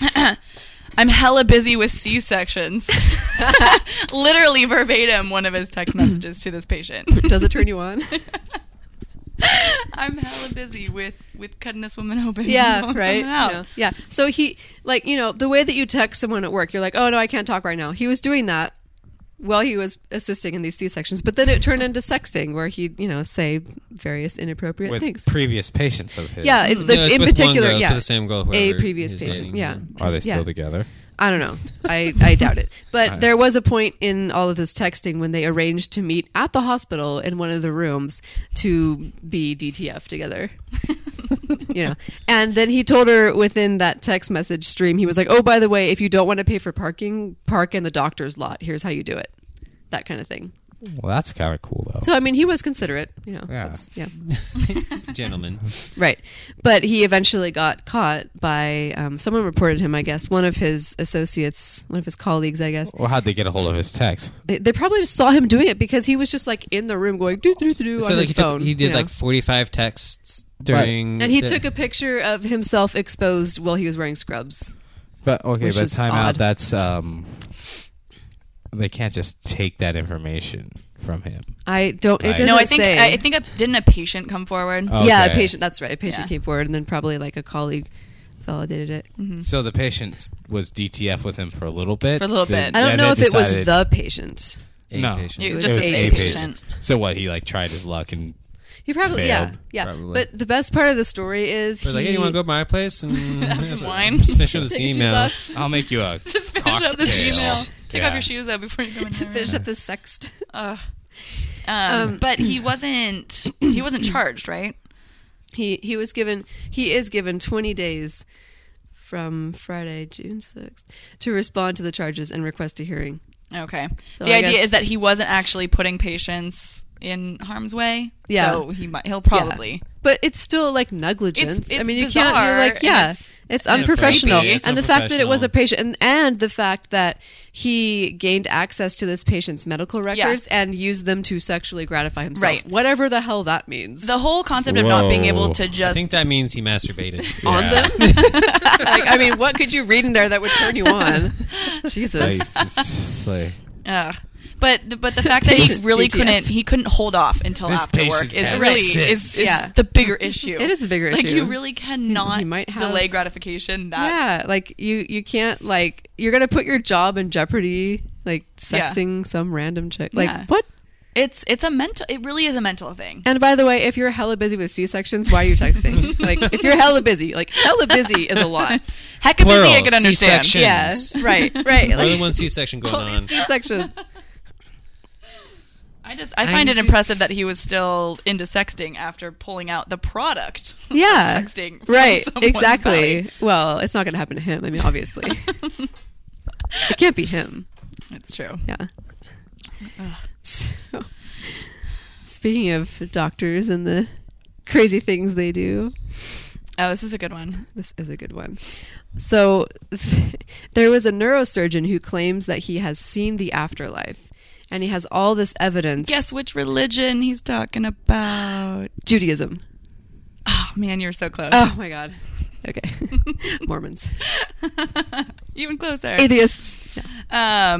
[SPEAKER 4] I'm hella busy with C sections. Literally verbatim, one of his text messages to this patient.
[SPEAKER 1] Does it turn you on?
[SPEAKER 4] I'm hella busy with with cutting this woman open.
[SPEAKER 1] yeah,
[SPEAKER 4] Blowing
[SPEAKER 1] right.
[SPEAKER 4] someone out.
[SPEAKER 1] Yeah. yeah. So he, like, you know, the way that you text someone at work, you're like, oh no, I can't talk right now. He was doing that while he was assisting in these C sections, but then it turned into sexting, where he'd, you know, say various inappropriate
[SPEAKER 3] with
[SPEAKER 1] things.
[SPEAKER 3] previous patients of his.
[SPEAKER 1] yeah, it, the,
[SPEAKER 2] No, it's
[SPEAKER 1] in
[SPEAKER 2] with one
[SPEAKER 1] particular,
[SPEAKER 2] girl, it's
[SPEAKER 1] yeah,
[SPEAKER 2] with the same girl,
[SPEAKER 1] a
[SPEAKER 2] whoever
[SPEAKER 1] previous
[SPEAKER 2] he's
[SPEAKER 1] patient.
[SPEAKER 2] dating.
[SPEAKER 1] Yeah,
[SPEAKER 3] Are they still
[SPEAKER 1] Yeah.
[SPEAKER 3] together?
[SPEAKER 1] I don't know. I, I doubt it. But there was a point in all of this texting when they arranged to meet at the hospital in one of the rooms to be DTF together. you know. And then he told her within that text message stream, he was like, Oh, by the way, if you don't want to pay for parking, park in the doctor's lot. Here's how you do it. That kind of thing.
[SPEAKER 3] Well, that's kind of cool though.
[SPEAKER 1] So I mean he was considerate, you know.
[SPEAKER 3] Yeah.
[SPEAKER 1] That's- yeah.
[SPEAKER 2] He's a gentleman.
[SPEAKER 1] Right. But he eventually got caught by um, someone reported him, I guess, one of his associates, one of his colleagues, I guess.
[SPEAKER 3] well, how'd they get a hold of his text?
[SPEAKER 1] They, they probably just saw him doing it because he was just like in the room going do do do do on
[SPEAKER 2] So like
[SPEAKER 1] his
[SPEAKER 2] he,
[SPEAKER 1] phone.
[SPEAKER 2] took, he did
[SPEAKER 1] you know.
[SPEAKER 2] like 45 texts during,
[SPEAKER 1] and he
[SPEAKER 2] the-
[SPEAKER 1] took a picture of himself exposed while he was wearing scrubs.
[SPEAKER 3] But okay,
[SPEAKER 1] Which
[SPEAKER 3] but
[SPEAKER 1] is
[SPEAKER 3] time
[SPEAKER 1] odd.
[SPEAKER 3] out. That's um, they can't just take that information from him.
[SPEAKER 1] I don't. It
[SPEAKER 3] Right.
[SPEAKER 1] doesn't
[SPEAKER 4] No, I think
[SPEAKER 1] say.
[SPEAKER 4] I, I think a, didn't a patient come forward?
[SPEAKER 3] Oh.
[SPEAKER 1] Yeah, a
[SPEAKER 3] Okay.
[SPEAKER 1] patient. That's right. A patient
[SPEAKER 4] Yeah. Mm-hmm.
[SPEAKER 1] came forward, and then probably like a colleague validated it.
[SPEAKER 3] So the patient s- was DTF with him for a little bit.
[SPEAKER 4] For a little
[SPEAKER 3] Then-
[SPEAKER 4] bit.
[SPEAKER 1] I don't
[SPEAKER 3] then
[SPEAKER 1] know
[SPEAKER 3] they
[SPEAKER 1] if it was
[SPEAKER 3] decided-
[SPEAKER 1] the patient.
[SPEAKER 2] a
[SPEAKER 3] No.
[SPEAKER 2] patient.
[SPEAKER 4] It was
[SPEAKER 1] It
[SPEAKER 4] just
[SPEAKER 1] was
[SPEAKER 4] a
[SPEAKER 1] a
[SPEAKER 4] patient.
[SPEAKER 3] So what? He like tried his luck and
[SPEAKER 1] He probably
[SPEAKER 3] Failed,
[SPEAKER 1] yeah yeah.
[SPEAKER 2] probably.
[SPEAKER 1] But the best part of the story is
[SPEAKER 2] We're
[SPEAKER 1] he
[SPEAKER 2] like, hey, you want to go to my place and
[SPEAKER 4] Have some wine.
[SPEAKER 2] Just finish up this
[SPEAKER 1] Take your shoes
[SPEAKER 2] email.
[SPEAKER 1] off.
[SPEAKER 3] I'll make you a
[SPEAKER 4] Just finish
[SPEAKER 3] cocktail.
[SPEAKER 4] up this email. Take
[SPEAKER 3] Yeah.
[SPEAKER 4] off your shoes though before you go in there.
[SPEAKER 1] finish up this sext.
[SPEAKER 4] Ugh. Um, but he wasn't. He wasn't charged, right?
[SPEAKER 1] He he was given he is given 20 days from Friday, June 6th, to respond to the charges and request a hearing.
[SPEAKER 4] Okay.
[SPEAKER 1] So
[SPEAKER 4] the
[SPEAKER 1] I
[SPEAKER 4] idea
[SPEAKER 1] guess-
[SPEAKER 4] is that he wasn't actually putting patients in harm's way.
[SPEAKER 1] Yeah.
[SPEAKER 4] So he might. He'll
[SPEAKER 1] Yeah.
[SPEAKER 4] probably.
[SPEAKER 1] But it's still like negligence.
[SPEAKER 4] It's- it's
[SPEAKER 1] I mean, you can't. You're
[SPEAKER 4] bizarre,
[SPEAKER 1] like,
[SPEAKER 4] and
[SPEAKER 1] yeah,
[SPEAKER 4] it's-
[SPEAKER 1] it's, unprofessional.
[SPEAKER 2] inappropriate, it's
[SPEAKER 1] and the fact that it was a
[SPEAKER 2] unprofessional.
[SPEAKER 1] patient, and, and the fact that he gained access to this patient's medical records and used them to sexually gratify himself,
[SPEAKER 4] Right.
[SPEAKER 1] whatever the hell that means.
[SPEAKER 4] The whole concept of not being able
[SPEAKER 3] Whoa.
[SPEAKER 4] to
[SPEAKER 2] I
[SPEAKER 4] just
[SPEAKER 2] think that means he masturbated.
[SPEAKER 1] on them. like, I mean, what could you read in there that would turn you on? Jesus.
[SPEAKER 3] Like, it's just like,
[SPEAKER 4] Ugh. But the, but the fact that he
[SPEAKER 1] Patient's
[SPEAKER 4] really
[SPEAKER 1] DTF.
[SPEAKER 4] couldn't he couldn't hold off until
[SPEAKER 3] This
[SPEAKER 4] after work
[SPEAKER 3] patient's
[SPEAKER 4] is
[SPEAKER 3] had
[SPEAKER 4] really
[SPEAKER 3] cysts.
[SPEAKER 4] is, is
[SPEAKER 1] Yeah.
[SPEAKER 4] the bigger issue.
[SPEAKER 1] It is the bigger
[SPEAKER 4] like
[SPEAKER 1] issue.
[SPEAKER 4] you really cannot
[SPEAKER 1] he might have-
[SPEAKER 4] delay gratification. That
[SPEAKER 1] yeah, like you you can't like you're gonna put your job in jeopardy, like
[SPEAKER 4] Yeah.
[SPEAKER 1] sexting some random chick. Like
[SPEAKER 4] Yeah.
[SPEAKER 1] what?
[SPEAKER 4] it's it's a mental. It really is a mental thing.
[SPEAKER 1] And by the way, if you're hella busy with C sections, why are you texting? like if you're hella busy, like hella busy is a lot.
[SPEAKER 4] Heck of busy, I
[SPEAKER 2] Plural,
[SPEAKER 4] can understand.
[SPEAKER 2] C-section.
[SPEAKER 1] Yeah, right, right.
[SPEAKER 2] More
[SPEAKER 1] Like
[SPEAKER 2] than one C-section going on.
[SPEAKER 1] C sections.
[SPEAKER 4] I just I
[SPEAKER 2] I
[SPEAKER 4] find it
[SPEAKER 2] see-
[SPEAKER 4] impressive that he was still into sexting after pulling out the product. of
[SPEAKER 1] Yeah,
[SPEAKER 4] sexting. from
[SPEAKER 1] right.
[SPEAKER 4] someone's
[SPEAKER 1] Exactly.
[SPEAKER 4] belly.
[SPEAKER 1] Well, it's not gonna happen to him. I mean, obviously, it can't be him.
[SPEAKER 4] It's true.
[SPEAKER 1] Yeah. So, speaking of doctors and the crazy things they do,
[SPEAKER 4] Oh, this is a good one.
[SPEAKER 1] This is a good one. So there was a neurosurgeon who claims that he has seen the afterlife and he has all this evidence.
[SPEAKER 4] Guess which religion he's talking about?
[SPEAKER 1] Judaism.
[SPEAKER 4] Oh man, you're so close.
[SPEAKER 1] Oh my god. Okay. Mormons.
[SPEAKER 4] Even closer.
[SPEAKER 1] Atheists. No,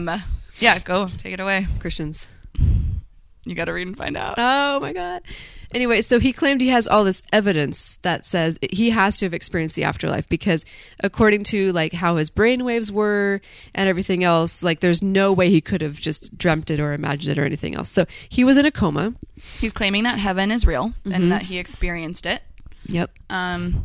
[SPEAKER 4] Um, yeah, go take it away.
[SPEAKER 1] Christians.
[SPEAKER 4] You got to read and find out.
[SPEAKER 1] Oh my god. Anyway, so he claimed he has all this evidence that says he has to have experienced the afterlife because according to like how his brain waves were and everything else, like there's no way he could have just dreamt it or imagined it or anything else. So he was in a coma.
[SPEAKER 4] He's claiming that heaven is real
[SPEAKER 1] mm-hmm.
[SPEAKER 4] and that he experienced it.
[SPEAKER 1] Yep.
[SPEAKER 4] Um,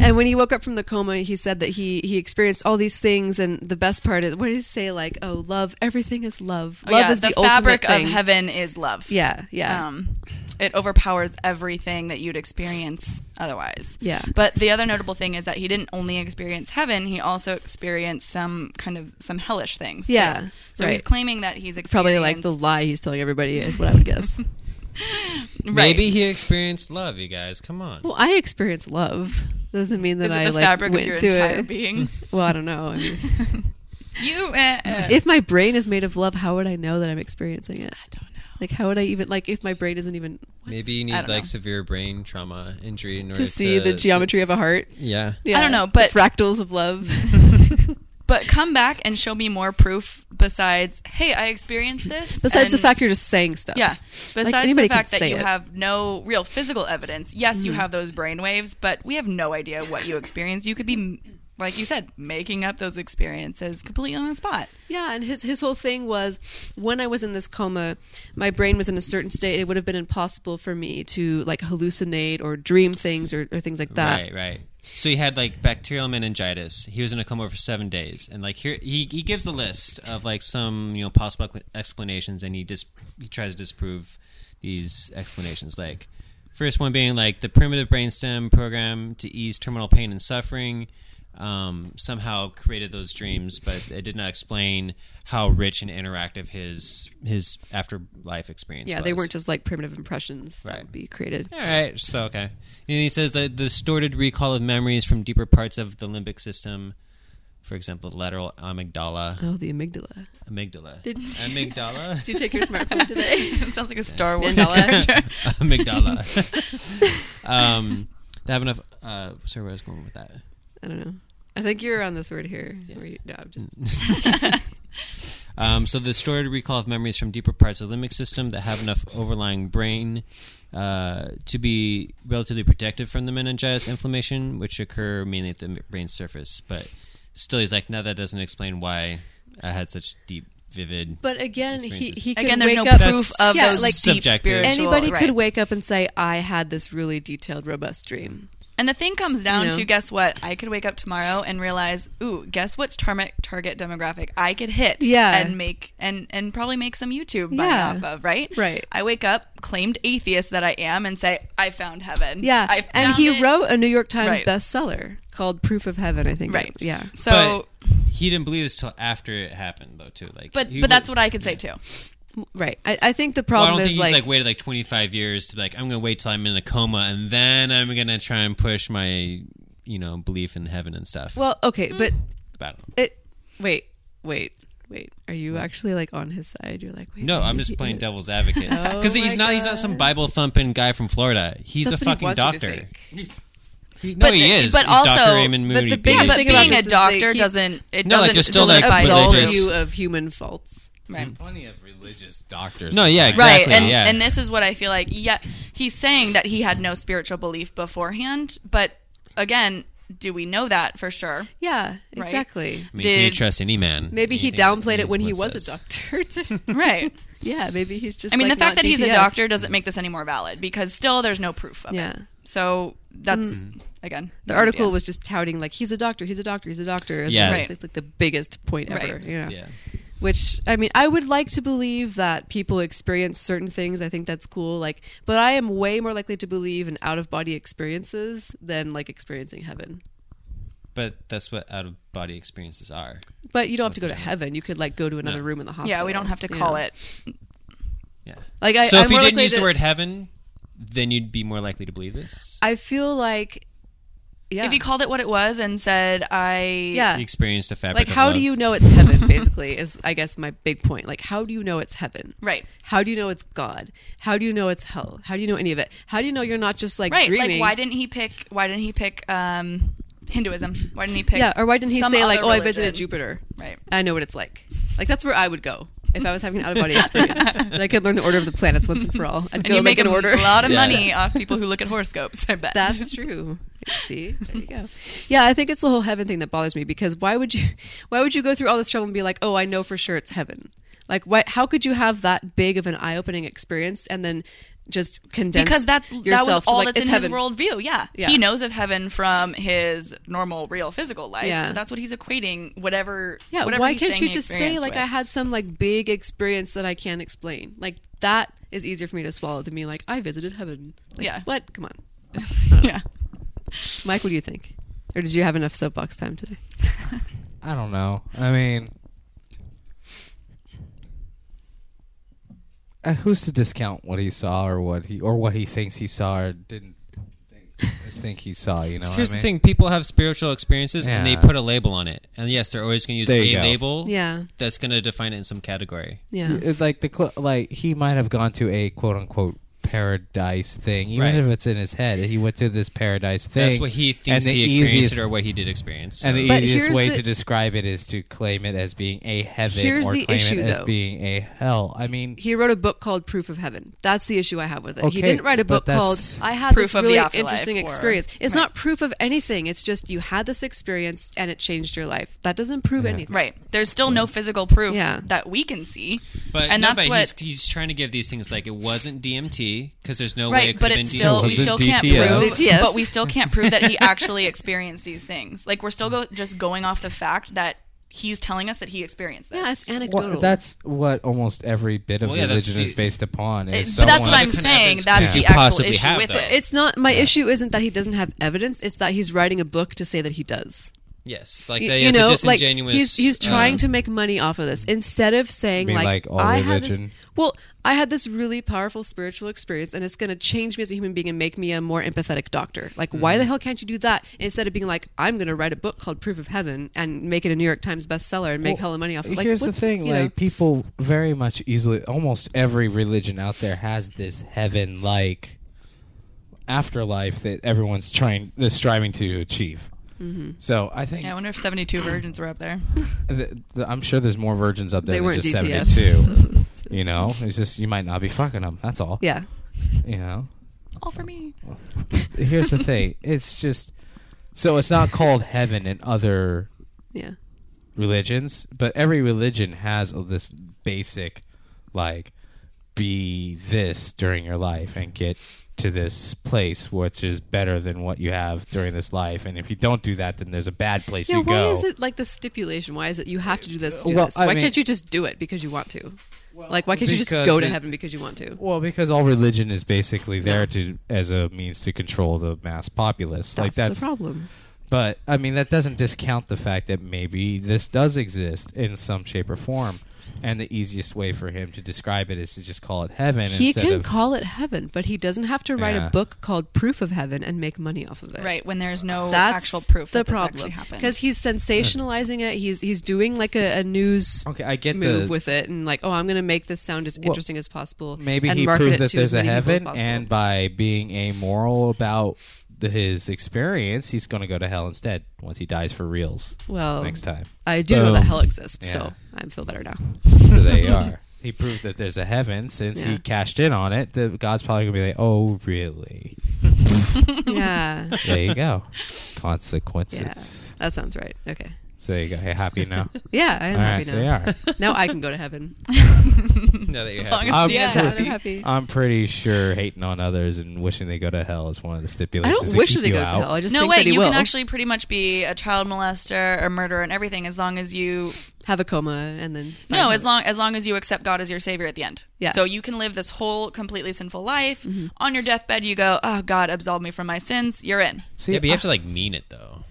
[SPEAKER 1] And when he woke up from the coma, he said that he he experienced all these things, and the best part is what did he say? Like, oh, love, everything is love.
[SPEAKER 4] oh
[SPEAKER 1] love
[SPEAKER 4] yeah,
[SPEAKER 1] is the,
[SPEAKER 4] the, fabric
[SPEAKER 1] ultimate thing.
[SPEAKER 4] of heaven is love.
[SPEAKER 1] Yeah, yeah,
[SPEAKER 4] Um, it overpowers everything that you'd experience otherwise.
[SPEAKER 1] Yeah.
[SPEAKER 4] But the other notable thing is that he didn't only experience heaven; he also experienced some kind of some hellish things. too.
[SPEAKER 1] Yeah,
[SPEAKER 4] So he's
[SPEAKER 1] right.
[SPEAKER 4] claiming that he's experienced
[SPEAKER 1] probably like the lie he's telling everybody is what I would guess.
[SPEAKER 4] right.
[SPEAKER 2] Maybe he experienced love, you guys. Come on.
[SPEAKER 1] well, I experience love. Doesn't mean that
[SPEAKER 4] Is it
[SPEAKER 1] I
[SPEAKER 4] the
[SPEAKER 1] like
[SPEAKER 4] fabric of
[SPEAKER 1] went
[SPEAKER 4] your
[SPEAKER 1] to
[SPEAKER 4] entire
[SPEAKER 1] it.
[SPEAKER 4] being?
[SPEAKER 1] Well, I don't know. I mean,
[SPEAKER 4] You. eh, eh.
[SPEAKER 1] if my brain is made of love, how would I know that I'm experiencing it?
[SPEAKER 4] I don't know.
[SPEAKER 1] Like, how would I even like if my brain isn't even
[SPEAKER 2] Maybe you need
[SPEAKER 4] I
[SPEAKER 2] like
[SPEAKER 4] don't know.
[SPEAKER 2] severe brain trauma injury in order
[SPEAKER 1] to see the geometry of a heart?
[SPEAKER 2] yeah.
[SPEAKER 1] Yeah.
[SPEAKER 4] don't know, but-
[SPEAKER 1] The fractals of love.
[SPEAKER 4] But come back and show me more proof besides, hey, I experienced this.
[SPEAKER 1] Besides the
[SPEAKER 4] and-
[SPEAKER 1] fact you're just saying stuff.
[SPEAKER 4] Yeah. Besides
[SPEAKER 1] anybody
[SPEAKER 4] the
[SPEAKER 1] can
[SPEAKER 4] fact that
[SPEAKER 1] say
[SPEAKER 4] you
[SPEAKER 1] it. Mm-hmm.
[SPEAKER 4] have no real physical evidence. Yes, you have those brain waves, but we have no idea what you experience. You could be, like you said, making up those experiences completely on the spot.
[SPEAKER 1] Yeah, and his his whole thing was when I was in this coma, my brain was in a certain state. It would have been impossible for me to like hallucinate or dream things or, or things like that.
[SPEAKER 2] Right, right. So he had like bacterial meningitis. He was in a coma for seven days, and like here he, he gives a list of like some you know possible ex- explanations, and he just he tries to disprove these explanations. Like first one being like the primitive brainstem program to ease terminal pain and suffering um, somehow created those dreams, but it did not explain how rich and interactive his his afterlife experience.
[SPEAKER 1] Yeah, they
[SPEAKER 2] was.
[SPEAKER 1] weren't just like primitive impressions that
[SPEAKER 2] Right.
[SPEAKER 1] would be created.
[SPEAKER 2] All right. So okay. And he says that the distorted recall of memories from deeper parts of the limbic system, for example, the lateral amygdala,
[SPEAKER 1] Oh, the amygdala.
[SPEAKER 2] amygdala,
[SPEAKER 1] Did-
[SPEAKER 2] amygdala,
[SPEAKER 1] Did you take your smartphone today?
[SPEAKER 4] It sounds like a Star Wars
[SPEAKER 1] Mandela.
[SPEAKER 4] character.
[SPEAKER 2] amygdala. um, they have enough. Uh, sorry, where I was going with that.
[SPEAKER 1] I don't know. I think you're on this word here. Were you- no, I'm just
[SPEAKER 2] Um, so the distorted recall of memories from deeper parts of the limbic system that have enough overlying brain uh, to be relatively protected from the meningitis inflammation, which occur mainly at the m- brain surface. But still, he's like, no, that doesn't explain why I had such deep, vivid.
[SPEAKER 1] But again, he
[SPEAKER 2] Experiences.
[SPEAKER 1] he could
[SPEAKER 4] Again, there's
[SPEAKER 1] wake
[SPEAKER 4] no
[SPEAKER 1] up.
[SPEAKER 4] proof of
[SPEAKER 1] Yeah,
[SPEAKER 4] those
[SPEAKER 1] like,
[SPEAKER 4] deep
[SPEAKER 2] subjective.
[SPEAKER 4] spiritual.
[SPEAKER 1] Anybody
[SPEAKER 4] right.
[SPEAKER 1] could wake up and say, "I had this really detailed, robust dream."
[SPEAKER 4] And the thing comes down
[SPEAKER 1] You know.
[SPEAKER 4] to guess what? I could wake up tomorrow and realize, ooh, guess what's target target demographic I could hit
[SPEAKER 1] Yeah.
[SPEAKER 4] and make and and probably make some YouTube money
[SPEAKER 1] Yeah.
[SPEAKER 4] off of, right?
[SPEAKER 1] Right.
[SPEAKER 4] I wake up, claimed atheist that I am and say, I found heaven.
[SPEAKER 1] Yeah,
[SPEAKER 4] I found
[SPEAKER 1] and he
[SPEAKER 4] it.
[SPEAKER 1] wrote a New York Times
[SPEAKER 4] Right.
[SPEAKER 1] bestseller called "Proof of Heaven." I think. it-
[SPEAKER 4] Right.
[SPEAKER 1] yeah.
[SPEAKER 4] So
[SPEAKER 2] but he didn't believe this till after it happened, though. Too like,
[SPEAKER 4] but
[SPEAKER 2] he
[SPEAKER 4] but,
[SPEAKER 2] would-
[SPEAKER 4] that's what I could say too.
[SPEAKER 1] Right. I, I think the
[SPEAKER 2] Well, I
[SPEAKER 1] problem
[SPEAKER 2] don't think
[SPEAKER 1] is
[SPEAKER 2] he's
[SPEAKER 1] like,
[SPEAKER 2] like, waited like 25 years to be like, I'm going to wait till I'm in a coma and then I'm going to try and push my, you know, belief in heaven and stuff.
[SPEAKER 1] well, okay,
[SPEAKER 4] Hmm.
[SPEAKER 1] but
[SPEAKER 2] But I don't know.
[SPEAKER 1] it. Wait, wait, wait. Are you actually like on his side? You're like, wait,
[SPEAKER 2] No,
[SPEAKER 1] maybe
[SPEAKER 2] I'm just
[SPEAKER 1] he
[SPEAKER 2] playing
[SPEAKER 1] is.
[SPEAKER 2] devil's advocate
[SPEAKER 1] Oh
[SPEAKER 2] because he's
[SPEAKER 1] my
[SPEAKER 2] not he's not some Bible thumping guy from Florida. He's
[SPEAKER 1] That's
[SPEAKER 2] a
[SPEAKER 1] what he wants
[SPEAKER 2] fucking
[SPEAKER 1] you to
[SPEAKER 2] doctor.
[SPEAKER 1] think.
[SPEAKER 2] He- no,
[SPEAKER 4] But
[SPEAKER 2] he
[SPEAKER 4] the-
[SPEAKER 2] is.
[SPEAKER 4] but
[SPEAKER 2] He's Dr.
[SPEAKER 4] also-
[SPEAKER 2] Raymond
[SPEAKER 1] but
[SPEAKER 2] Moody.
[SPEAKER 1] the biggest Yeah,
[SPEAKER 2] bitch.
[SPEAKER 4] But
[SPEAKER 1] thing about
[SPEAKER 4] being a
[SPEAKER 1] this is they
[SPEAKER 4] doctor
[SPEAKER 1] keep-
[SPEAKER 4] doesn't it
[SPEAKER 2] No, like,
[SPEAKER 4] doesn't
[SPEAKER 2] they're still, like,
[SPEAKER 4] solidify
[SPEAKER 2] religious.
[SPEAKER 1] absolves
[SPEAKER 4] those-
[SPEAKER 1] you of human faults.
[SPEAKER 4] Right.
[SPEAKER 3] Plenty of religious doctors.
[SPEAKER 2] No, yeah,
[SPEAKER 3] Right.
[SPEAKER 2] exactly.
[SPEAKER 4] right and,
[SPEAKER 2] yeah.
[SPEAKER 4] and this is what i feel like yeah he's saying that he had no spiritual belief beforehand but again do we know that for sure
[SPEAKER 1] Yeah,
[SPEAKER 4] Right.
[SPEAKER 1] exactly.
[SPEAKER 2] I mean, can you
[SPEAKER 4] did-
[SPEAKER 2] trust any man?
[SPEAKER 1] Maybe he
[SPEAKER 2] Anything that
[SPEAKER 1] downplayed it when he
[SPEAKER 2] anyone
[SPEAKER 1] was a
[SPEAKER 2] says.
[SPEAKER 1] doctor. to-
[SPEAKER 4] right
[SPEAKER 1] yeah, maybe he's just.
[SPEAKER 4] i mean
[SPEAKER 1] like,
[SPEAKER 4] the fact
[SPEAKER 1] not
[SPEAKER 4] that he's a
[SPEAKER 1] DTF.
[SPEAKER 4] doctor doesn't make this any more valid because still there's no proof of
[SPEAKER 1] Yeah. Mm.
[SPEAKER 4] it so that's again
[SPEAKER 1] The article was just touting like he's a doctor, he's a doctor, he's a doctor. It's
[SPEAKER 2] Yeah.
[SPEAKER 1] like,
[SPEAKER 4] Right.
[SPEAKER 1] it's like the biggest point ever.
[SPEAKER 4] Right.
[SPEAKER 1] Yeah.
[SPEAKER 2] Yeah.
[SPEAKER 1] Which I mean, I would like to believe that people experience certain things. I think that's cool. Like, but I am way more likely to believe in out of body experiences than like experiencing heaven.
[SPEAKER 2] But that's what out of body experiences are.
[SPEAKER 1] But you don't have to go to heaven. You could like go to another room in the hospital.
[SPEAKER 4] yeah we don't have to call
[SPEAKER 1] Yeah.
[SPEAKER 4] it
[SPEAKER 2] Yeah.
[SPEAKER 1] Like, I,
[SPEAKER 2] so
[SPEAKER 1] I'm
[SPEAKER 2] if you
[SPEAKER 1] more
[SPEAKER 2] didn't
[SPEAKER 1] likely
[SPEAKER 2] use the
[SPEAKER 1] to-
[SPEAKER 2] word heaven, then you'd be more likely to believe this.
[SPEAKER 1] I feel like, yeah,
[SPEAKER 4] if he called it what it was and said i
[SPEAKER 1] yeah,
[SPEAKER 2] You experienced the fabric.
[SPEAKER 1] Uh, like how
[SPEAKER 2] of
[SPEAKER 1] do
[SPEAKER 2] love.
[SPEAKER 1] you know it's heaven? Basically, is I guess my big point. Like, how do you know it's heaven?
[SPEAKER 4] right
[SPEAKER 1] How do you know it's God? How do you know it's hell? How do you know any of it? How do you know you're not just like
[SPEAKER 4] right
[SPEAKER 1] dreaming?
[SPEAKER 4] like why didn't he pick why didn't he pick um hinduism why didn't he pick
[SPEAKER 1] yeah, or why didn't he
[SPEAKER 4] some
[SPEAKER 1] say like,
[SPEAKER 4] other
[SPEAKER 1] "Oh, I visited
[SPEAKER 4] religion?"
[SPEAKER 1] Jupiter.
[SPEAKER 4] right
[SPEAKER 1] I know what it's like." Like that's where I would go if I was having an out of body experience, and I could learn the order of the planets once and for all. I'd
[SPEAKER 4] and
[SPEAKER 1] go
[SPEAKER 4] you
[SPEAKER 1] make
[SPEAKER 4] make
[SPEAKER 1] an
[SPEAKER 4] a
[SPEAKER 1] order.
[SPEAKER 4] lot of
[SPEAKER 2] Yeah.
[SPEAKER 4] money off people who look at horoscopes. I bet.
[SPEAKER 1] That's true. See, there you go. Yeah, I think it's the whole heaven thing that bothers me because why would you, why would you go through all this trouble and be like, oh, I know for sure it's heaven? Like, why? How could you have that big of an eye-opening experience and then just condense
[SPEAKER 4] because that's that was
[SPEAKER 1] yourself to,
[SPEAKER 4] all
[SPEAKER 1] like,
[SPEAKER 4] that's
[SPEAKER 1] it's
[SPEAKER 4] in
[SPEAKER 1] heaven.
[SPEAKER 4] his worldview. Yeah.
[SPEAKER 1] Yeah.
[SPEAKER 4] he knows of heaven from his normal, real, physical life.
[SPEAKER 1] Yeah.
[SPEAKER 4] So that's what he's equating. Whatever.
[SPEAKER 1] Yeah,
[SPEAKER 4] Whatever
[SPEAKER 1] why
[SPEAKER 4] he's
[SPEAKER 1] can't
[SPEAKER 4] saying
[SPEAKER 1] you
[SPEAKER 4] the
[SPEAKER 1] just say
[SPEAKER 4] experience
[SPEAKER 1] like
[SPEAKER 4] with.
[SPEAKER 1] I had some like big experience that I can't explain? Like that is easier for me to swallow than me like I visited heaven. Like,
[SPEAKER 4] Yeah.
[SPEAKER 1] What? Come on,
[SPEAKER 4] yeah.
[SPEAKER 1] Mike. What do you think? Or did you have enough soapbox time today?
[SPEAKER 3] I don't know. I mean, uh, who's to discount what he saw or what he or what he thinks he saw or didn't think? think he saw. You know,
[SPEAKER 2] So
[SPEAKER 3] what
[SPEAKER 2] here's
[SPEAKER 3] I mean?
[SPEAKER 2] the thing: people have spiritual experiences, and they
[SPEAKER 3] Yeah.
[SPEAKER 2] put a label on it. And yes, they're always going to use
[SPEAKER 3] There
[SPEAKER 2] a
[SPEAKER 3] you go.
[SPEAKER 2] label.
[SPEAKER 1] Yeah.
[SPEAKER 2] that's going to define it in some category.
[SPEAKER 1] Yeah.
[SPEAKER 3] It's like the cl- like he might have gone to a quote unquote paradise thing, even
[SPEAKER 2] Right.
[SPEAKER 3] if it's in his head. He went to this paradise thing.
[SPEAKER 2] That's what he thinks
[SPEAKER 3] and the
[SPEAKER 2] he experienced
[SPEAKER 3] easiest,
[SPEAKER 2] it or what he did experience.
[SPEAKER 3] And the e-
[SPEAKER 1] But
[SPEAKER 3] easiest
[SPEAKER 1] here's
[SPEAKER 3] way
[SPEAKER 1] the-
[SPEAKER 3] to describe it is to claim it as being a heaven
[SPEAKER 1] Here's
[SPEAKER 3] or
[SPEAKER 1] the
[SPEAKER 3] claim
[SPEAKER 1] issue,
[SPEAKER 3] it as
[SPEAKER 1] though.
[SPEAKER 3] being a hell. I mean,
[SPEAKER 1] He wrote a book called Proof of Heaven. That's the issue I have with it. he
[SPEAKER 3] Okay,
[SPEAKER 1] didn't write a
[SPEAKER 3] but
[SPEAKER 1] book called
[SPEAKER 3] that's-
[SPEAKER 1] I had
[SPEAKER 4] Proof
[SPEAKER 1] this
[SPEAKER 4] of the
[SPEAKER 1] really
[SPEAKER 4] afterlife
[SPEAKER 1] interesting
[SPEAKER 4] or-
[SPEAKER 1] experience. It's not proof of anything. It's just you had this experience and it changed your life. That doesn't prove anything.
[SPEAKER 4] Right. There's still no physical proof
[SPEAKER 1] Yeah.
[SPEAKER 4] that we can see.
[SPEAKER 2] but
[SPEAKER 4] and
[SPEAKER 2] no,
[SPEAKER 4] that's
[SPEAKER 2] but
[SPEAKER 4] what
[SPEAKER 2] he's, he's trying to give these things like it wasn't DMT because there's no way it
[SPEAKER 4] right,
[SPEAKER 2] could
[SPEAKER 4] but
[SPEAKER 2] have
[SPEAKER 4] it's
[SPEAKER 2] been
[SPEAKER 4] still
[SPEAKER 2] DMT.
[SPEAKER 4] we
[SPEAKER 3] Was it
[SPEAKER 4] still can't
[SPEAKER 3] DTF?
[SPEAKER 4] prove
[SPEAKER 1] DTF?
[SPEAKER 4] but we still can't prove that he actually experienced these things. Like we're still go, just going off the fact that he's telling us that he experienced this.
[SPEAKER 1] Yeah, it's anecdotal.
[SPEAKER 3] Well, that's what almost every bit of
[SPEAKER 2] Well, yeah, that's
[SPEAKER 3] religion
[SPEAKER 2] the-
[SPEAKER 3] is based upon.
[SPEAKER 4] It-
[SPEAKER 3] Is
[SPEAKER 4] but that's
[SPEAKER 3] someone-
[SPEAKER 4] what I'm
[SPEAKER 2] What kind of
[SPEAKER 4] saying.
[SPEAKER 2] evidence
[SPEAKER 4] That's
[SPEAKER 2] could
[SPEAKER 4] the
[SPEAKER 2] you
[SPEAKER 4] actual
[SPEAKER 2] possibly
[SPEAKER 4] issue
[SPEAKER 2] have,
[SPEAKER 4] with
[SPEAKER 2] though?
[SPEAKER 4] it.
[SPEAKER 1] it's not my issue isn't that he doesn't have evidence, it's that he's writing a book to say that he does.
[SPEAKER 2] yes, like
[SPEAKER 1] Y-
[SPEAKER 2] that,
[SPEAKER 1] you
[SPEAKER 2] it's a
[SPEAKER 1] know, like
[SPEAKER 2] disingenuous.
[SPEAKER 1] he's he's trying
[SPEAKER 2] uh,
[SPEAKER 1] to make money off of this instead of saying
[SPEAKER 3] mean
[SPEAKER 1] like,
[SPEAKER 3] like all
[SPEAKER 1] I had this,
[SPEAKER 3] religion?
[SPEAKER 1] well, I had this really powerful spiritual experience, and it's going to change me as a human being and make me a more empathetic doctor. Like, why
[SPEAKER 2] Mm.
[SPEAKER 1] the hell can't you do that instead of being like, I'm going to write a book called Proof of Heaven and make it a New York Times bestseller and make hella money off? it. Like,
[SPEAKER 3] here's the
[SPEAKER 1] what's-
[SPEAKER 3] thing:
[SPEAKER 1] you know,
[SPEAKER 3] like people very much easily, almost every religion out there has this heaven-like afterlife that everyone's trying, that's striving to achieve.
[SPEAKER 1] Mm-hmm.
[SPEAKER 3] So I think
[SPEAKER 4] Yeah, I wonder if 72 virgins were up there.
[SPEAKER 3] th- th- I'm sure there's more virgins up there
[SPEAKER 1] They
[SPEAKER 3] than
[SPEAKER 1] weren't
[SPEAKER 3] just
[SPEAKER 1] DTF.
[SPEAKER 3] 72. you know, it's just you might not be fucking them. That's all.
[SPEAKER 1] yeah,
[SPEAKER 3] You know,
[SPEAKER 4] All for me.
[SPEAKER 3] here's the thing: it's just so it's not called heaven in other
[SPEAKER 1] yeah,
[SPEAKER 3] religions, but every religion has this basic, like, be this during your life and get to this place, which is better than what you have during this life. And if you don't do that, then there's a bad place
[SPEAKER 1] yeah.
[SPEAKER 3] you
[SPEAKER 1] Why
[SPEAKER 3] go.
[SPEAKER 1] is it like the stipulation? Why is it you have to do this to do
[SPEAKER 3] Well,
[SPEAKER 1] this?
[SPEAKER 3] I
[SPEAKER 1] Why
[SPEAKER 3] mean-
[SPEAKER 1] can't you just do it because you want to? like, why can't you just
[SPEAKER 2] because
[SPEAKER 1] go to
[SPEAKER 2] it-
[SPEAKER 1] heaven because you want to?
[SPEAKER 3] Well, because all religion is basically there to as a means to control the mass populace. like that's
[SPEAKER 1] the problem.
[SPEAKER 3] But I mean, that doesn't discount the fact that maybe this does exist in some shape or form, and the easiest way for him to describe it is to just call it heaven.
[SPEAKER 1] He
[SPEAKER 3] instead
[SPEAKER 1] can
[SPEAKER 3] of,
[SPEAKER 1] call it heaven, but he doesn't have to write
[SPEAKER 3] Yeah.
[SPEAKER 1] a book called Proof of Heaven and make money off of it.
[SPEAKER 4] Right, when there's no
[SPEAKER 1] That's
[SPEAKER 4] actual proof
[SPEAKER 1] the
[SPEAKER 4] that this actually
[SPEAKER 1] problem
[SPEAKER 4] happened.
[SPEAKER 1] because he's sensationalizing it. He's he's doing like a, a news
[SPEAKER 3] Okay, I get
[SPEAKER 1] move
[SPEAKER 3] the-
[SPEAKER 1] with it, and like, oh, I'm going to make this sound as
[SPEAKER 3] Well,
[SPEAKER 1] interesting as possible.
[SPEAKER 3] maybe
[SPEAKER 1] and
[SPEAKER 3] he
[SPEAKER 1] market
[SPEAKER 3] proved
[SPEAKER 1] it
[SPEAKER 3] that
[SPEAKER 1] to as
[SPEAKER 3] there's a
[SPEAKER 1] many people as
[SPEAKER 3] heaven,
[SPEAKER 1] possible.
[SPEAKER 3] and by being amoral about the, his experience, he's going to go to hell instead once he dies for reals.
[SPEAKER 1] well,
[SPEAKER 3] next time,
[SPEAKER 1] I do know that
[SPEAKER 3] Boom.
[SPEAKER 1] hell exists,
[SPEAKER 3] Yeah.
[SPEAKER 1] so I feel better now.
[SPEAKER 3] so they are. He proved that there's a heaven since
[SPEAKER 1] Yeah.
[SPEAKER 3] he cashed in on it. The God's probably going to be like, "Oh, really?
[SPEAKER 1] yeah,
[SPEAKER 3] There you go. Consequences.
[SPEAKER 1] that sounds right. Okay,
[SPEAKER 3] So there you go. Hey, happy now.
[SPEAKER 1] yeah, I am
[SPEAKER 3] All right,
[SPEAKER 1] happy
[SPEAKER 3] they
[SPEAKER 1] now.
[SPEAKER 3] are.
[SPEAKER 1] Now I can go to heaven.
[SPEAKER 2] now that you
[SPEAKER 4] As
[SPEAKER 2] have
[SPEAKER 4] long
[SPEAKER 2] it.
[SPEAKER 4] as
[SPEAKER 3] Um,
[SPEAKER 4] he has
[SPEAKER 1] Yeah,
[SPEAKER 4] that.
[SPEAKER 1] I'm happy.
[SPEAKER 3] I'm pretty sure hating on others and wishing they go to hell is one of the
[SPEAKER 1] I
[SPEAKER 3] stipulations.
[SPEAKER 1] don't
[SPEAKER 3] to
[SPEAKER 1] wish
[SPEAKER 3] keep
[SPEAKER 1] that he
[SPEAKER 3] you
[SPEAKER 1] goes to
[SPEAKER 3] out.
[SPEAKER 1] hell. I just
[SPEAKER 4] No
[SPEAKER 1] think
[SPEAKER 4] way.
[SPEAKER 1] that he
[SPEAKER 4] You
[SPEAKER 1] will
[SPEAKER 4] can actually pretty much be a child molester or murderer and everything as long as you
[SPEAKER 1] have a coma and then it's
[SPEAKER 4] No,
[SPEAKER 1] fine.
[SPEAKER 4] as long as long as you accept God as your savior at the end.
[SPEAKER 1] Yeah. Mm-hmm.
[SPEAKER 4] So you can live this whole completely sinful life. On your deathbed, you go, "Oh God, absolve me from my sins." You're in.
[SPEAKER 3] See,
[SPEAKER 2] Yeah, but you
[SPEAKER 3] I-
[SPEAKER 2] have to like mean it though.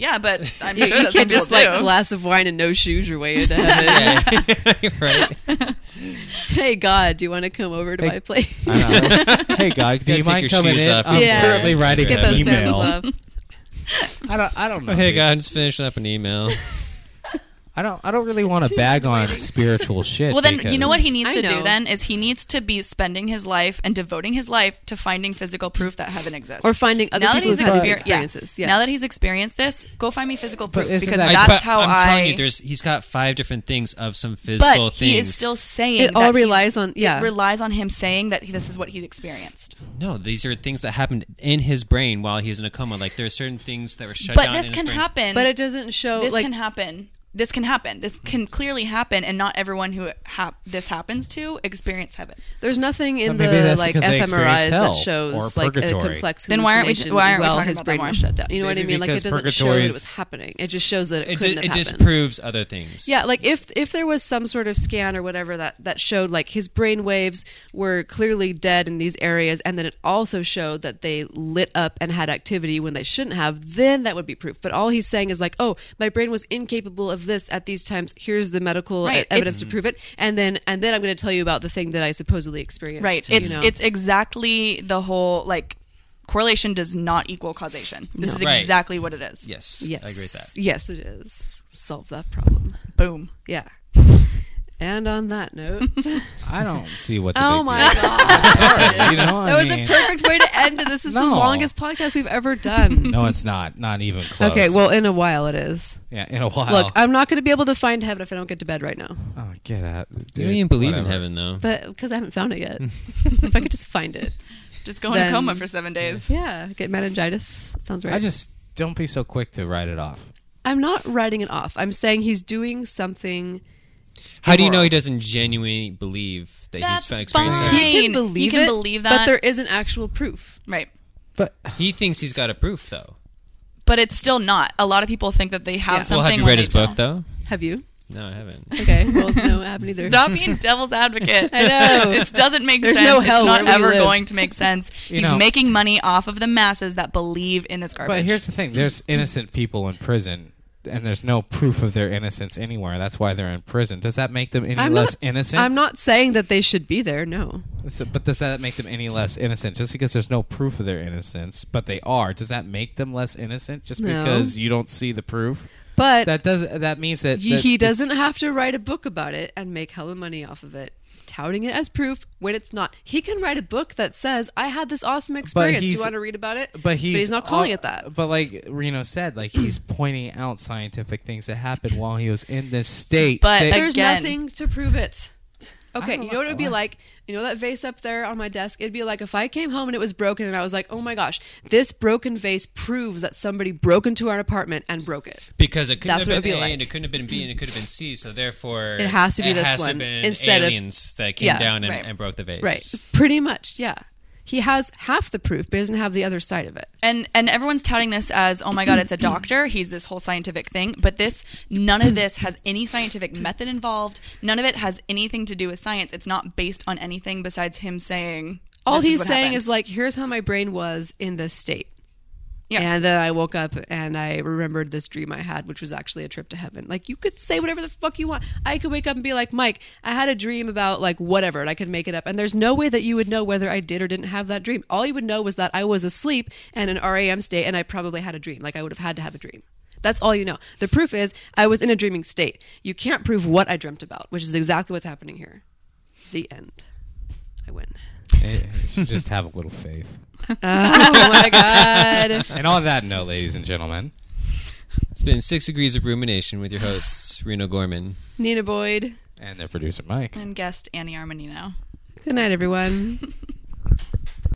[SPEAKER 4] Yeah, but I'm
[SPEAKER 1] You,
[SPEAKER 4] sure
[SPEAKER 1] you
[SPEAKER 4] that some
[SPEAKER 1] can't just
[SPEAKER 4] people
[SPEAKER 1] like
[SPEAKER 4] do.
[SPEAKER 1] glass of wine and no shoes your way into heaven.
[SPEAKER 2] right.
[SPEAKER 1] hey God, do you want to come over to
[SPEAKER 3] Hey,
[SPEAKER 1] my place?
[SPEAKER 3] I know. hey, God, do
[SPEAKER 2] Gotta
[SPEAKER 3] you
[SPEAKER 2] take your
[SPEAKER 3] mind coming
[SPEAKER 2] shoes
[SPEAKER 3] in?
[SPEAKER 2] off.
[SPEAKER 3] I'm
[SPEAKER 1] Yeah.
[SPEAKER 3] currently writing
[SPEAKER 1] Get
[SPEAKER 3] an
[SPEAKER 1] those
[SPEAKER 3] email.
[SPEAKER 1] sandals off.
[SPEAKER 3] I don't. I don't know.
[SPEAKER 2] Hey,
[SPEAKER 3] dude.
[SPEAKER 2] guys, I'm just finishing up an email.
[SPEAKER 3] I don't. I don't really want to bag on spiritual shit.
[SPEAKER 4] Well, then you know what he
[SPEAKER 3] because-
[SPEAKER 4] needs
[SPEAKER 1] I
[SPEAKER 4] to
[SPEAKER 1] know.
[SPEAKER 4] do then is he needs to be spending his life and devoting his life to finding physical proof that heaven exists
[SPEAKER 1] Or finding other
[SPEAKER 4] now that
[SPEAKER 1] people
[SPEAKER 4] he's
[SPEAKER 1] who've had these
[SPEAKER 4] exper- yeah.
[SPEAKER 1] experiences. Yeah.
[SPEAKER 4] Now that he's experienced this, go find me physical proof
[SPEAKER 3] isn't
[SPEAKER 4] because
[SPEAKER 3] that-
[SPEAKER 2] I-
[SPEAKER 4] that's
[SPEAKER 2] but
[SPEAKER 4] how
[SPEAKER 2] I'm
[SPEAKER 4] I.
[SPEAKER 2] telling you, there's he's got five different things of some
[SPEAKER 4] but
[SPEAKER 2] physical things.
[SPEAKER 4] he is still saying
[SPEAKER 1] it all
[SPEAKER 4] that he's-
[SPEAKER 1] relies on yeah.
[SPEAKER 4] it relies on him saying that he, this is what he's experienced.
[SPEAKER 2] No, these are things that happened in his brain while he was in a coma. Like there are certain things that were shut
[SPEAKER 4] But
[SPEAKER 2] down.
[SPEAKER 4] this
[SPEAKER 2] in his
[SPEAKER 4] can
[SPEAKER 2] brain.
[SPEAKER 4] happen.
[SPEAKER 1] but it doesn't show
[SPEAKER 4] this
[SPEAKER 1] like
[SPEAKER 4] can happen. This can happen. This can clearly happen, and not everyone who hap- this happens to experience heaven.
[SPEAKER 1] there's nothing in
[SPEAKER 3] But maybe
[SPEAKER 1] the
[SPEAKER 3] that's
[SPEAKER 1] like
[SPEAKER 3] because they
[SPEAKER 1] fMRIs
[SPEAKER 3] experienced hell
[SPEAKER 1] that shows
[SPEAKER 3] or
[SPEAKER 1] like a
[SPEAKER 3] purgatory.
[SPEAKER 1] complex
[SPEAKER 4] Then why aren't we-
[SPEAKER 1] hallucination
[SPEAKER 4] why aren't we
[SPEAKER 1] while
[SPEAKER 4] talking
[SPEAKER 1] his
[SPEAKER 4] about
[SPEAKER 1] brain
[SPEAKER 4] that
[SPEAKER 1] was
[SPEAKER 4] more?
[SPEAKER 1] shut down. You know what I
[SPEAKER 3] Maybe
[SPEAKER 1] mean? Like it
[SPEAKER 3] because
[SPEAKER 1] doesn't show that
[SPEAKER 3] purgatory
[SPEAKER 1] it
[SPEAKER 3] is-
[SPEAKER 1] was happening. It just shows that it,
[SPEAKER 2] It,
[SPEAKER 1] couldn't
[SPEAKER 2] di-
[SPEAKER 1] have
[SPEAKER 2] it
[SPEAKER 1] happened.
[SPEAKER 2] disproves other things.
[SPEAKER 1] Yeah, like if if there was some sort of scan or whatever that that showed like his brain waves were clearly dead in these areas, and then it also showed that they lit up and had activity when they shouldn't have, then that would be proof. But all he's saying is like, oh, my brain was incapable of this at these times. Here's the medical
[SPEAKER 4] Right,
[SPEAKER 1] e- evidence
[SPEAKER 4] it's-
[SPEAKER 1] to prove it, and then and then I'm going to tell you about the thing that I supposedly experienced.
[SPEAKER 4] Right.
[SPEAKER 1] you
[SPEAKER 4] It's
[SPEAKER 1] know?
[SPEAKER 4] it's exactly the whole like correlation does not equal causation. This
[SPEAKER 1] No.
[SPEAKER 4] is
[SPEAKER 2] Right.
[SPEAKER 4] exactly what it is.
[SPEAKER 2] Yes.
[SPEAKER 1] Yes.
[SPEAKER 2] I agree with that.
[SPEAKER 1] Yes, it is. Solve that problem.
[SPEAKER 4] Boom.
[SPEAKER 1] Yeah. And on that note,
[SPEAKER 3] I don't see what. The
[SPEAKER 1] oh
[SPEAKER 3] big
[SPEAKER 1] my
[SPEAKER 3] deal is.
[SPEAKER 1] god,
[SPEAKER 3] Sorry, you know, I
[SPEAKER 1] that was a
[SPEAKER 3] mean-
[SPEAKER 1] perfect way to end it. This is the
[SPEAKER 3] No.
[SPEAKER 1] longest podcast we've ever done.
[SPEAKER 3] No, it's not. Not even close. Oh.
[SPEAKER 1] Okay, well, in a while it is.
[SPEAKER 3] yeah, in a while.
[SPEAKER 1] Look, I'm not going to be able to find heaven if I don't get to bed right now,
[SPEAKER 3] oh, get out.
[SPEAKER 2] You don't even believe in heaven, though.
[SPEAKER 1] but because I haven't found it yet. if I could just find it,
[SPEAKER 4] Just go
[SPEAKER 1] Then-
[SPEAKER 4] in a coma for seven days.
[SPEAKER 1] yeah, get meningitis. Sounds right.
[SPEAKER 3] I just don't be so quick to write it off.
[SPEAKER 1] I'm not writing it off. I'm saying he's doing something.
[SPEAKER 2] How do you know
[SPEAKER 1] immoral.
[SPEAKER 2] he doesn't genuinely believe that
[SPEAKER 4] That's
[SPEAKER 2] he's experienced
[SPEAKER 4] fine.
[SPEAKER 2] that?
[SPEAKER 1] He can
[SPEAKER 4] Fine.
[SPEAKER 1] believe
[SPEAKER 4] You can
[SPEAKER 1] it,
[SPEAKER 4] believe
[SPEAKER 1] but
[SPEAKER 4] that.
[SPEAKER 1] there isn't actual proof.
[SPEAKER 4] Right.
[SPEAKER 3] But
[SPEAKER 2] He thinks he's got a proof, though.
[SPEAKER 4] But it's still not. A lot of people think that they have
[SPEAKER 1] Yeah.
[SPEAKER 4] something.
[SPEAKER 2] well, have you
[SPEAKER 4] when
[SPEAKER 2] read
[SPEAKER 4] they
[SPEAKER 2] his book,
[SPEAKER 4] don't.
[SPEAKER 2] though?
[SPEAKER 1] Have you?
[SPEAKER 2] No, I haven't.
[SPEAKER 1] Okay. Well, no, I haven't either.
[SPEAKER 4] Stop being devil's advocate.
[SPEAKER 1] I know.
[SPEAKER 4] It doesn't make
[SPEAKER 1] There's
[SPEAKER 4] sense.
[SPEAKER 1] no hell
[SPEAKER 4] it's not
[SPEAKER 1] where we
[SPEAKER 4] ever
[SPEAKER 1] live.
[SPEAKER 4] going to make sense. He's
[SPEAKER 3] know-
[SPEAKER 4] making money off of the masses that believe in this garbage.
[SPEAKER 3] but here's the thing: there's innocent people in prison, and there's no proof of their innocence anywhere. That's why they're in prison. Does that make them any
[SPEAKER 1] I'm
[SPEAKER 3] less
[SPEAKER 1] not,
[SPEAKER 3] innocent?
[SPEAKER 1] I'm not saying that they should be there. No.
[SPEAKER 3] So- but does that make them any less innocent? Just because there's no proof of their innocence, but they are, does that make them less innocent? Just
[SPEAKER 1] No.
[SPEAKER 3] because you don't see the proof?
[SPEAKER 1] But
[SPEAKER 3] That does. That means that,
[SPEAKER 1] y-
[SPEAKER 3] that
[SPEAKER 1] he doesn't have to write a book about it and make hella money off of it, touting it as proof when it's not. He can write a book that says, "I had this awesome experience. Do you
[SPEAKER 3] he's-
[SPEAKER 1] want to read about it?"
[SPEAKER 3] But he's,
[SPEAKER 1] not calling
[SPEAKER 3] uh,
[SPEAKER 1] it that.
[SPEAKER 3] But like Reno said, like he's pointing out scientific things that happened while he was in this state.
[SPEAKER 4] But
[SPEAKER 3] that-
[SPEAKER 4] again-
[SPEAKER 1] There's nothing to prove it. Okay, you know what it would be like? You know that vase up there on my desk? It'd be like if I came home and it was broken and I was like, oh my gosh, this broken vase proves that somebody broke into our apartment and broke it.
[SPEAKER 2] Because it couldn't
[SPEAKER 1] That's what it'd
[SPEAKER 2] have been
[SPEAKER 1] be
[SPEAKER 2] A
[SPEAKER 1] like.
[SPEAKER 2] and it couldn't have been B and it could have been C, so therefore
[SPEAKER 1] It has to be
[SPEAKER 2] it
[SPEAKER 1] this
[SPEAKER 2] has
[SPEAKER 1] one
[SPEAKER 2] To have been
[SPEAKER 1] instead of-
[SPEAKER 2] aliens that came
[SPEAKER 1] Yeah,
[SPEAKER 2] down and,
[SPEAKER 4] right.
[SPEAKER 2] and broke the vase.
[SPEAKER 1] Right. Pretty much, yeah. He has half the proof, but he doesn't have the other side of it.
[SPEAKER 4] and and everyone's touting this as oh my god it's a doctor he's this whole scientific thing but this none of this has any scientific method involved none of it has anything to do with science it's not based on anything besides him saying
[SPEAKER 1] All
[SPEAKER 4] "This is
[SPEAKER 1] he's
[SPEAKER 4] what
[SPEAKER 1] saying
[SPEAKER 4] happened."
[SPEAKER 1] is like, here's how my brain was in this state.
[SPEAKER 4] Yeah.
[SPEAKER 1] And then I woke up and I remembered this dream I had, which was actually a trip to heaven. Like you could say whatever the fuck you want. I could wake up and be like, Mike, I had a dream about like whatever, and I could make it up. And there's no way that you would know whether I did or didn't have that dream. All you would know was that I was asleep and an REM state, and I probably had a dream. Like I would have had to have a dream. That's all you know. The proof is I was in a dreaming state. You can't prove what I dreamt about, which is exactly what's happening here. The end. I win.
[SPEAKER 3] Eh, just have a little faith.
[SPEAKER 1] Oh my god.
[SPEAKER 3] And on that note, ladies and gentlemen,
[SPEAKER 2] It's been six degrees of rumination with your hosts, Reno Gorman.
[SPEAKER 1] Nina Boyd.
[SPEAKER 3] and their producer Mike.
[SPEAKER 4] and guest annie armanino
[SPEAKER 1] Good night, everyone.